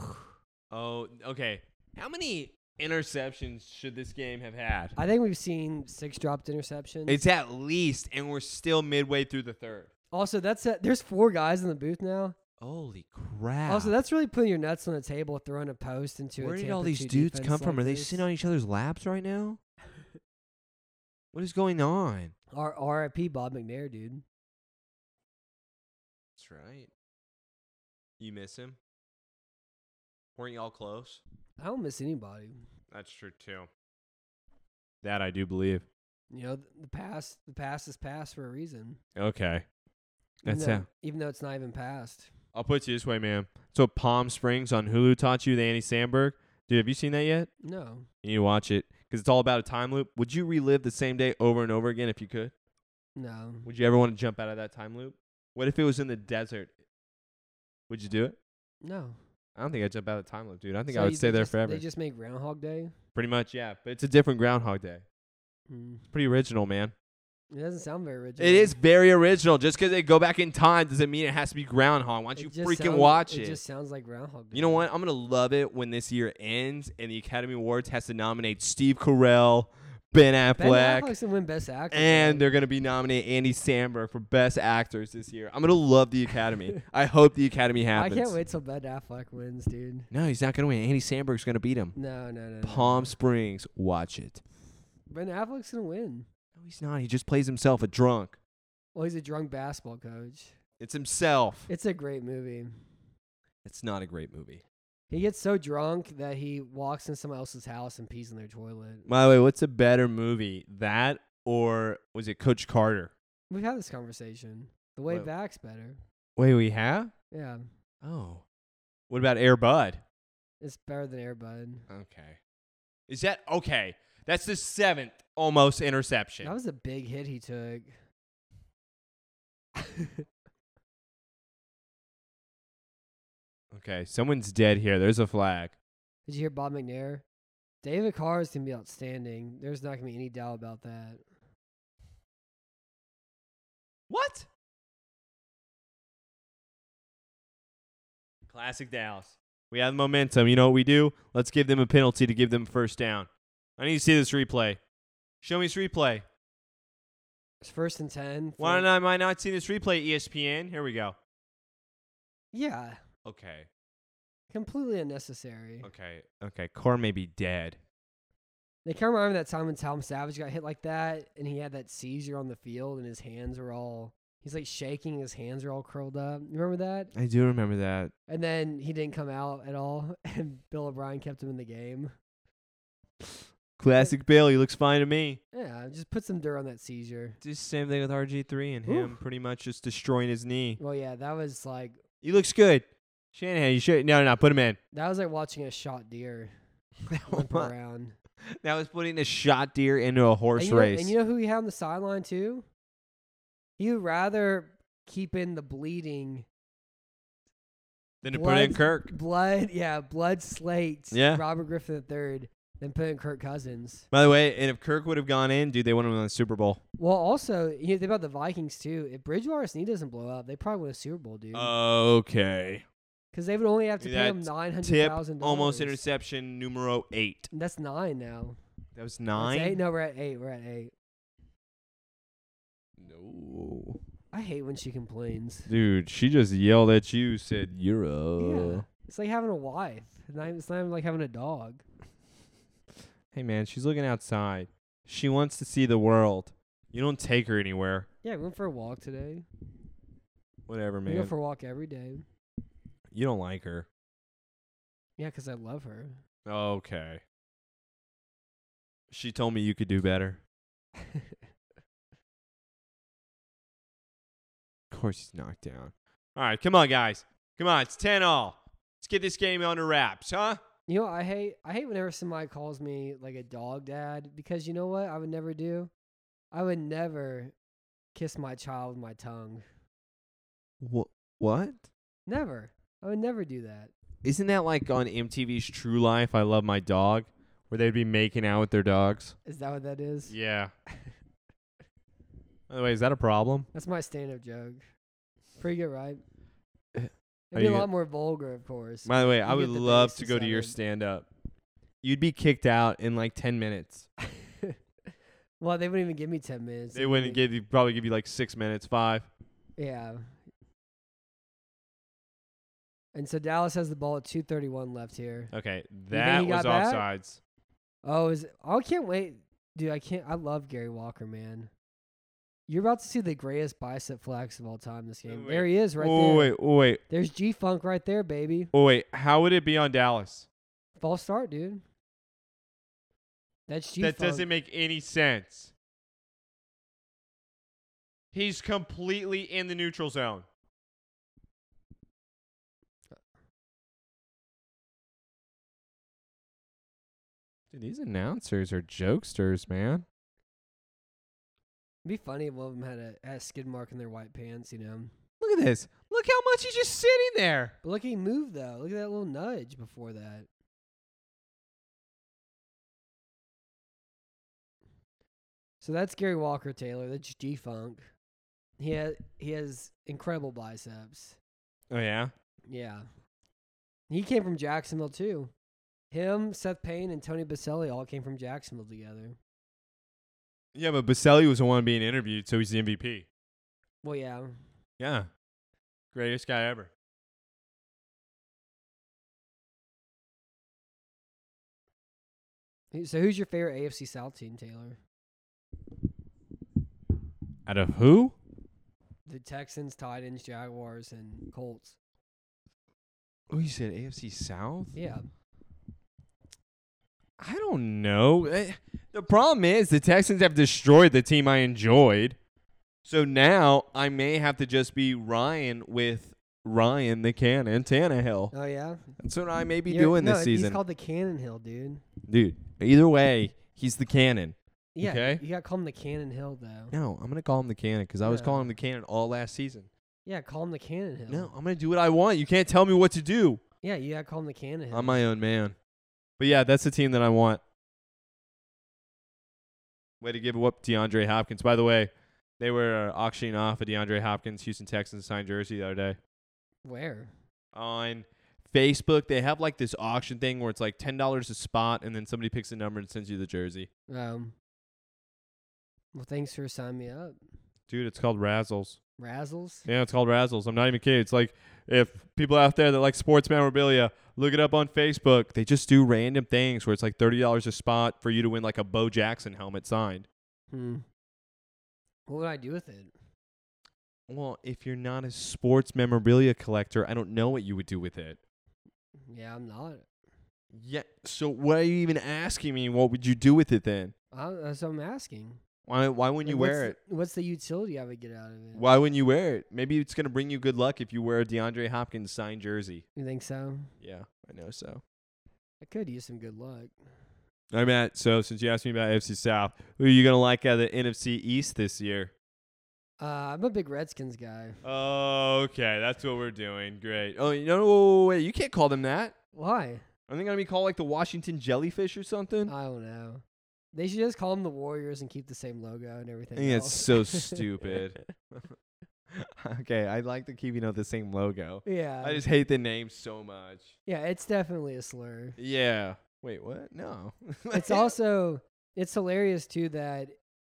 Speaker 3: Oh, okay. How many interceptions should this game have had?
Speaker 2: I think we've seen six dropped interceptions.
Speaker 3: It's at least, and we're still midway through the third.
Speaker 2: also, that's a, there's four guys in the booth now.
Speaker 3: Holy crap.
Speaker 2: Also, that's really putting your nuts on the table, throwing a post into
Speaker 3: Where
Speaker 2: a
Speaker 3: did
Speaker 2: Tampa
Speaker 3: all these
Speaker 2: 2
Speaker 3: dudes
Speaker 2: defense
Speaker 3: come from?
Speaker 2: like
Speaker 3: Are they
Speaker 2: this.
Speaker 3: sitting on each other's laps right now? what is going on?
Speaker 2: R- RIP Bob McNair, dude?
Speaker 3: That's right. You miss him? Weren't y'all close?
Speaker 2: I don't miss anybody.
Speaker 3: That's true too. That I do believe.
Speaker 2: You know, th- the past, the past is past for a reason.
Speaker 3: Okay.
Speaker 2: Even
Speaker 3: That's
Speaker 2: though,
Speaker 3: how-
Speaker 2: Even though it's not even past.
Speaker 3: I'll put it you this way, man. So Palm Springs on Hulu taught you the Andy Sandberg. Dude, have you seen that yet?
Speaker 2: No,
Speaker 3: You need to watch it because it's all about a time loop. Would you relive the same day over and over again if you could?
Speaker 2: no.
Speaker 3: Would you ever want to jump out of that time loop? What if it was in the desert? Would you do it?
Speaker 2: No.
Speaker 3: I don't think I'd jump out of the time loop, dude. I think
Speaker 2: So
Speaker 3: I would
Speaker 2: you-
Speaker 3: stay
Speaker 2: they
Speaker 3: there
Speaker 2: just-
Speaker 3: forever.
Speaker 2: They just make Groundhog Day.
Speaker 3: Pretty much, yeah. But it's a different Groundhog Day.
Speaker 2: Mm.
Speaker 3: Pretty original, man.
Speaker 2: It doesn't sound very original.
Speaker 3: It is very original. Just because they go back in time doesn't mean it has to be Groundhog. Why don't
Speaker 2: It
Speaker 3: you
Speaker 2: just
Speaker 3: freaking
Speaker 2: sounds-
Speaker 3: watch
Speaker 2: It
Speaker 3: it?
Speaker 2: just sounds like Groundhog Day.
Speaker 3: You know what? I'm gonna love it when this year ends and the Academy Awards has to nominate Steve Carell, Ben Affleck,
Speaker 2: Ben Affleck's gonna win Best Actor.
Speaker 3: and
Speaker 2: right?
Speaker 3: they're gonna be nominating Andy Samberg for Best Actors this year. I'm gonna love the Academy. I hope the Academy
Speaker 2: I
Speaker 3: happens.
Speaker 2: can't wait till Ben Affleck wins, dude.
Speaker 3: No, he's not gonna win. Andy Samberg's gonna beat him.
Speaker 2: No, no, no. no.
Speaker 3: Palm Springs, watch it.
Speaker 2: Ben Affleck's gonna win.
Speaker 3: No, he's not. He just plays himself a drunk.
Speaker 2: Well, he's a drunk basketball coach.
Speaker 3: It's himself.
Speaker 2: It's a great movie.
Speaker 3: It's not a great movie.
Speaker 2: He gets so drunk that he walks in someone else's house and pees in their toilet.
Speaker 3: By the way, what's a better movie, that or was it Coach Carter?
Speaker 2: We've had this conversation. The way
Speaker 3: Wait.
Speaker 2: back's better.
Speaker 3: Wait, we have.
Speaker 2: Yeah.
Speaker 3: Oh. What about Air Bud?
Speaker 2: It's better than Airbud.
Speaker 3: Okay. Is that okay? That's the seventh almost interception.
Speaker 2: That was a big hit he took.
Speaker 3: okay, someone's dead here. There's a flag.
Speaker 2: Did you hear Bob McNair? David Carr is gonna be outstanding. There's not gonna be any doubt about that.
Speaker 3: What? Classic Dallas. We have momentum. You know what we do? Let's give them a penalty to give them first down. I need to see this replay. Show me this replay.
Speaker 2: It's first and ten.
Speaker 3: Why
Speaker 2: for-
Speaker 3: not, am I not seeing this replay, E ESPN? Here we go.
Speaker 2: Yeah,
Speaker 3: Okay.
Speaker 2: completely unnecessary.
Speaker 3: Okay. Okay. Car may be dead.
Speaker 2: They can't remember that time when Tom Savage got hit like that, and he had that seizure on the field, and his hands were all. He's like shaking. His hands are all curled up. You remember that?
Speaker 3: I do remember that.
Speaker 2: And then he didn't come out at all, and Bill O'Brien kept him in the game.
Speaker 3: Classic Bailey looks fine to me.
Speaker 2: Yeah, just put some dirt on that seizure.
Speaker 3: Just same thing with RG3 and him
Speaker 2: Oof.
Speaker 3: pretty much just destroying his knee.
Speaker 2: Well, yeah, that was like
Speaker 3: He looks good. Shanahan, you should no, no, no, put him in.
Speaker 2: that was like watching a shot deer limp
Speaker 3: that
Speaker 2: around.
Speaker 3: was putting a shot deer into a horse
Speaker 2: and you know-
Speaker 3: race.
Speaker 2: and you know who he had on the sideline too? He would rather keep in the bleeding
Speaker 3: then to put in
Speaker 2: Blood.
Speaker 3: Kirk.
Speaker 2: blood, yeah, blood slate.
Speaker 3: Yeah.
Speaker 2: Robert Griffin III than put in Kirk Cousins.
Speaker 3: By the way, and if Kirk would have gone in, dude, they would have won the Super Bowl.
Speaker 2: Well, also you know, think about the Vikings too. If Bridgewater's knee doesn't blow up, they probably win a Super Bowl, dude.
Speaker 3: Okay.
Speaker 2: Because they would only have to pay him
Speaker 3: That
Speaker 2: nine hundred
Speaker 3: Uh, Tip
Speaker 2: thousand.
Speaker 3: almost interception numero eight.
Speaker 2: That's nine now.
Speaker 3: That was
Speaker 2: That's eight.
Speaker 3: nine.
Speaker 2: No, we're at eight. We're at eight.
Speaker 3: No.
Speaker 2: I hate when she complains.
Speaker 3: Dude, she just yelled at you, said you're a
Speaker 2: yeah, it's like having a wife. It's not, it's not even like having a dog.
Speaker 3: Hey man, she's looking outside. She wants to see the world. You don't take her anywhere.
Speaker 2: Yeah, we went for a walk today.
Speaker 3: Whatever,
Speaker 2: We go
Speaker 3: man.
Speaker 2: for a walk every day.
Speaker 3: you don't like her.
Speaker 2: Yeah, 'cause I love her.
Speaker 3: Okay. She told me you could do better. Of course he's knocked down. All right, come on guys. Come on, it's 10 all. Let's get this game under wraps, huh?
Speaker 2: you know, what I hate I hate whenever somebody calls me like a dog dad because you know what I would never do? I would never kiss my child with my tongue.
Speaker 3: What? What?
Speaker 2: Never. I would never do that.
Speaker 3: Isn't that like on MTV's True Life I Love My Dog where they'd be making out with their dogs?
Speaker 2: Is that what that is?
Speaker 3: Yeah. By the way, is that a problem?
Speaker 2: That's my stand-up joke. Pretty good, right? It'd
Speaker 3: Are
Speaker 2: be a
Speaker 3: you-
Speaker 2: lot more vulgar, of course.
Speaker 3: By the way,
Speaker 2: You
Speaker 3: I
Speaker 2: get
Speaker 3: would
Speaker 2: the
Speaker 3: love to
Speaker 2: basis
Speaker 3: go to
Speaker 2: of
Speaker 3: your
Speaker 2: it.
Speaker 3: stand up. You'd be kicked out in like 10 minutes.
Speaker 2: well, they wouldn't even give me ten minutes.
Speaker 3: They wouldn't
Speaker 2: give.
Speaker 3: give you probably give you like 6 minutes, 5.
Speaker 2: Yeah. And so Dallas has the ball at 231 left here.
Speaker 3: Okay,
Speaker 2: he
Speaker 3: that
Speaker 2: got
Speaker 3: was
Speaker 2: that?
Speaker 3: offsides.
Speaker 2: Oh, is I can't wait. Dude, I can't I love Gary Walker, man. You're about to see the greatest bicep flex of all time this game.
Speaker 3: Wait,
Speaker 2: There he is right
Speaker 3: oh
Speaker 2: there.
Speaker 3: wait, oh wait,
Speaker 2: There's G Funk right there, baby.
Speaker 3: oh wait. How would it be on Dallas?
Speaker 2: False start, dude. That's G Funk.
Speaker 3: That doesn't make any sense. He's completely in the neutral zone. Dude, these announcers are jokesters, man.
Speaker 2: It'd be funny if one of them had a, had a skid mark in their white pants, you know.
Speaker 3: Look at this. Look how much he's just sitting there.
Speaker 2: But look, he moved though. Look at that little nudge before that. So that's Gary Walker Taylor. That's G Funk. He has he has incredible biceps.
Speaker 3: Oh yeah.
Speaker 2: Yeah, he came from Jacksonville too. Him, Seth Payne, and Tony Baselli all came from Jacksonville together.
Speaker 3: Yeah, but Baselli was the one being interviewed, so he's the MVP.
Speaker 2: Well, yeah,
Speaker 3: Yeah. Greatest guy ever.
Speaker 2: Who- so who's your favorite AFC South team, Taylor?
Speaker 3: Out of who?
Speaker 2: The Texans, Titans, Jaguars, and Colts.
Speaker 3: Oh, you said AFC South?
Speaker 2: Yeah,
Speaker 3: I don't know. Eh, The problem is the Texans have destroyed the team I enjoyed. So now I may have to just be Ryan with Ryan the Cannon Tannehill.
Speaker 2: Oh yeah.
Speaker 3: That's what I may be
Speaker 2: You're-
Speaker 3: doing
Speaker 2: no,
Speaker 3: this
Speaker 2: He's
Speaker 3: season,
Speaker 2: called the Cannon Hill, dude.
Speaker 3: dude. Either way, he's the Cannon.
Speaker 2: Yeah.
Speaker 3: Okay.
Speaker 2: You gotta call him the Cannon Hill though.
Speaker 3: No, I'm gonna call him the Cannon because I was
Speaker 2: Yeah.
Speaker 3: calling him the Cannon all last season.
Speaker 2: Yeah, call him the Cannon Hill.
Speaker 3: No, uh, I'm gonna do what I want. You can't tell me what to do.
Speaker 2: Yeah, you gotta call him the Cannon Hill.
Speaker 3: I'm my own man. But yeah, that's the team that I want. Way to give up DeAndre Hopkins. By the way, they were uh, auctioning off a DeAndre Hopkins Houston Texans signed jersey the other day
Speaker 2: Where?
Speaker 3: on Facebook. They have like this auction thing where it's like ten dollars a spot, and then somebody picks a number and sends you the jersey.
Speaker 2: Um. Well, thanks for signing me up,
Speaker 3: Dude, it's called Razzles.
Speaker 2: Razzles.
Speaker 3: Yeah, it's called Razzles. I'm not even kidding. It's like if people out there that like sports memorabilia, look it up on Facebook. They just do random things where it's like thirty dollars a spot for you to win like a Bo Jackson helmet signed.
Speaker 2: Hmm. What would I do with it?
Speaker 3: Well, if you're not a sports memorabilia collector, I don't know what you would do with it.
Speaker 2: Yeah, I'm not.
Speaker 3: Yeah. So what are you even asking me? What would you do with it then?
Speaker 2: I, that's what I'm asking.
Speaker 3: Why why wouldn't you
Speaker 2: Like,
Speaker 3: wear it?
Speaker 2: what's the- what's the utility I would get out of it?
Speaker 3: Why wouldn't you wear it? Maybe it's gonna bring you good luck if you wear a DeAndre Hopkins signed jersey.
Speaker 2: You think so?
Speaker 3: Yeah, I know so.
Speaker 2: I could use some good luck.
Speaker 3: All right, Matt. So since you asked me about AFC South, who are you gonna like out of the NFC East this year?
Speaker 2: Uh, I'm a big Redskins guy.
Speaker 3: Oh, okay, that's what we're doing. Great. Oh, you know, wait, you can't call them that.
Speaker 2: Why?
Speaker 3: Aren't they gonna be called like the Washington Jellyfish or something?
Speaker 2: I don't know. They should just call them the Warriors and keep the same logo and everything.
Speaker 3: I think that's
Speaker 2: else.
Speaker 3: so stupid. okay, I like the keeping of the same logo.
Speaker 2: yeah.
Speaker 3: I just hate the name so much.
Speaker 2: yeah, it's definitely a slur.
Speaker 3: Yeah. Wait, what? No.
Speaker 2: It's also it's hilarious too that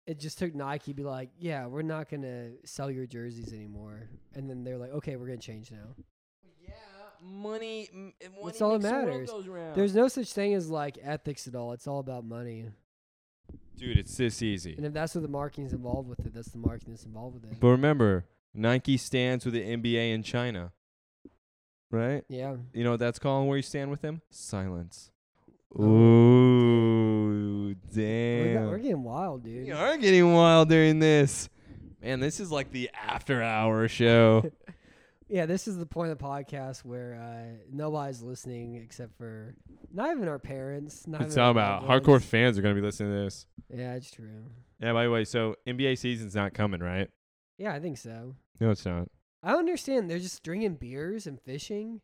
Speaker 2: it just took Nike to be like, yeah, we're not gonna sell your jerseys anymore, and then they're like, okay, we're gonna change now.
Speaker 3: yeah, money. m- money
Speaker 2: That's all that
Speaker 3: makes the world
Speaker 2: matters.
Speaker 3: goes round.
Speaker 2: There's no such thing as like ethics at all. It's all about money,
Speaker 3: Dude, it's this easy.
Speaker 2: and if that's what the marketing's involved with it, that's the marketing that's involved with it.
Speaker 3: But remember, Nike stands with the NBA in China. Right?
Speaker 2: Yeah,
Speaker 3: You know what that's called where you stand with them? Silence.
Speaker 2: Oh.
Speaker 3: Ooh,
Speaker 2: we're,
Speaker 3: damn.
Speaker 2: go- we're getting wild, dude.
Speaker 3: You are getting wild during this. Man, this is like the after hour show.
Speaker 2: Yeah, this is the point of the podcast where uh, nobody's listening except for not even our parents. Not
Speaker 3: Let's
Speaker 2: even our
Speaker 3: talk about
Speaker 2: loved
Speaker 3: hardcore
Speaker 2: ones.
Speaker 3: fans are going to be listening to this.
Speaker 2: Yeah, it's true.
Speaker 3: Yeah, by the way, so NBA season's not coming, right?
Speaker 2: Yeah, I think so.
Speaker 3: No, it's not.
Speaker 2: I don't understand. They're just drinking beers and fishing.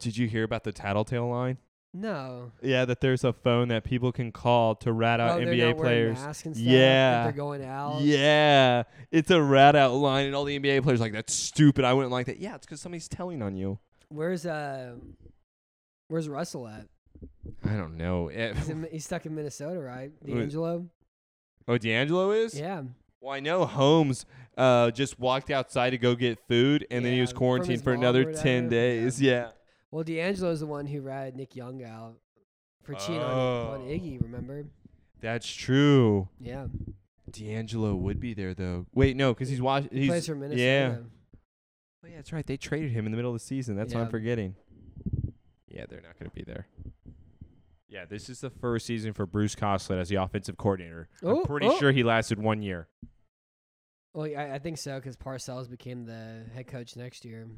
Speaker 3: Did you hear about the Tattletale line?
Speaker 2: No,
Speaker 3: Yeah, that there's a phone that people can call to rat out
Speaker 2: oh, they're
Speaker 3: NBA
Speaker 2: not wearing
Speaker 3: players.
Speaker 2: masks and stuff. if
Speaker 3: Yeah.
Speaker 2: they're going out.
Speaker 3: Yeah, it's a rat out line, and all the NBA players are like, that's stupid. I wouldn't like that. Yeah, it's because somebody's telling on you.
Speaker 2: Where's uh, where's Russell at?
Speaker 3: I don't know. Eh,
Speaker 2: He's, in, he's stuck in Minnesota, right?
Speaker 3: Who is-
Speaker 2: D'Angelo.
Speaker 3: oh, D'Angelo is?
Speaker 2: Yeah.
Speaker 3: Well, I know Holmes uh, just walked outside to go get food, and then he
Speaker 2: Yeah,
Speaker 3: was
Speaker 2: from his
Speaker 3: quarantined for
Speaker 2: mom
Speaker 3: another
Speaker 2: or
Speaker 3: 10
Speaker 2: whatever,
Speaker 3: days. Yeah.
Speaker 2: Well, D'Angelo's the one who ratted Nick Young out for cheating on, on
Speaker 3: Oh.
Speaker 2: Iggy. Remember?
Speaker 3: That's true.
Speaker 2: Yeah.
Speaker 3: D'Angelo would be there, though. Wait, no, because he's watching.
Speaker 2: He plays for Minnesota.
Speaker 3: Yeah. Oh, yeah, that's right. They traded him in the middle of the season. That's what I'm
Speaker 2: Yeah.
Speaker 3: forgetting. Yeah, they're not going to be there. Yeah, this is the first season for Bruce Coslett as the offensive coordinator.
Speaker 2: Oh,
Speaker 3: I'm pretty
Speaker 2: oh.
Speaker 3: sure he lasted one year.
Speaker 2: Well, yeah, I, I think so because Parcells became the head coach next year.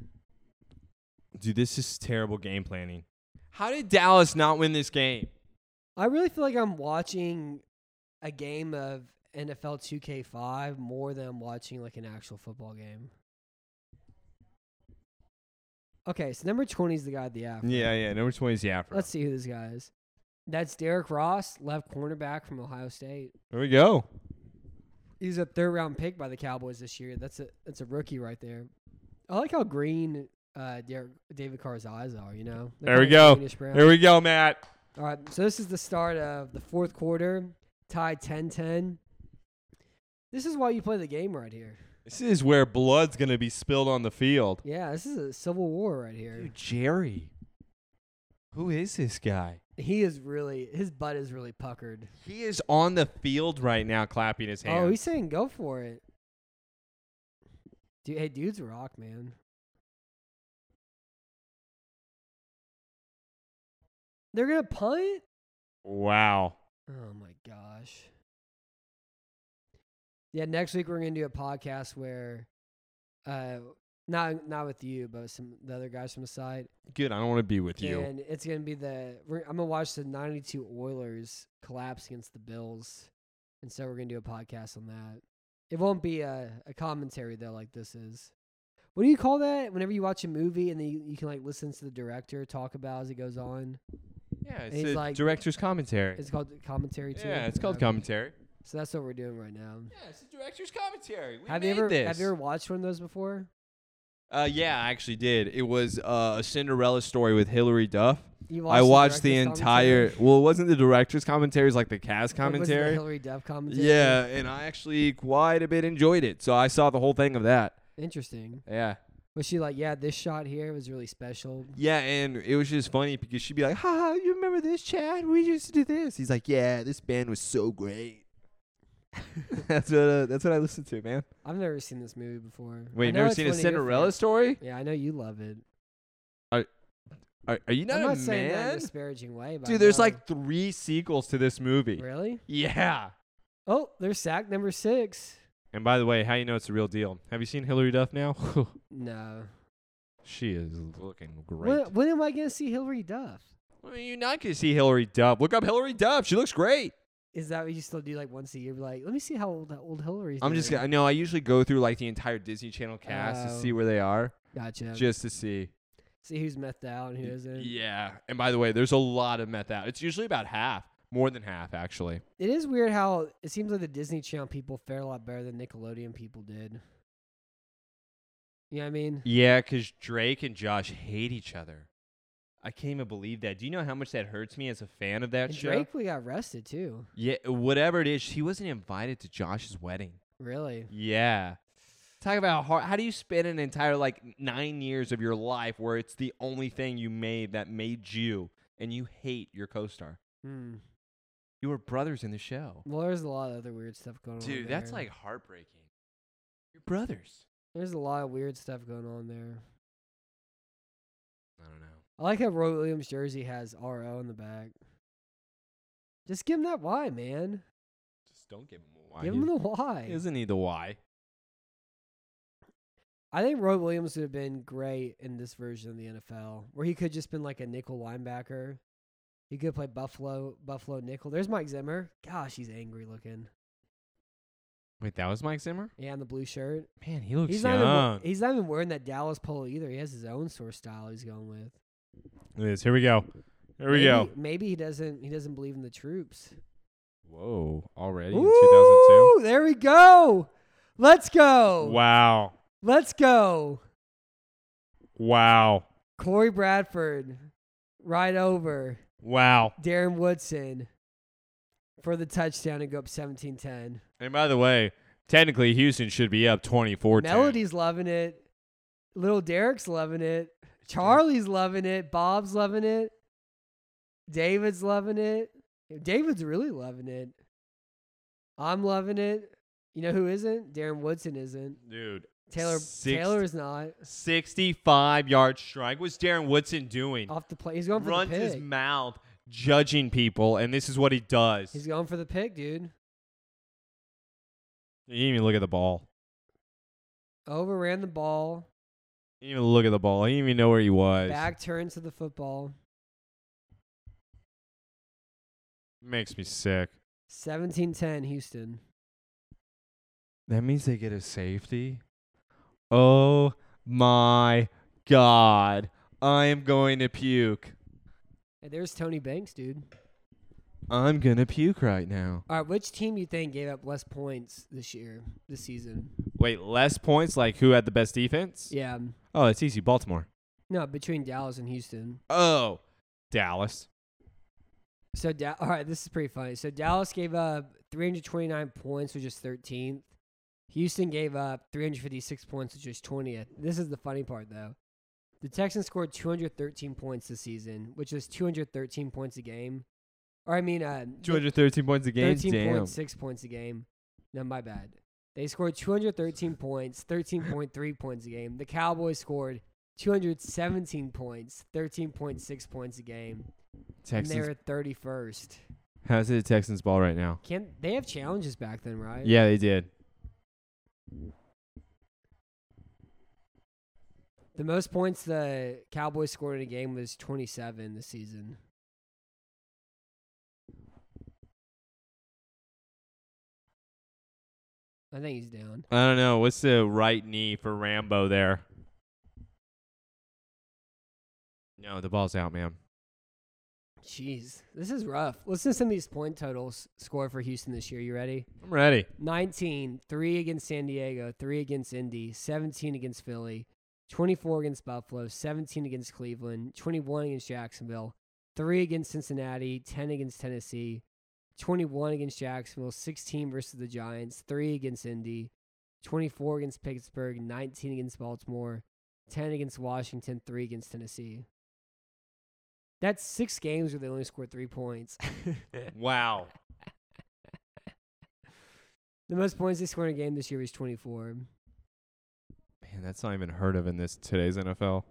Speaker 3: Dude, this is terrible game planning. How did Dallas not win this game?
Speaker 2: I really feel like I'm watching a game of NFL 2K5 more than I'm watching like an actual football game. Okay, so number 20 is the guy at the app.
Speaker 3: Yeah, yeah. Number 20 is Yaffer.
Speaker 2: Let's see who this guy is. That's Derek Ross, left cornerback from Ohio State.
Speaker 3: there we go.
Speaker 2: He's a third round pick by the Cowboys this year. That's a that's a rookie right there. I like how green uh, Derek, David Carr's eyes are. You know, They're
Speaker 3: There we
Speaker 2: kinda
Speaker 3: go.
Speaker 2: greenish brown.
Speaker 3: There we go, Matt.
Speaker 2: All right, so this is the start of the fourth quarter, tied 10-10. This is why you play the game right here.
Speaker 3: This is where blood's gonna be spilled on the field.
Speaker 2: Yeah, this is a civil war right here.
Speaker 3: Dude, Jerry. Who is this guy?
Speaker 2: He is really his butt is really puckered.
Speaker 3: He is on the field right now, clapping his hands.
Speaker 2: Oh, he's saying go for it. Dude, hey, dudes rock, man. They're gonna punt.
Speaker 3: wow.
Speaker 2: Oh my gosh. Yeah, next week we're gonna do a podcast where uh Not not with you, but with some the other guys from the side.
Speaker 3: Good. I don't want to be with you.
Speaker 2: And it's gonna be the we're, I'm gonna watch the '92 Oilers collapse against the Bills, and so we're gonna do a podcast on that. It won't be a, a commentary though, like this is. What do you call that? Whenever you watch a movie and then you, you can like listen to the director talk about as it goes on.
Speaker 3: Yeah,
Speaker 2: he's
Speaker 3: it's a
Speaker 2: like-
Speaker 3: director's commentary.
Speaker 2: It's called commentary too.
Speaker 3: yeah, it's called
Speaker 2: Okay.
Speaker 3: commentary.
Speaker 2: So that's what we're doing right now.
Speaker 3: Yeah, it's a director's commentary. We
Speaker 2: have you ever have you ever watched one of those before?
Speaker 3: Uh, yeah, I actually did. It was uh, a Cinderella story with Hillary Duff.
Speaker 2: You
Speaker 3: I watched the
Speaker 2: director's
Speaker 3: entire.
Speaker 2: commentary?
Speaker 3: Well, it wasn't the director's commentary. It was like the cast
Speaker 2: Like, was it the
Speaker 3: commentary.
Speaker 2: Hillary Duff commentary.
Speaker 3: Yeah, and I actually quite a bit enjoyed it. So I saw the whole thing of that.
Speaker 2: Interesting.
Speaker 3: Yeah.
Speaker 2: Was she like, yeah, this shot here was really special?
Speaker 3: Yeah, and it was just funny because she'd be like, "Ha, ha, you remember this, Chad? We used to do this." He's like, "Yeah, this band was so great." that's what uh, that's what I listened to, man.
Speaker 2: I've never seen this movie before. I
Speaker 3: Wait, you've
Speaker 2: know
Speaker 3: never
Speaker 2: it's
Speaker 3: seen a
Speaker 2: one of your
Speaker 3: Cinderella
Speaker 2: favorites.
Speaker 3: story?
Speaker 2: Yeah, I know you love it.
Speaker 3: Are, are you not,
Speaker 2: I'm not
Speaker 3: a
Speaker 2: saying that in a
Speaker 3: man?
Speaker 2: disparaging way, but I
Speaker 3: Dude, there's
Speaker 2: know-
Speaker 3: like three sequels to this movie.
Speaker 2: really.
Speaker 3: Yeah.
Speaker 2: Oh, there's sack number six.
Speaker 3: And by the way, how you know it's the real deal? Have you seen Hillary Duff now?
Speaker 2: No.
Speaker 3: she is looking great.
Speaker 2: When, when am I gonna see Hillary Duff?
Speaker 3: I mean, you're not gonna see Hillary Duff. Look up Hillary Duff. She looks great.
Speaker 2: Is that what you still do like once a year? Like, let me see how old old Hillary's.
Speaker 3: I'm just.
Speaker 2: doing.
Speaker 3: I know. I usually go through like the entire Disney Channel cast to
Speaker 2: Oh.
Speaker 3: see where they are,
Speaker 2: gotcha.
Speaker 3: just to see.
Speaker 2: see who's methed out and who isn't.
Speaker 3: Yeah. And by the way, there's a lot of meth out. It's usually about half, more than half actually.
Speaker 2: It is weird how it seems like the Disney Channel people fare a lot better than Nickelodeon people did. You know what I mean?
Speaker 3: Yeah, because Drake and Josh hate each other. I can't even believe that. Do you know how much that hurts me as a fan of that
Speaker 2: And
Speaker 3: show?
Speaker 2: Drake, we got arrested too.
Speaker 3: Yeah, whatever it is, she wasn't invited to Josh's wedding.
Speaker 2: Really?
Speaker 3: Yeah. Talk about hard. How do you spend an entire like nine years of your life where it's the only thing you made that made you, and you hate your co-star?
Speaker 2: Hmm.
Speaker 3: You were brothers in the show,
Speaker 2: Well, there's a lot of other weird stuff going on.
Speaker 3: dude. That's
Speaker 2: there.
Speaker 3: like heartbreaking. You're brothers.
Speaker 2: there's a lot of weird stuff going on there.
Speaker 3: I don't know.
Speaker 2: I like how Roy Williams' jersey has RO in the back. Just give him that Y, man.
Speaker 3: Just don't give him a why.
Speaker 2: give him the Y. I
Speaker 3: Isn't he the why?
Speaker 2: think Roy Williams would have been great in this version of the NFL, where he could just been like a nickel linebacker. He could play Buffalo, Buffalo nickel. There's Mike Zimmer. Gosh, he's angry looking.
Speaker 3: Wait, that was Mike Zimmer.
Speaker 2: Yeah, in the blue shirt.
Speaker 3: Man, he looks
Speaker 2: He's not, even,
Speaker 3: young.
Speaker 2: we- he's not even wearing that Dallas polo either. He has his own sort of style he's going with.
Speaker 3: Look at this. Here we go. Here
Speaker 2: maybe, Maybe he doesn't. He doesn't believe in the troops.
Speaker 3: Whoa! Already
Speaker 2: Ooh, there we go. Let's go.
Speaker 3: Wow!
Speaker 2: Let's go.
Speaker 3: Wow!
Speaker 2: Corey Bradford, right over
Speaker 3: Wow!
Speaker 2: Darren Woodson for the touchdown and go up 17-10.
Speaker 3: And by the way, technically Houston should be up 24
Speaker 2: Melody's loving it. Little Derek's loving it. Charlie's loving it. Bob's loving it. David's loving it. David's really loving it. I'm loving it. You know who isn't? Darren Woodson isn't.
Speaker 3: Dude,
Speaker 2: Taylor
Speaker 3: Six-
Speaker 2: Taylor is not
Speaker 3: 65 yard strike. What's Darren Woodson doing?
Speaker 2: off the play. Oh, He's going for
Speaker 3: Runs
Speaker 2: the
Speaker 3: his
Speaker 2: pick.
Speaker 3: mouth, judging people, and this is what he does.
Speaker 2: He's going for the pick, dude.
Speaker 3: he didn't even look at the ball.
Speaker 2: Overran the ball.
Speaker 3: He didn't even look at the ball. He didn't even know where he was.
Speaker 2: Back turns to the football.
Speaker 3: Makes me sick.
Speaker 2: 17-10 Houston.
Speaker 3: That means they get a safety. Oh my god. I am going to puke.
Speaker 2: Hey, there's Tony Banks, dude.
Speaker 3: I'm going to puke right now.
Speaker 2: All right, which team you think gave up less points this year, this season?
Speaker 3: Wait, less points like who had the best defense?
Speaker 2: Yeah.
Speaker 3: Oh, it's easy. Baltimore.
Speaker 2: No, between Dallas and Houston.
Speaker 3: Oh, Dallas.
Speaker 2: So, da- all right, this is pretty funny. So, Dallas gave up 329 points, which is 13th. Houston gave up 356 points, which is 20th. This is the funny part, though. The Texans scored 213 points this season, which is 213 points a game. Or, I mean, uh, they-
Speaker 3: 213 points a game.
Speaker 2: Thirteen
Speaker 3: Damn.
Speaker 2: point six points a game. No, my bad. They scored 213 points, 13.3 points a game. The Cowboys scored 217 points, 13.6 points a game. And
Speaker 3: Texans.
Speaker 2: they're at 31st.
Speaker 3: How's it the Texans ball right now?
Speaker 2: Can they have challenges back then, right?
Speaker 3: Yeah, they did.
Speaker 2: The most points the Cowboys scored in a game was 27 this season. I think he's down.
Speaker 3: I don't know. What's the right knee for Rambo there? No, the ball's out, man.
Speaker 2: Jeez, this is rough. Listen to some of these point totals score for Houston this year. You ready?
Speaker 3: I'm ready.
Speaker 2: 19, 3 against San Diego, 3 against Indy, 17 against Philly, 24 against Buffalo, 17 against Cleveland, 21 against Jacksonville, 3 against Cincinnati, 10 against Tennessee, 21 against Jacksonville, 16 versus the Giants, 3 against Indy, 24 against Pittsburgh, 19 against Baltimore, 10 against Washington, 3 against Tennessee. That's six games where they only scored three points.
Speaker 3: Wow.
Speaker 2: the most points they scored in a game this year was 24.
Speaker 3: Man, that's not even heard of in this today's NFL.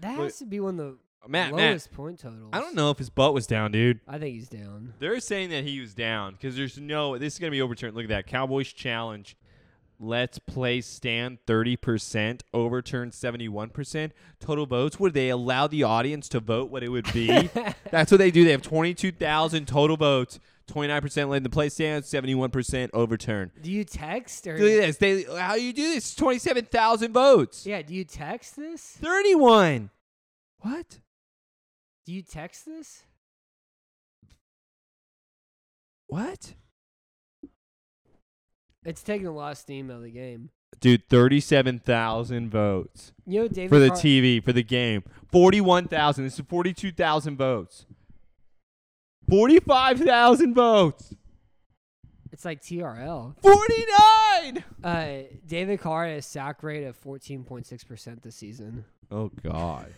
Speaker 2: That
Speaker 3: Wait.
Speaker 2: has to be one of the
Speaker 3: Matt, Matt,
Speaker 2: lowest point totals.
Speaker 3: I don't know if his butt was down, dude.
Speaker 2: I think he's down.
Speaker 3: They're saying that he was down because there's no. This is gonna be overturned. Look at that Cowboys challenge. Let's play stand 30%, overturn 71%. Total votes, would they allow the audience to vote what it would be? That's what they do. They have 22,000 total votes, 29% led in the play stand, 71% overturnn.
Speaker 2: Do you text or
Speaker 3: Look at this. They, how do you do this? 27,000 votes.
Speaker 2: yeah? Do you text this?
Speaker 3: 31. What?
Speaker 2: Do you text this?
Speaker 3: What?
Speaker 2: It's taking a lot of steam out of the game.
Speaker 3: Dude, 37,000 votes
Speaker 2: You know, David
Speaker 3: for the
Speaker 2: Carr-
Speaker 3: TV, for the game. 41,000. This is 42,000 votes. 45,000 votes.
Speaker 2: It's like TRL.
Speaker 3: 49.
Speaker 2: Uh, David Carr has a sack rate of fourteen point six percent this season.
Speaker 3: Oh, God.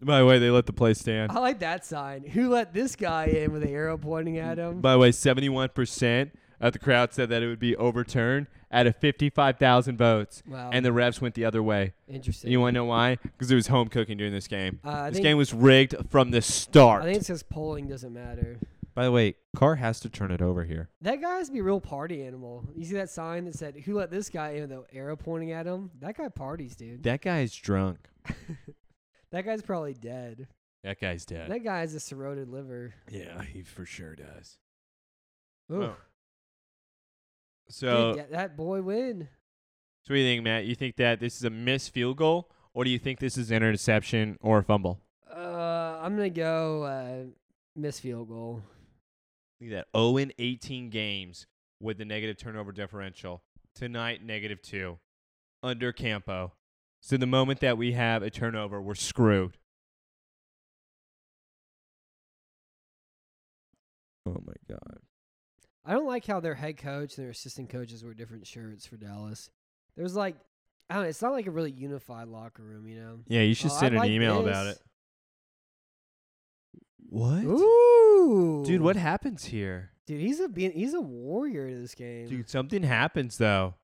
Speaker 3: By the way, they let the play stand.
Speaker 2: I like that sign. Who let this guy in with the arrow pointing at him?
Speaker 3: By the way, 71% of the crowd said that it would be overturned out of 55,000 votes.
Speaker 2: Wow.
Speaker 3: And the refs went the other way.
Speaker 2: Interesting.
Speaker 3: You want to know why? Because it was home cooking during this game.
Speaker 2: Uh, I
Speaker 3: this
Speaker 2: think-
Speaker 3: game was rigged from the start.
Speaker 2: I think it's because polling doesn't matter.
Speaker 3: By the way, Carr has to turn it over here.
Speaker 2: That guy has to be a real party animal. You see that sign that said, Who let this guy in with the arrow pointing at him? That guy parties, dude.
Speaker 3: That guy is drunk.
Speaker 2: That guy's probably dead.
Speaker 3: That guy's dead.
Speaker 2: That guy has a cirrhotic liver.
Speaker 3: yeah, he for sure does.
Speaker 2: Ooh.
Speaker 3: Oh. So,
Speaker 2: Dude, that- that boy win.
Speaker 3: so what do you think, Matt? You think that this is a missed field goal, or do you think this is an interception or a fumble?
Speaker 2: Uh, I'm gonna go uh, miss field goal.
Speaker 3: Look at that. 0 and 18 games with the negative turnover differential. Tonight, negative two under Campo. So the moment that we have a turnover, we're screwed. Oh my God.
Speaker 2: I don't like how their head coach and their assistant coaches wear different shirts for Dallas. There's like, I don't. know, It's not like a really unified locker room, you know.
Speaker 3: Yeah, you should
Speaker 2: Oh, I
Speaker 3: send an
Speaker 2: like
Speaker 3: email about
Speaker 2: this.
Speaker 3: it. What?
Speaker 2: Ooh,
Speaker 3: Dude, what happens here?
Speaker 2: Dude, he's a being, he's a warrior in this game.
Speaker 3: Dude, something happens though.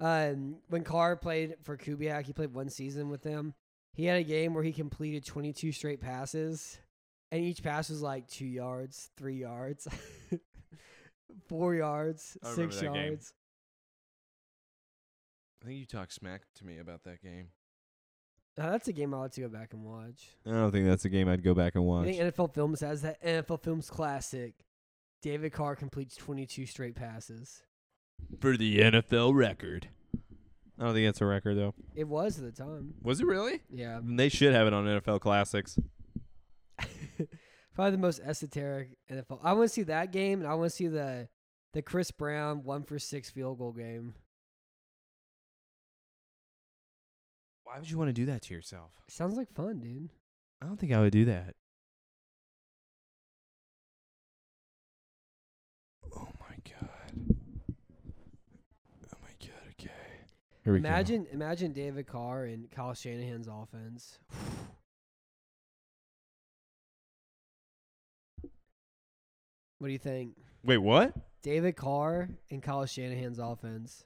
Speaker 2: Um, when Carr played for Kubiak, he played one season with them. He had a game where he completed 22 straight passes, and each pass was like two yards, three yards, four yards,
Speaker 3: I remember
Speaker 2: six
Speaker 3: that game.
Speaker 2: yards.
Speaker 3: I think you talked smack to me about that game.
Speaker 2: Now, that's a game I'll have to go back and watch.
Speaker 3: I don't think that's a game I'd go back and
Speaker 2: I
Speaker 3: watch.
Speaker 2: think NFL Films has that NFL Films classic. David Carr completes 22 straight passes.
Speaker 3: for the NFL record. I don't think that's a record though.
Speaker 2: It was at the time.
Speaker 3: Was it really?
Speaker 2: Yeah.
Speaker 3: They should have it on NFL Classics.
Speaker 2: Probably the most esoteric NFL. I want to see that game, and I want to see the the Chris Brown one for six field goal game.
Speaker 3: Why would you want to do that to yourself?
Speaker 2: Sounds like fun, dude.
Speaker 3: I don't think I would do that. Oh my god. Oh my god, okay. Here we go.
Speaker 2: Imagine, imagine David Carr and Kyle Shanahan's offense. what do you think,
Speaker 3: Wait, what?
Speaker 2: David Carr and Kyle Shanahan's offense?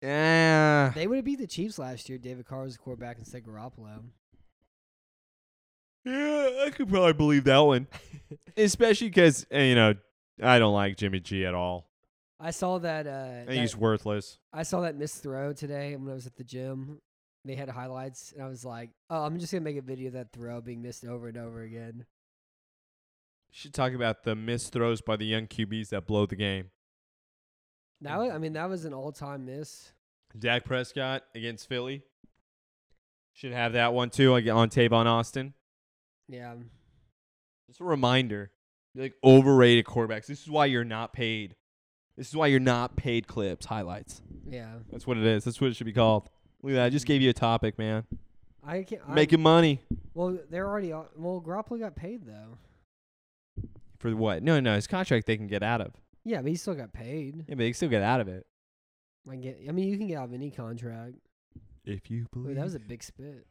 Speaker 3: Yeah.
Speaker 2: They would have beat the Chiefs last year. David Carr was the quarterback instead of Garoppolo.
Speaker 3: Yeah, I could eh, probably believe that one. Especially because, you know, I don't like Jimmy G at all.
Speaker 2: I saw that. Uh,
Speaker 3: I
Speaker 2: that-
Speaker 3: think he's worthless.
Speaker 2: I saw that miss throw today when I was at the gym. They had highlights, and I was like, "Oh, I'm just gonna make a video of that throw being missed over and over again."
Speaker 3: Should talk about the missed throws by the young QBs that blow the game.
Speaker 2: That was, I mean, that was an all-time miss.
Speaker 3: Dak Prescott against Philly. Should have that one too like, on Tavon Austin.
Speaker 2: Yeah,
Speaker 3: Just a reminder. You're like overrated quarterbacks. This is why you're not paid. This is why you're not paid clips, highlights.
Speaker 2: yeah.
Speaker 3: That's what it is. That's what it should be called. Look at that. I just gave you a topic, man.
Speaker 2: I can't I'm-
Speaker 3: Making money.
Speaker 2: Well, they're already on, well. Garoppolo got paid though.
Speaker 3: For what? No, no. His contract they can get out of.
Speaker 2: Yeah, but he still got paid.
Speaker 3: Yeah, but they still get out of it.
Speaker 2: Like, get, I mean, you can get out of any contract.
Speaker 3: If you
Speaker 2: Ooh,
Speaker 3: believe.
Speaker 2: that was a big spit.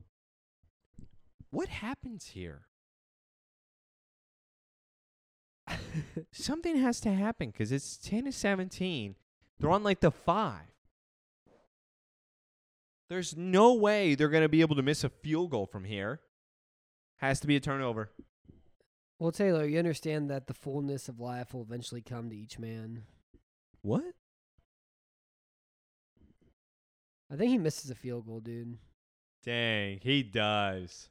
Speaker 3: what happens here? Something has to happen because it's 10 to 17. They're on like the five. There's no way they're going to be able to miss a field goal from here. Has to be a turnover.
Speaker 2: well, Taylor, you understand that the fullness of life will eventually come to each man.
Speaker 3: What?
Speaker 2: I think he misses a field goal, dude.
Speaker 3: Dang, he does.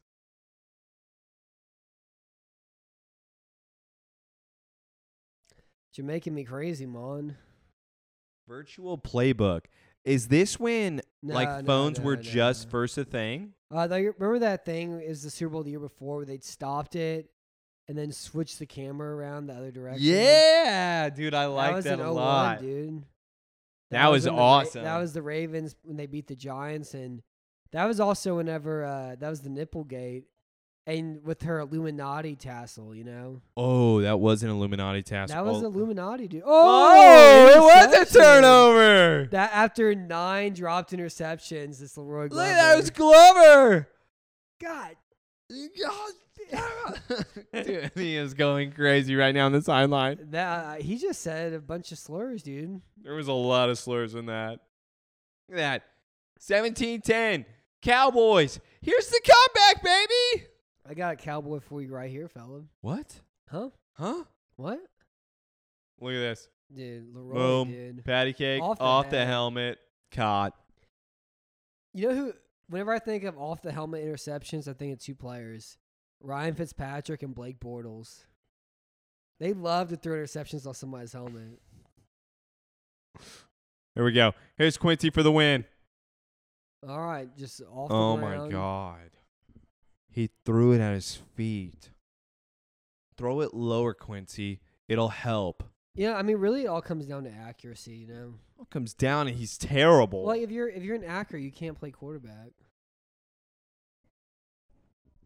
Speaker 2: You're making me crazy, man.
Speaker 3: Virtual playbook. Is this when
Speaker 2: No,
Speaker 3: like
Speaker 2: no,
Speaker 3: phones
Speaker 2: no,
Speaker 3: were
Speaker 2: no.
Speaker 3: just first a thing?
Speaker 2: Uh, they, remember that thing is the Super Bowl the year before where they'd stopped it and then switched the camera around the other direction.
Speaker 3: Yeah, dude, I
Speaker 2: that
Speaker 3: like
Speaker 2: was
Speaker 3: that,
Speaker 2: in
Speaker 3: a
Speaker 2: 01,
Speaker 3: lot.
Speaker 2: dude.
Speaker 3: That was
Speaker 2: when the Ra-
Speaker 3: awesome.
Speaker 2: that was the Ravens when they beat the Giants, and that was also whenever uh, that was the Nipplegate, and with her Illuminati tassel, you know.
Speaker 3: Oh, that was an Illuminati task.
Speaker 2: That was
Speaker 3: oh.
Speaker 2: Illuminati, dude.
Speaker 3: Oh, it was a
Speaker 2: interception.
Speaker 3: turnover.
Speaker 2: That after nine dropped interceptions, this Leroy
Speaker 3: Look,
Speaker 2: Glover.
Speaker 3: that was Glover.
Speaker 2: God.
Speaker 3: Dude, he is going crazy right now on the sideline.
Speaker 2: That uh, he just said a bunch of slurs, dude.
Speaker 3: There was a lot of slurs in that. Look at that. 17-10. Cowboys. Here's the comeback, baby.
Speaker 2: I got a cowboy for you right here, fella.
Speaker 3: What?
Speaker 2: Huh?
Speaker 3: Huh?
Speaker 2: What?
Speaker 3: Look at this.
Speaker 2: Dude, Leroy,
Speaker 3: Boom.
Speaker 2: dude.
Speaker 3: Patty cake
Speaker 2: Off
Speaker 3: off,
Speaker 2: the
Speaker 3: the
Speaker 2: helmet.
Speaker 3: helmet. Caught.
Speaker 2: You know who? Whenever I think of off the helmet interceptions, I think of two players: Ryan Fitzpatrick and Blake Bortles. They love to throw interceptions off somebody's helmet.
Speaker 3: Here we go. Here's Quincy for the win.
Speaker 2: All right, just off. The
Speaker 3: Oh my
Speaker 2: ground.
Speaker 3: god. He threw it at his feet. Throw it lower, Quincy. It'll help. Oh,
Speaker 2: Yeah, I mean, really, it all comes down to accuracy, you know.
Speaker 3: It comes down and he's terrible.
Speaker 2: Well, if you're if you're an accurate, you can't play quarterback.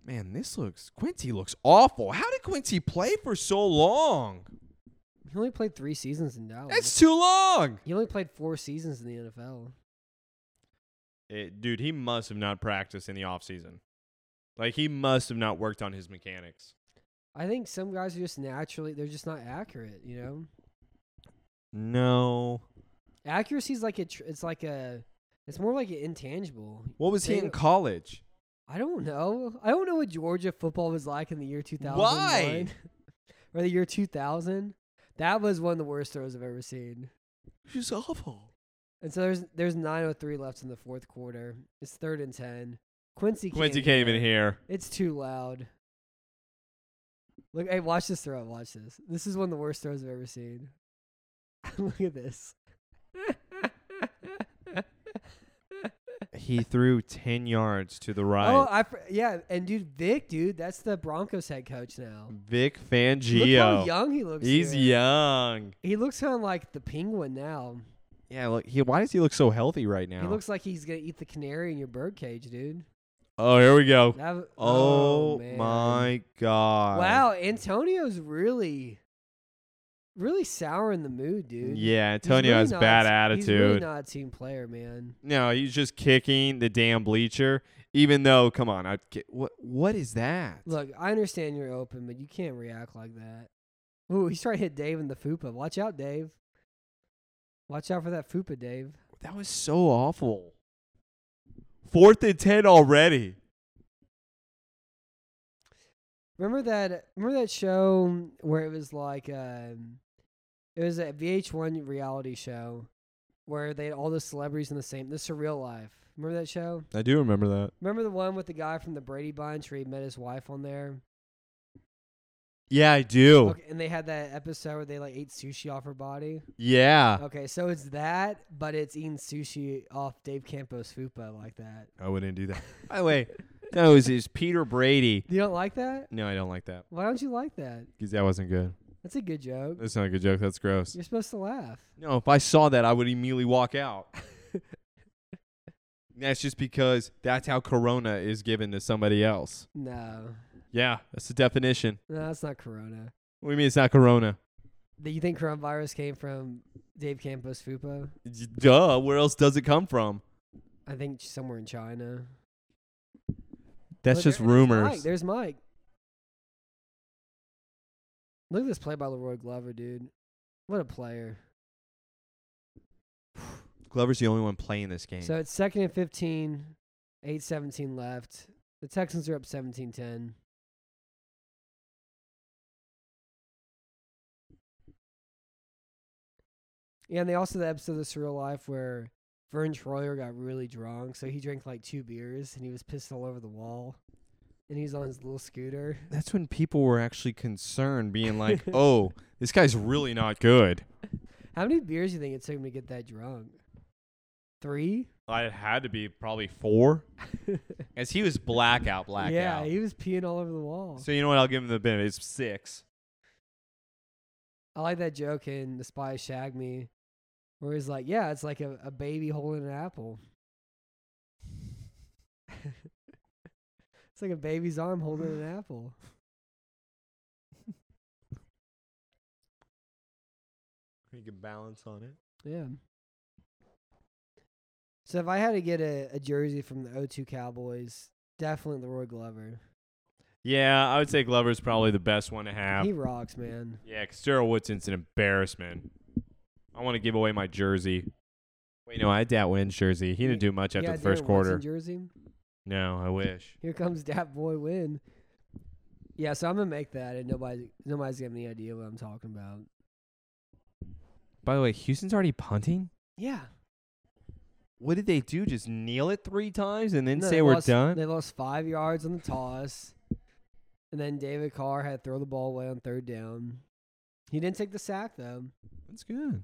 Speaker 3: Man, this looks Quincy looks awful. How did Quincy play for so long?
Speaker 2: He only played three seasons in Dallas.
Speaker 3: That's too long.
Speaker 2: he only played four seasons in the NFL.
Speaker 3: dude, he must have not practiced in the offseason. Like he must have not worked on his mechanics.
Speaker 2: I think some guys are just naturally they're just not accurate, you know.
Speaker 3: No.
Speaker 2: Accuracy is like a tr- it's like a it's more like an intangible.
Speaker 3: What was he
Speaker 2: They
Speaker 3: in
Speaker 2: don't-
Speaker 3: college?
Speaker 2: I don't know. I don't know what Georgia football was like in the year 2000.
Speaker 3: Why?
Speaker 2: or the year 2000. That was one of the worst throws I've ever seen.
Speaker 3: He's awful.
Speaker 2: And so there's there's 9:03 left in the fourth quarter. It's third and 10. Quincy
Speaker 3: Quincy
Speaker 2: can't
Speaker 3: came
Speaker 2: hit.
Speaker 3: in here.
Speaker 2: It's too loud. Look, hey, watch this throw. Watch this. This is one of the worst throws I've ever seen. Look at this.
Speaker 3: He threw 10 yards to the right.
Speaker 2: Oh, I fr- yeah, and dude, Vic, dude, that's the Broncos head coach now.
Speaker 3: Vic
Speaker 2: Look how
Speaker 3: Fangio.
Speaker 2: young he looks.
Speaker 3: He's
Speaker 2: here.
Speaker 3: young.
Speaker 2: He looks kind of like the penguin now.
Speaker 3: Yeah, look, he, why does he look so healthy right now?
Speaker 2: He looks like he's gonna eat the canary in your bird cage, dude.
Speaker 3: oh, here we go.
Speaker 2: That w-
Speaker 3: Oh,
Speaker 2: man.
Speaker 3: my god.
Speaker 2: Wow, Antonio's really, really souring the mood, dude.
Speaker 3: Yeah,
Speaker 2: He's really
Speaker 3: Antonio has
Speaker 2: not-
Speaker 3: bad
Speaker 2: He's really
Speaker 3: attitude.
Speaker 2: not a team player, man.
Speaker 3: no, he's just kicking the damn bleacher. Even though, come on, I what what is that?
Speaker 2: Look, I understand you're open, but you can't react like that. Ooh, he's trying to hit Dave in the fupa. Watch out, Dave. Watch out for that fupa, Dave.
Speaker 3: That was so awful. Fourth and ten already.
Speaker 2: Remember that? Remember that show where it was like um, It was a VH1 reality show where they had all the celebrities in the same. The Surreal Life. Remember that show?
Speaker 3: I do remember that.
Speaker 2: Remember the one with the guy from the Brady Bunch where he met his wife on there?
Speaker 3: Yeah, I do.
Speaker 2: Okay, and they had that episode where they like ate sushi off her body.
Speaker 3: Yeah.
Speaker 2: Okay, so it's that, but it's eating sushi off Dave Campos Fupa like that.
Speaker 3: I wouldn't do that. By the way, that was e- is Peter Brady.
Speaker 2: You don't like that?
Speaker 3: No, I don't like that
Speaker 2: Why don't you like that?
Speaker 3: because that wasn't good.
Speaker 2: That's a good joke.
Speaker 3: That's not a good joke. That's gross.
Speaker 2: You're supposed to laugh.
Speaker 3: No, if I saw that, I would immediately walk out. that's just because that's how Corona is given to somebody else.
Speaker 2: No,
Speaker 3: Yeah, that's the definition.
Speaker 2: no, that's not Corona.
Speaker 3: What do you mean it's not Corona?
Speaker 2: Do you think coronavirus came from Dave Campos Fupa?
Speaker 3: Duh. Where else does it come from?
Speaker 2: I think somewhere in China.
Speaker 3: That's
Speaker 2: Look,
Speaker 3: just
Speaker 2: there- Mike,
Speaker 3: rumors.
Speaker 2: there's Mike. Look at this play by Leroy Glover, dude. What a player.
Speaker 3: Glover's the only one playing this game.
Speaker 2: So it's second and 15, 8 17 left. The Texans are up 17 10. Yeah, and they also, the episode of The Surreal Life where Vern Troyer got really drunk. So he drank like two beers and he was pissed all over the wall. And he's on his little scooter.
Speaker 3: that's when people were actually concerned, being like, "Oh, this guy's really not good."
Speaker 2: How many beers do you think it took him to get that drunk? Three?
Speaker 3: I had to be probably four, as he was blackout, blackout.
Speaker 2: yeah, he was peeing all over the wall.
Speaker 3: So you know what? I'll give him the benefit. It's six.
Speaker 2: I like that joke in The Spy Shag Me, where he's like, "Yeah, it's like a, a baby holding an apple. it's like a baby's arm holding an apple."
Speaker 3: You can balance on it.
Speaker 2: Yeah. So if I had to get a, a jersey from the O2 Cowboys, definitely Leroy Glover.
Speaker 3: Yeah, I would say Glover's probably the best one to have.
Speaker 2: He rocks, man.
Speaker 3: yeah, because Daryl Woodson's an embarrassment. I want to give away my jersey. Wait, no, I had Dat Wins jersey. He didn't do much after
Speaker 2: Yeah,
Speaker 3: the first
Speaker 2: Darren Watson
Speaker 3: quarter.
Speaker 2: jersey.
Speaker 3: no, I wish.
Speaker 2: Here comes that boy win. Yeah, so I'm gonna make that, and nobody nobody's got any idea what I'm talking about.
Speaker 3: By the way, Houston's already punting.
Speaker 2: Yeah.
Speaker 3: What did they do? Just kneel it three times and then
Speaker 2: No,
Speaker 3: say
Speaker 2: they
Speaker 3: we're
Speaker 2: lost-
Speaker 3: done?
Speaker 2: They lost five yards on the toss, and then David Carr had to throw the ball away on third down. He didn't take the sack though.
Speaker 3: That's good.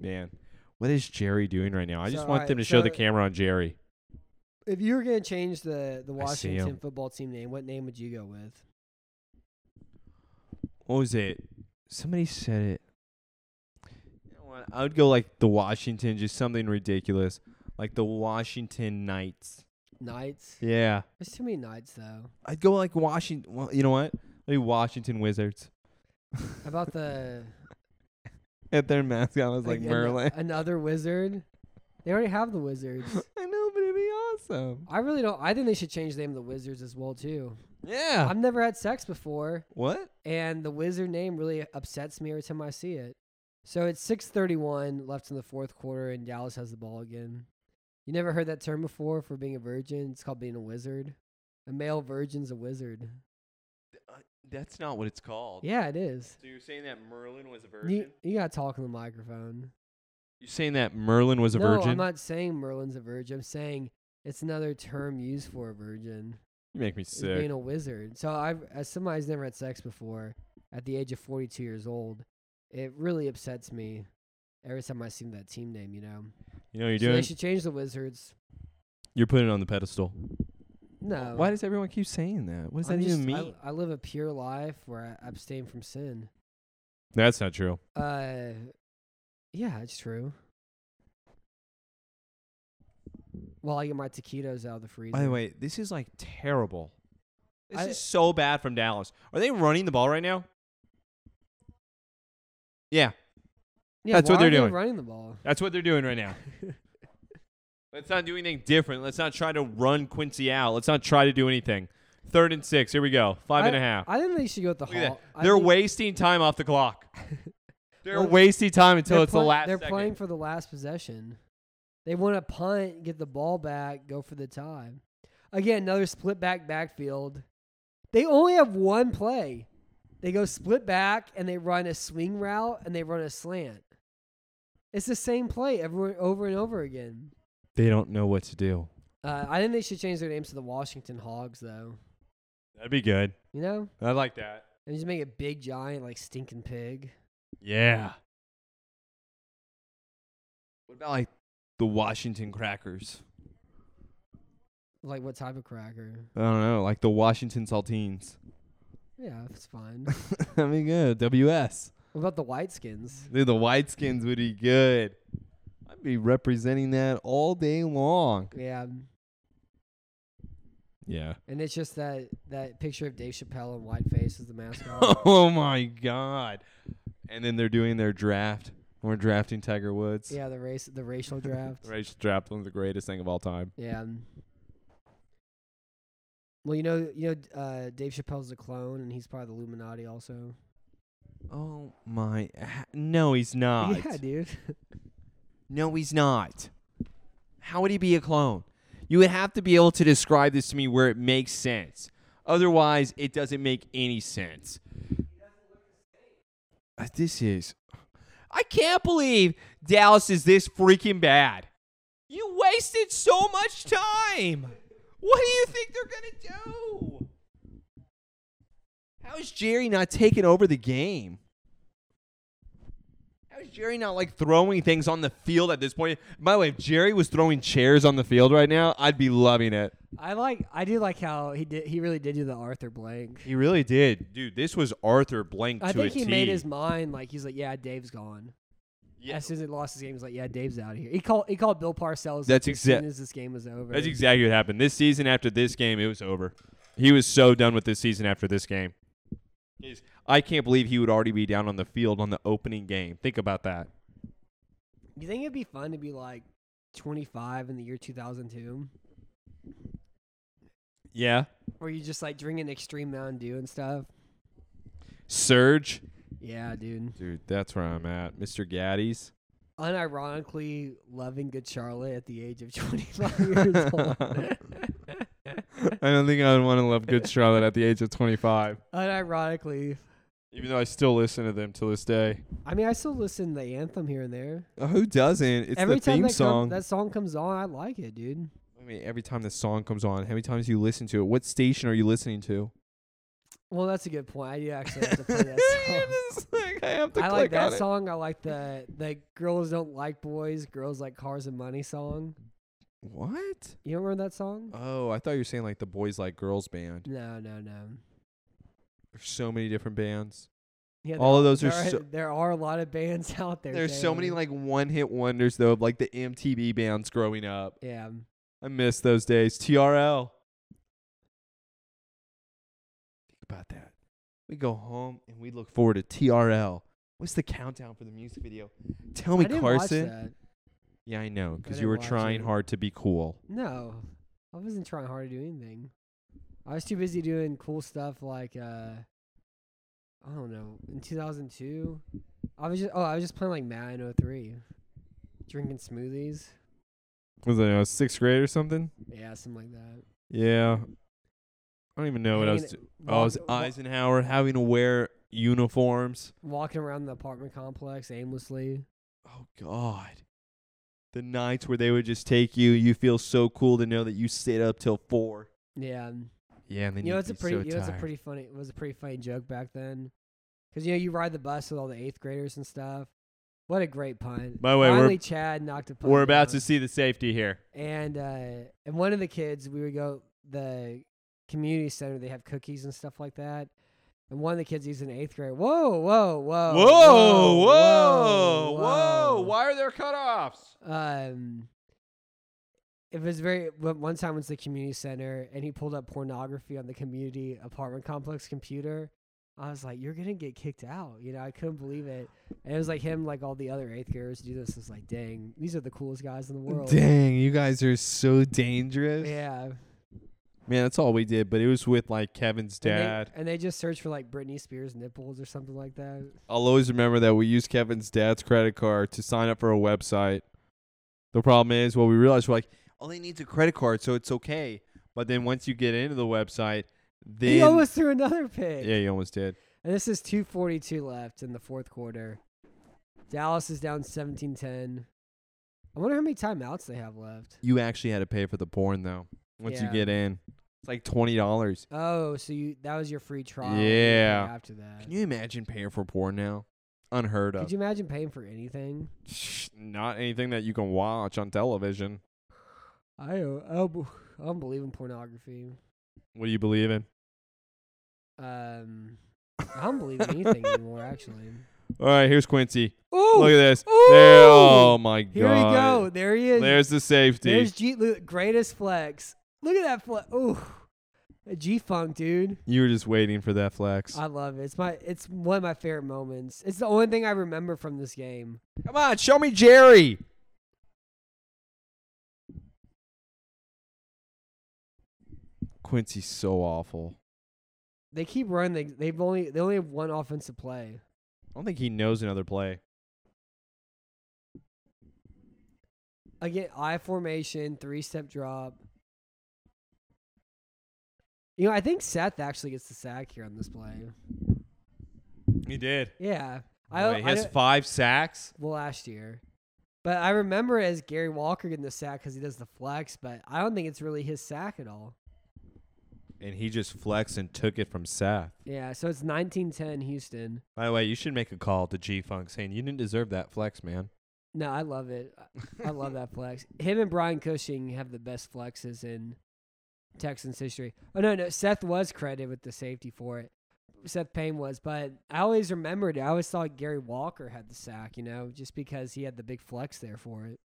Speaker 3: Man, what is Jerry doing right now? I just
Speaker 2: So,
Speaker 3: want
Speaker 2: alright,
Speaker 3: them to show the
Speaker 2: so-
Speaker 3: camera on Jerry.
Speaker 2: If you were gonna change the the
Speaker 3: I see 'em.
Speaker 2: Washington football team name, what name would you go with?
Speaker 3: What was it? Somebody said it. You know what? I would go like the Washington, just something ridiculous, like the Washington Knights.
Speaker 2: Knights.
Speaker 3: Yeah,
Speaker 2: There's too many knights though.
Speaker 3: I'd go like Washington. Well, you know what? Maybe Washington Wizards.
Speaker 2: How about the
Speaker 3: At their mascot was like
Speaker 2: an-
Speaker 3: Merlin.
Speaker 2: another wizard? They already have the wizards.
Speaker 3: I know, but it'd be awesome.
Speaker 2: I really don't. I think they should change the name of the wizards as well too.
Speaker 3: Yeah.
Speaker 2: I've never had sex before.
Speaker 3: what?
Speaker 2: and the wizard name really upsets me every time I see it. So it's 6:31 left in the fourth quarter, and Dallas has the ball again. You never heard that term before for being a virgin? It's called being a wizard. A male virgin's a wizard.
Speaker 3: Uh, That's not what it's called.
Speaker 2: Yeah, it is.
Speaker 3: So you're saying that Merlin was a virgin?
Speaker 2: You, you gotta talk in the microphone.
Speaker 3: You're saying that Merlin was a
Speaker 2: no,
Speaker 3: virgin?
Speaker 2: I'm not saying Merlin's a virgin. I'm saying it's another term used for a virgin.
Speaker 3: You make me
Speaker 2: is
Speaker 3: sick.
Speaker 2: being a wizard. So I've as somebody who's never had sex before, at the age of forty two years old, it really upsets me every time I see that team name, you know.
Speaker 3: you know what you're
Speaker 2: So they
Speaker 3: doing?
Speaker 2: should change the wizards.
Speaker 3: you're putting it on the pedestal.
Speaker 2: No.
Speaker 3: Why does everyone keep saying that? What does
Speaker 2: I'm
Speaker 3: that
Speaker 2: just-
Speaker 3: even mean?
Speaker 2: I, I live a pure life where I abstain from sin.
Speaker 3: That's not true.
Speaker 2: Uh yeah, it's true. Well, I get my taquitos out of the freezer.
Speaker 3: By the way, this is like terrible. This
Speaker 2: I-
Speaker 3: is so bad from Dallas. Are they running the ball right now? Yeah,
Speaker 2: yeah,
Speaker 3: that's what
Speaker 2: why are
Speaker 3: they're
Speaker 2: they
Speaker 3: doing.
Speaker 2: Running the ball.
Speaker 3: that's what they're doing right now. Let's not do anything different. Let's not try to run Quincy out. Let's not try to do anything. Third and six. Here we go. Five
Speaker 2: I,
Speaker 3: and a half.
Speaker 2: I think they should go with the
Speaker 3: Look at
Speaker 2: hall.
Speaker 3: that.
Speaker 2: I
Speaker 3: They're
Speaker 2: think-
Speaker 3: wasting time off the clock. They're
Speaker 2: Well,
Speaker 3: wasting time until
Speaker 2: they're
Speaker 3: it's the
Speaker 2: play-
Speaker 3: last
Speaker 2: They're
Speaker 3: second.
Speaker 2: playing for the last possession. They want to punt, get the ball back, go for the tie. Again, another split back backfield. They only have one play. They go split back and they run a swing route and they run a slant. It's the same play everyone over and over again.
Speaker 3: They don't know what to do.
Speaker 2: Uh, I think they should change their names to the Washington Hogs, though.
Speaker 3: That'd be good.
Speaker 2: You know,
Speaker 3: I like that.
Speaker 2: and just make a big giant like stinking pig.
Speaker 3: Yeah. What about like the Washington crackers?
Speaker 2: Like what type of cracker?
Speaker 3: I don't know, like the Washington saltines.
Speaker 2: Yeah, it's fine.
Speaker 3: That'd be good. WS.
Speaker 2: what about the white skins?
Speaker 3: Dude, the Whiteskins would be good. I'd be representing that all day long.
Speaker 2: Yeah,
Speaker 3: Yeah.
Speaker 2: and it's just that that picture of Dave Chappelle in white face is the mascot.
Speaker 3: oh my god. And then they're doing their draft. We're drafting Tiger Woods.
Speaker 2: yeah, the race, the racial draft.
Speaker 3: The racial draft one's the greatest thing of all time.
Speaker 2: Yeah. Well, you know, you know, uh, Dave Chappelle's a clone, and he's part of the Illuminati, also.
Speaker 3: Oh my ha- no, he's not.
Speaker 2: Yeah, dude.
Speaker 3: No, he's not. How would he be a clone? You would have to be able to describe this to me where it makes sense. Otherwise, it doesn't make any sense. Uh, This is. I can't believe Dallas is this freaking bad. You wasted so much time. What do you think they're going to do? How is Jerry not taking over the game? How is Jerry not like throwing things on the field at this point? By the way, if Jerry was throwing chairs on the field right now, I'd be loving it.
Speaker 2: I like, I do like how he did. He really did do the Arthur Blank.
Speaker 3: He really did, dude. This was Arthur Blank
Speaker 2: I
Speaker 3: to
Speaker 2: think
Speaker 3: a
Speaker 2: he made
Speaker 3: T.
Speaker 2: his mind like he's like, yeah, Dave's gone.
Speaker 3: Yeah.
Speaker 2: As soon as he lost his game, he's like, yeah, Dave's out of here. He called, he called Bill Parcells.
Speaker 3: That's
Speaker 2: as soon
Speaker 3: exact-
Speaker 2: as this game was over.
Speaker 3: That's exactly what happened. This season after this game, it was over. He was so done with this season after this game. He's- I can't believe he would already be down on the field on the opening game. Think about that.
Speaker 2: you think it'd be fun to be like 25 in the year 2002,
Speaker 3: Yeah.
Speaker 2: where you just like drinking extreme Mountain Dew and stuff?
Speaker 3: Surge.
Speaker 2: Yeah, dude.
Speaker 3: Dude, that's where I'm at. Mr. Gaddy's.
Speaker 2: unironically loving good Charlotte at the age of 25 years old.
Speaker 3: I don't think I would want to love Good Charlotte at the age of 25.
Speaker 2: unironically,
Speaker 3: Even though I still listen to them to this day.
Speaker 2: I mean, I still listen to the anthem here and there.
Speaker 3: Uh, Who doesn't? It's
Speaker 2: every
Speaker 3: the
Speaker 2: time
Speaker 3: theme
Speaker 2: that, come-
Speaker 3: song.
Speaker 2: that song comes on, I like it, dude.
Speaker 3: I mean, every time the song comes on, how many times you listen to it? What station are you listening to?
Speaker 2: Well, that's a good point. I do actually have to play that song.
Speaker 3: I have to
Speaker 2: I
Speaker 3: click
Speaker 2: like that
Speaker 3: on it.
Speaker 2: song. I like the the girls don't like boys, girls like cars and money song.
Speaker 3: What?
Speaker 2: You don't remember that song?
Speaker 3: Oh, I thought you were saying like the boys like girls band.
Speaker 2: No, no, no.
Speaker 3: There's so many different bands.
Speaker 2: Yeah, there
Speaker 3: All of those are
Speaker 2: there are,
Speaker 3: so-
Speaker 2: there are a lot of bands out there.
Speaker 3: There's so many
Speaker 2: Taylor.
Speaker 3: like one hit wonders though of like the MTV bands growing up.
Speaker 2: yeah.
Speaker 3: I miss those days. TRL. Think about that. We go home and we look forward to TRL. What's the countdown for the music video? Tell me,
Speaker 2: I didn't watch
Speaker 3: Carson.
Speaker 2: that.
Speaker 3: Yeah, I know, because you
Speaker 2: didn't
Speaker 3: were
Speaker 2: watch
Speaker 3: trying
Speaker 2: it.
Speaker 3: hard to be cool.
Speaker 2: No, I wasn't trying hard to do anything. I was too busy doing cool stuff like uh, I don't know. In 2002, I was just oh I was just playing like Madden 03, drinking smoothies.
Speaker 3: Was it uh, sixth grade or something?
Speaker 2: Yeah, something like that.
Speaker 3: Yeah. I don't even know what I was
Speaker 2: Hanging-
Speaker 3: doing. Oh, it was
Speaker 2: walk- wa-
Speaker 3: Eisenhower having to wear uniforms.
Speaker 2: walking around the apartment complex aimlessly.
Speaker 3: Oh, God. The nights where they would just take you, you feel so cool to know that you stayed up till four.
Speaker 2: Yeah,
Speaker 3: Yeah, and then
Speaker 2: you know
Speaker 3: you'd
Speaker 2: it's a
Speaker 3: be
Speaker 2: pretty
Speaker 3: so
Speaker 2: you know it's a
Speaker 3: tired.
Speaker 2: pretty funny it was a pretty funny joke back then, because you know you ride the bus with all the eighth graders and stuff. What a great pun!
Speaker 3: By the way, we're-
Speaker 2: finally Chad knocked a pun.
Speaker 3: We're about
Speaker 2: down.
Speaker 3: to see the safety here.
Speaker 2: and uh, and one of the kids we would go the community center they have cookies and stuff like that and one of the kids he's in eighth grade whoa whoa whoa
Speaker 3: Oh, are there cutoffs?
Speaker 2: um it was very but one time was the community center and he pulled up pornography on the community apartment complex computer i was like you're gonna get kicked out you know i couldn't believe it and it was like him like all the other eighth graders do this is like dang these are the coolest guys in the world
Speaker 3: Dang, you guys are so dangerous.
Speaker 2: yeah
Speaker 3: Man, that's all we did, but it was with like Kevin's
Speaker 2: And they-
Speaker 3: dad.
Speaker 2: And they, just search for like Britney Spears nipples or something like that.
Speaker 3: I'll always remember that we used Kevin's dad's credit card to sign up for a website. The problem is, oh, well, we realized we're like, all they need is a credit card, so it's okay. But then once you get into the website, Then,
Speaker 2: he almost threw another pick.
Speaker 3: yeah, you almost did.
Speaker 2: And this is 242 left in the fourth quarter. Dallas is down 17-10. I wonder how many timeouts they have left.
Speaker 3: You actually had to pay for the porn though. Once
Speaker 2: Yeah.
Speaker 3: you get in, it's like twenty dollars.
Speaker 2: Oh, so you that was your free trial. and you paid
Speaker 3: Yeah.
Speaker 2: After that.
Speaker 3: Can you imagine paying for porn now? Unheard of.
Speaker 2: Could you imagine paying for anything?
Speaker 3: Not anything that you can watch on television.
Speaker 2: I don't, I don't b- I don't believe in pornography.
Speaker 3: What do you believe in?
Speaker 2: Um, I don't believe in anything anymore, actually.
Speaker 3: All right, here's Quincy.
Speaker 2: Ooh,
Speaker 3: Look at this. There,
Speaker 2: Ooh!
Speaker 3: oh my god.
Speaker 2: here we go. There he is.
Speaker 3: There's the safety.
Speaker 2: There's G. Lu- Greatest flex. Look at that flex. Ooh, G Funk, dude.
Speaker 3: you were just waiting for that flex.
Speaker 2: I love it. It's my. It's one of my favorite moments. It's the only thing I remember from this game.
Speaker 3: Come on, show me Jerry. Quincy's so awful.
Speaker 2: They keep running. They, they've only. They only have one offensive play.
Speaker 3: I don't think he knows another play.
Speaker 2: Again, I formation, three step drop. You know, I think Seth actually gets the sack here on this play.
Speaker 3: He did.
Speaker 2: Yeah, I.
Speaker 3: Wait,
Speaker 2: I
Speaker 3: he has
Speaker 2: don't-
Speaker 3: five sacks.
Speaker 2: well last year. But I remember it as Gary Walker getting the sack because he does the flex, but I don't think it's really his sack at all.
Speaker 3: And he just flexed and took it from Seth.
Speaker 2: Yeah, so it's 1910 Houston.
Speaker 3: By the way, you should make a call to G Funk saying you didn't deserve that flex, man.
Speaker 2: No, I love it. I- I love that flex. Him and Brian Cushing have the best flexes in Texans history. Oh no, no, Seth was credited with the safety for it. Seth Payne was, but I always remembered it. I always thought Gary Walker had the sack, you know, just because he had the big flex there for it.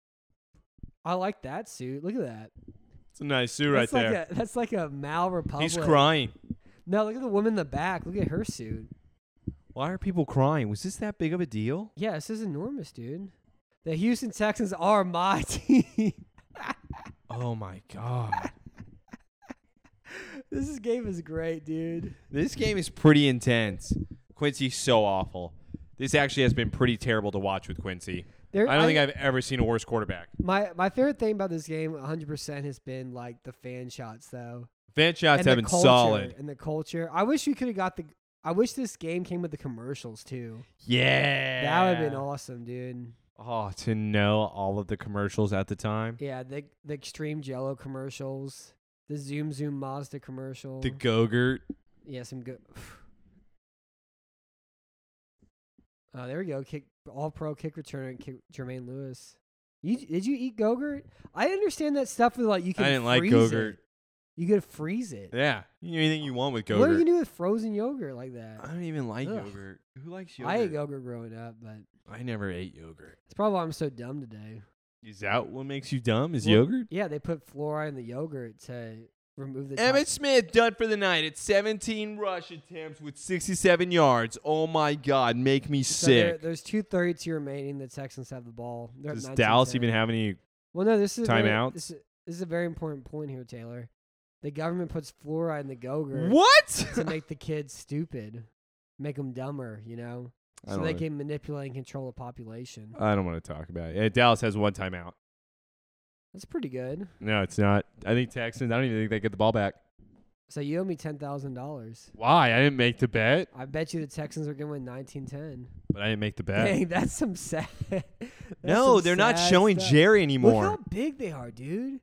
Speaker 2: I like that suit. Look at that.
Speaker 3: It's a nice suit
Speaker 2: that's Like a, that's like a Mal Republic.
Speaker 3: He's crying.
Speaker 2: No, look at the woman in the back. Look at her suit.
Speaker 3: Why are people crying? Was this that big of a deal?
Speaker 2: Yeah, this is enormous, dude. The Houston Texans are my team.
Speaker 3: Oh my god.
Speaker 2: this game is great, dude.
Speaker 3: this game is pretty intense. Quincy's so awful. This actually has been pretty terrible to watch with Quincy.
Speaker 2: There,
Speaker 3: I don't think I've ever seen a worse quarterback.
Speaker 2: my my favorite thing about this game, 100%, has been like the fan shots, though.
Speaker 3: Van shots
Speaker 2: the
Speaker 3: have been
Speaker 2: culture,
Speaker 3: solid.
Speaker 2: And the culture. I wish you could have got the. I wish this game came with the commercials too.
Speaker 3: Yeah.
Speaker 2: That would have been awesome, dude.
Speaker 3: Oh, to know all of the commercials at the time.
Speaker 2: Yeah, the the extreme Jello commercials, the Zoom Zoom Mazda commercial.
Speaker 3: The Gogurt.
Speaker 2: Yeah, some good. Oh, there we go. Kick all pro kick returner and kick Jermaine Lewis. You did you eat Gogurt? I understand that stuff with like you can.
Speaker 3: didn't like
Speaker 2: freeze
Speaker 3: Go-Gurt.
Speaker 2: it. You could freeze it.
Speaker 3: Yeah. You can do anything you want with
Speaker 2: What do you
Speaker 3: Gogurt.
Speaker 2: do with frozen yogurt like that?
Speaker 3: I don't even like
Speaker 2: Ugh.
Speaker 3: yogurt. Who likes yogurt?
Speaker 2: I ate yogurt growing up, but
Speaker 3: I never ate yogurt.
Speaker 2: it's probably why I'm so dumb today.
Speaker 3: Is that what makes you dumb? Is
Speaker 2: Well,
Speaker 3: yogurt?
Speaker 2: Yeah, they put fluoride in the yogurt to remove the.
Speaker 3: Emmett
Speaker 2: tox-
Speaker 3: Smith done for the night at 17 rush attempts with 67 yards. Oh my God, make me
Speaker 2: So there-
Speaker 3: sick.
Speaker 2: there's two thirty-two remaining. The Texans have the ball. They're up
Speaker 3: Does
Speaker 2: 19-10.
Speaker 3: Dallas even have any?
Speaker 2: Well, no, this is a Very,
Speaker 3: Timeouts?
Speaker 2: this, is, this is a very important point here, Taylor. The government puts fluoride in the Gogurt to
Speaker 3: What?
Speaker 2: make the kids stupid, make them dumber, you know,
Speaker 3: I
Speaker 2: so
Speaker 3: don't
Speaker 2: they
Speaker 3: wanna-
Speaker 2: can manipulate and control the population.
Speaker 3: I don't want to talk about it. Yeah, Dallas has one timeout.
Speaker 2: That's pretty good.
Speaker 3: No, it's not. I think Texans. I don't even think they get the ball back.
Speaker 2: So you owe me ten thousand dollars.
Speaker 3: Why? I didn't make the bet,
Speaker 2: I bet you the Texans are going to win nineteen ten.
Speaker 3: but I didn't make the bet.
Speaker 2: Dang, that's some sad. that's
Speaker 3: no,
Speaker 2: some
Speaker 3: they're not
Speaker 2: sad
Speaker 3: showing
Speaker 2: stuff.
Speaker 3: Jerry
Speaker 2: Look
Speaker 3: anymore.
Speaker 2: how big they are, dude.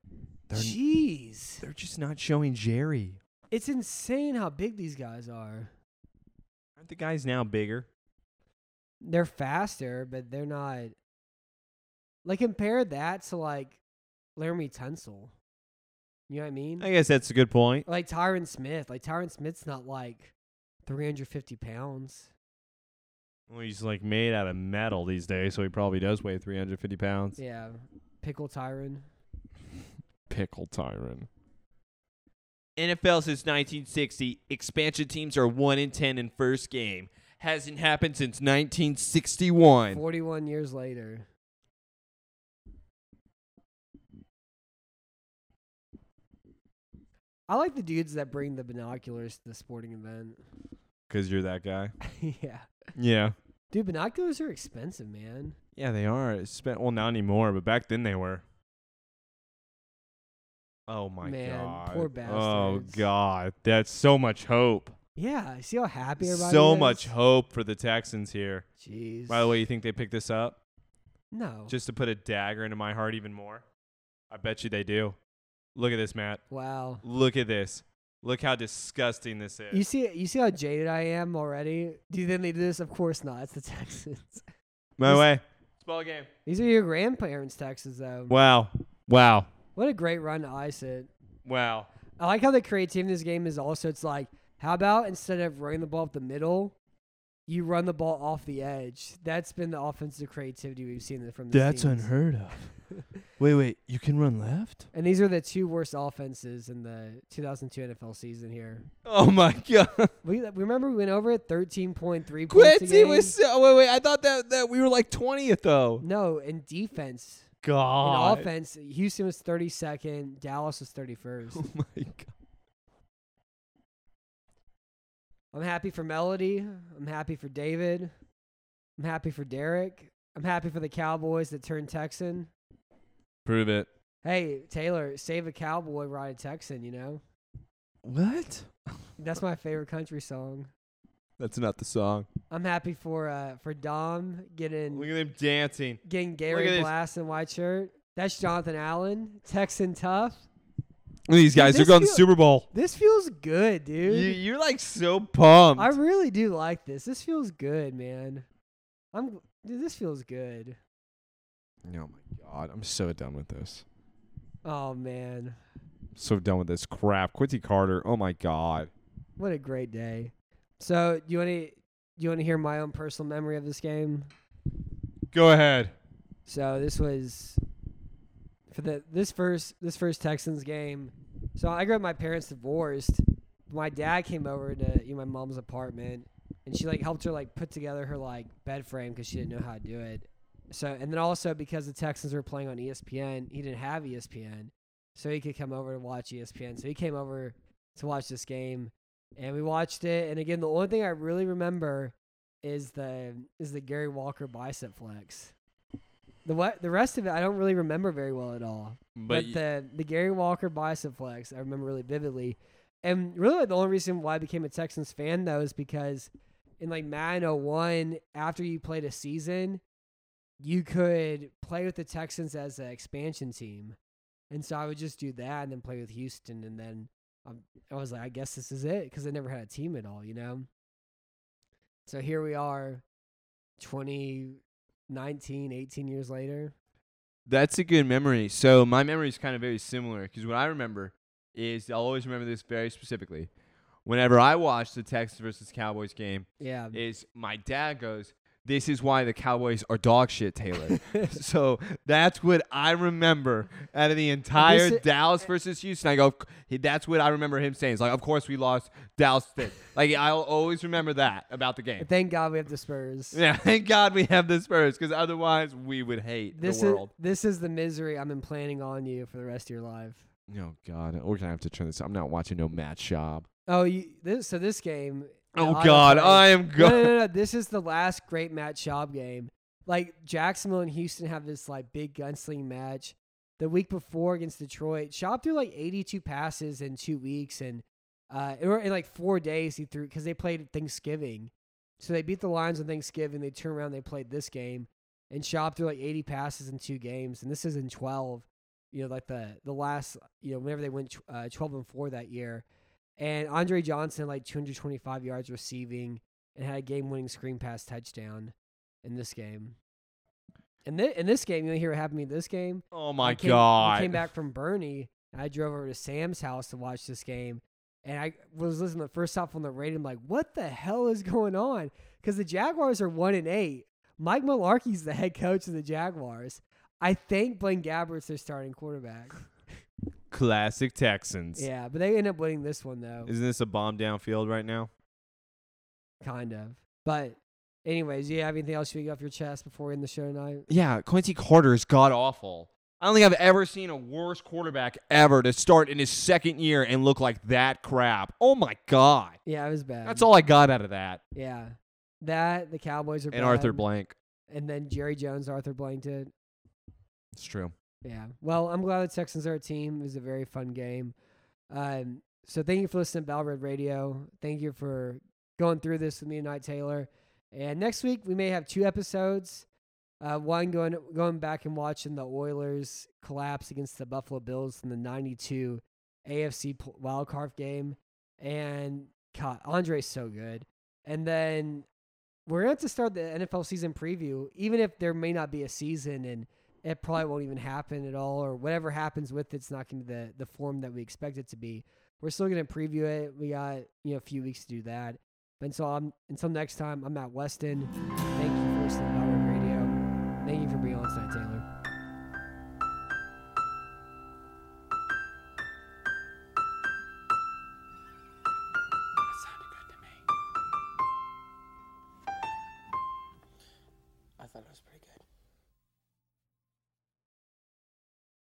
Speaker 3: They're-
Speaker 2: Jeez,
Speaker 3: They're just not showing Jerry.
Speaker 2: it's insane how big these guys are.
Speaker 3: Aren't the guys now bigger?
Speaker 2: they're faster, but they're not. Like compare that to like Laramie Tunsil. You know what I mean?
Speaker 3: I guess that's a good point.
Speaker 2: Or, like Tyron Smith. Like Tyron Smith's not like 350 pounds.
Speaker 3: Well, he's like made out of metal these days, so he probably does weigh 350 pounds.
Speaker 2: Yeah, pickle Tyron.
Speaker 3: Pickle Tyron. NFL since 1960, expansion teams are 1 in 10 in first game. Hasn't happened since 1961.
Speaker 2: 41 years later. I like the dudes that bring the binoculars to the sporting event.
Speaker 3: Because you're that guy.
Speaker 2: yeah,
Speaker 3: Yeah.
Speaker 2: dude, binoculars are expensive, man.
Speaker 3: Yeah, they are. It's spent well not anymore, but back then they were. Oh my
Speaker 2: Man,
Speaker 3: god.
Speaker 2: poor
Speaker 3: Oh
Speaker 2: bastards.
Speaker 3: god. That's so much hope.
Speaker 2: Yeah, see how happy everybody
Speaker 3: So
Speaker 2: is?
Speaker 3: much hope for the Texans here.
Speaker 2: Jeez.
Speaker 3: By the way, you think they picked this up
Speaker 2: no.
Speaker 3: just to put a dagger into my heart even more? I bet you they do. Look at this, Matt.
Speaker 2: wow.
Speaker 3: Look at this. Look how disgusting this is.
Speaker 2: You see, you see how jaded I am already. Do you think they do this? Of course not. It's the Texans.
Speaker 3: By the
Speaker 2: this-
Speaker 3: way, it's ball game.
Speaker 2: These are your grandparents' Texans, though.
Speaker 3: Wow. Wow.
Speaker 2: What a great run to ice it.
Speaker 3: Wow.
Speaker 2: I like how the creativity in this game is also. It's like, how about instead of running the ball up the middle, you run the ball off the edge. That's been the offensive creativity we've seen from. This team.
Speaker 3: of. wait, wait. You can run left?
Speaker 2: And these are the two worst offenses in the 2002 NFL season here.
Speaker 3: Oh my god.
Speaker 2: We we remember we went over it 13.3 points a
Speaker 3: Quincy
Speaker 2: game.
Speaker 3: was so wait wait. I thought that that we were like twentieth though.
Speaker 2: no in defense. In
Speaker 3: God.
Speaker 2: offense, Houston was 32nd, Dallas was 31st.
Speaker 3: Oh my god.
Speaker 2: I'm happy for Melody. I'm happy for David. I'm happy for Derek. I'm happy for the Cowboys that turned Texan.
Speaker 3: Prove it.
Speaker 2: Hey, Taylor, save a cowboy, ride a Texan, you know?
Speaker 3: What?
Speaker 2: That's my favorite country song.
Speaker 3: That's not the song.
Speaker 2: I'm happy for uh for Dom
Speaker 3: Look
Speaker 2: getting
Speaker 3: at them dancing.
Speaker 2: getting
Speaker 3: at
Speaker 2: Gary
Speaker 3: this.
Speaker 2: Blast in white shirt. That's Jonathan Allen, Texan tough.
Speaker 3: Look at these guys. They're
Speaker 2: this
Speaker 3: going to the
Speaker 2: feel-
Speaker 3: Super Bowl.
Speaker 2: This feels good,
Speaker 3: You,
Speaker 2: dude.
Speaker 3: you're like so pumped.
Speaker 2: I really do like this. This feels good, man. I'm dude, this feels good.
Speaker 3: oh my god. I'm so done with this.
Speaker 2: Oh man.
Speaker 3: So done with this crap. Quincy Carter. Oh my god.
Speaker 2: What a great day. So do you wanna do you wanna hear my own personal memory of this game?
Speaker 3: Go ahead.
Speaker 2: So this was for the this first this first Texans game. So I grew up my parents divorced. My dad came over to you know, my mom's apartment and she like helped her like put together her like bed frame because she didn't know how to do it. So and then also because the Texans were playing on E ESPN, he didn't have E ESPN, so he could come over to watch E ESPN. So he came over to watch this game, and we watched it. And again, the only thing I really remember is the is the Gary Walker bicep flex. The what the rest of it I don't really remember very well at all. But, the the Gary Walker bicep flex I remember really vividly. And really the only reason why I became a Texans fan though is because in like Madden 01, after you played a season, you could play with the Texans as an expansion team. And so I would just do that and then play with Houston and then um, I was like, I guess this is it because I never had a team at all, you know. So here we are, 2019, 18 years later.
Speaker 3: That's a good memory. So my memory is kind of very similar because what I remember is I'll always remember this very specifically. Whenever I watched the Texans versus Cowboys game,
Speaker 2: Yeah.
Speaker 3: is my dad goes, "This is why the Cowboys are dog shit, Taylor." so that's what I remember out of the entire
Speaker 2: This i-
Speaker 3: Dallas versus Houston. I go, "He- that's what I remember him saying. It's like, of course we lost. Dallas did. like I'll always remember that about the game.
Speaker 2: Thank God we have the Spurs.
Speaker 3: Yeah, thank God we have the Spurs because otherwise we would hate
Speaker 2: This
Speaker 3: the
Speaker 2: is
Speaker 3: world.
Speaker 2: this is the misery I've been planning on you for the rest of your life.
Speaker 3: No Oh, God, we're gonna have to turn this. I'm not watching no Matt Schaub.
Speaker 2: Oh, you, this so this game.
Speaker 3: Oh
Speaker 2: I
Speaker 3: God,
Speaker 2: played-
Speaker 3: I am
Speaker 2: No, no,
Speaker 3: good.
Speaker 2: no, no. This is the last great Matt Schaub game. Like Jacksonville and Houston have this like big gunslinging match. The week before against Detroit, Schaub threw like 82 passes in two weeks, and uh, or in like four days he threw because they played Thanksgiving, so they beat the Lions on Thanksgiving. They turned around, they played this game, and Schaub threw like 80 passes in two games, and this is in 12. You know, like the the last, you know, whenever they went tw- uh, 12 and four that year, and Andre Johnson like 225 yards receiving and had a game-winning screen pass touchdown in this game. And thi- in this game, you want to hear what happened to me in this game?
Speaker 3: Oh my
Speaker 2: I came,
Speaker 3: God.
Speaker 2: I came back from Bernie. And I drove over to Sam's house to watch this game, and I was listening to the first half on the radio. I'm like, "What the hell is going on?" Because the Jaguars are one and eight. Mike Mularkey's the head coach of the Jaguars. I think Blaine Gabbert's their starting quarterback.
Speaker 3: Classic Texans.
Speaker 2: Yeah, but they end up winning this one though.
Speaker 3: Isn't this a bomb downfield right now?
Speaker 2: Kind of. But anyways, do you have anything else you get off your chest before we end the show tonight?
Speaker 3: Yeah, Quincy Carter is god awful. I don't think I've ever seen a worse quarterback ever to start in his second year and look like that crap. Oh my god.
Speaker 2: Yeah, it was bad.
Speaker 3: That's all I got out of that.
Speaker 2: Yeah. That, the Cowboys are
Speaker 3: And Arthur
Speaker 2: bad,
Speaker 3: Blank.
Speaker 2: And then Jerry Jones, Arthur Blankton.
Speaker 3: It's true.
Speaker 2: Yeah. Well, I'm glad the Texans are a team. It was a very fun game. Um, so thank you for listening to Bellred Radio. Thank you for going through this with me and Knight Taylor. And next week we may have two episodes. Uh, one going going back and watching the Oilers collapse against the Buffalo Bills in the '92 AFC pl- wild card game, and God, Andre's so good. And then we're going to have to start the NFL season preview, even if there may not be a season and it probably won't even happen at all, or whatever happens with it's not going to be the, the form that we expect it to be. We're still going to preview it. We got you know a few weeks to do that. But so I'm, until next time, I'm Matt Weston. Thank you for listening to Ballroom Radio. Thank you for being on tonight, Taylor.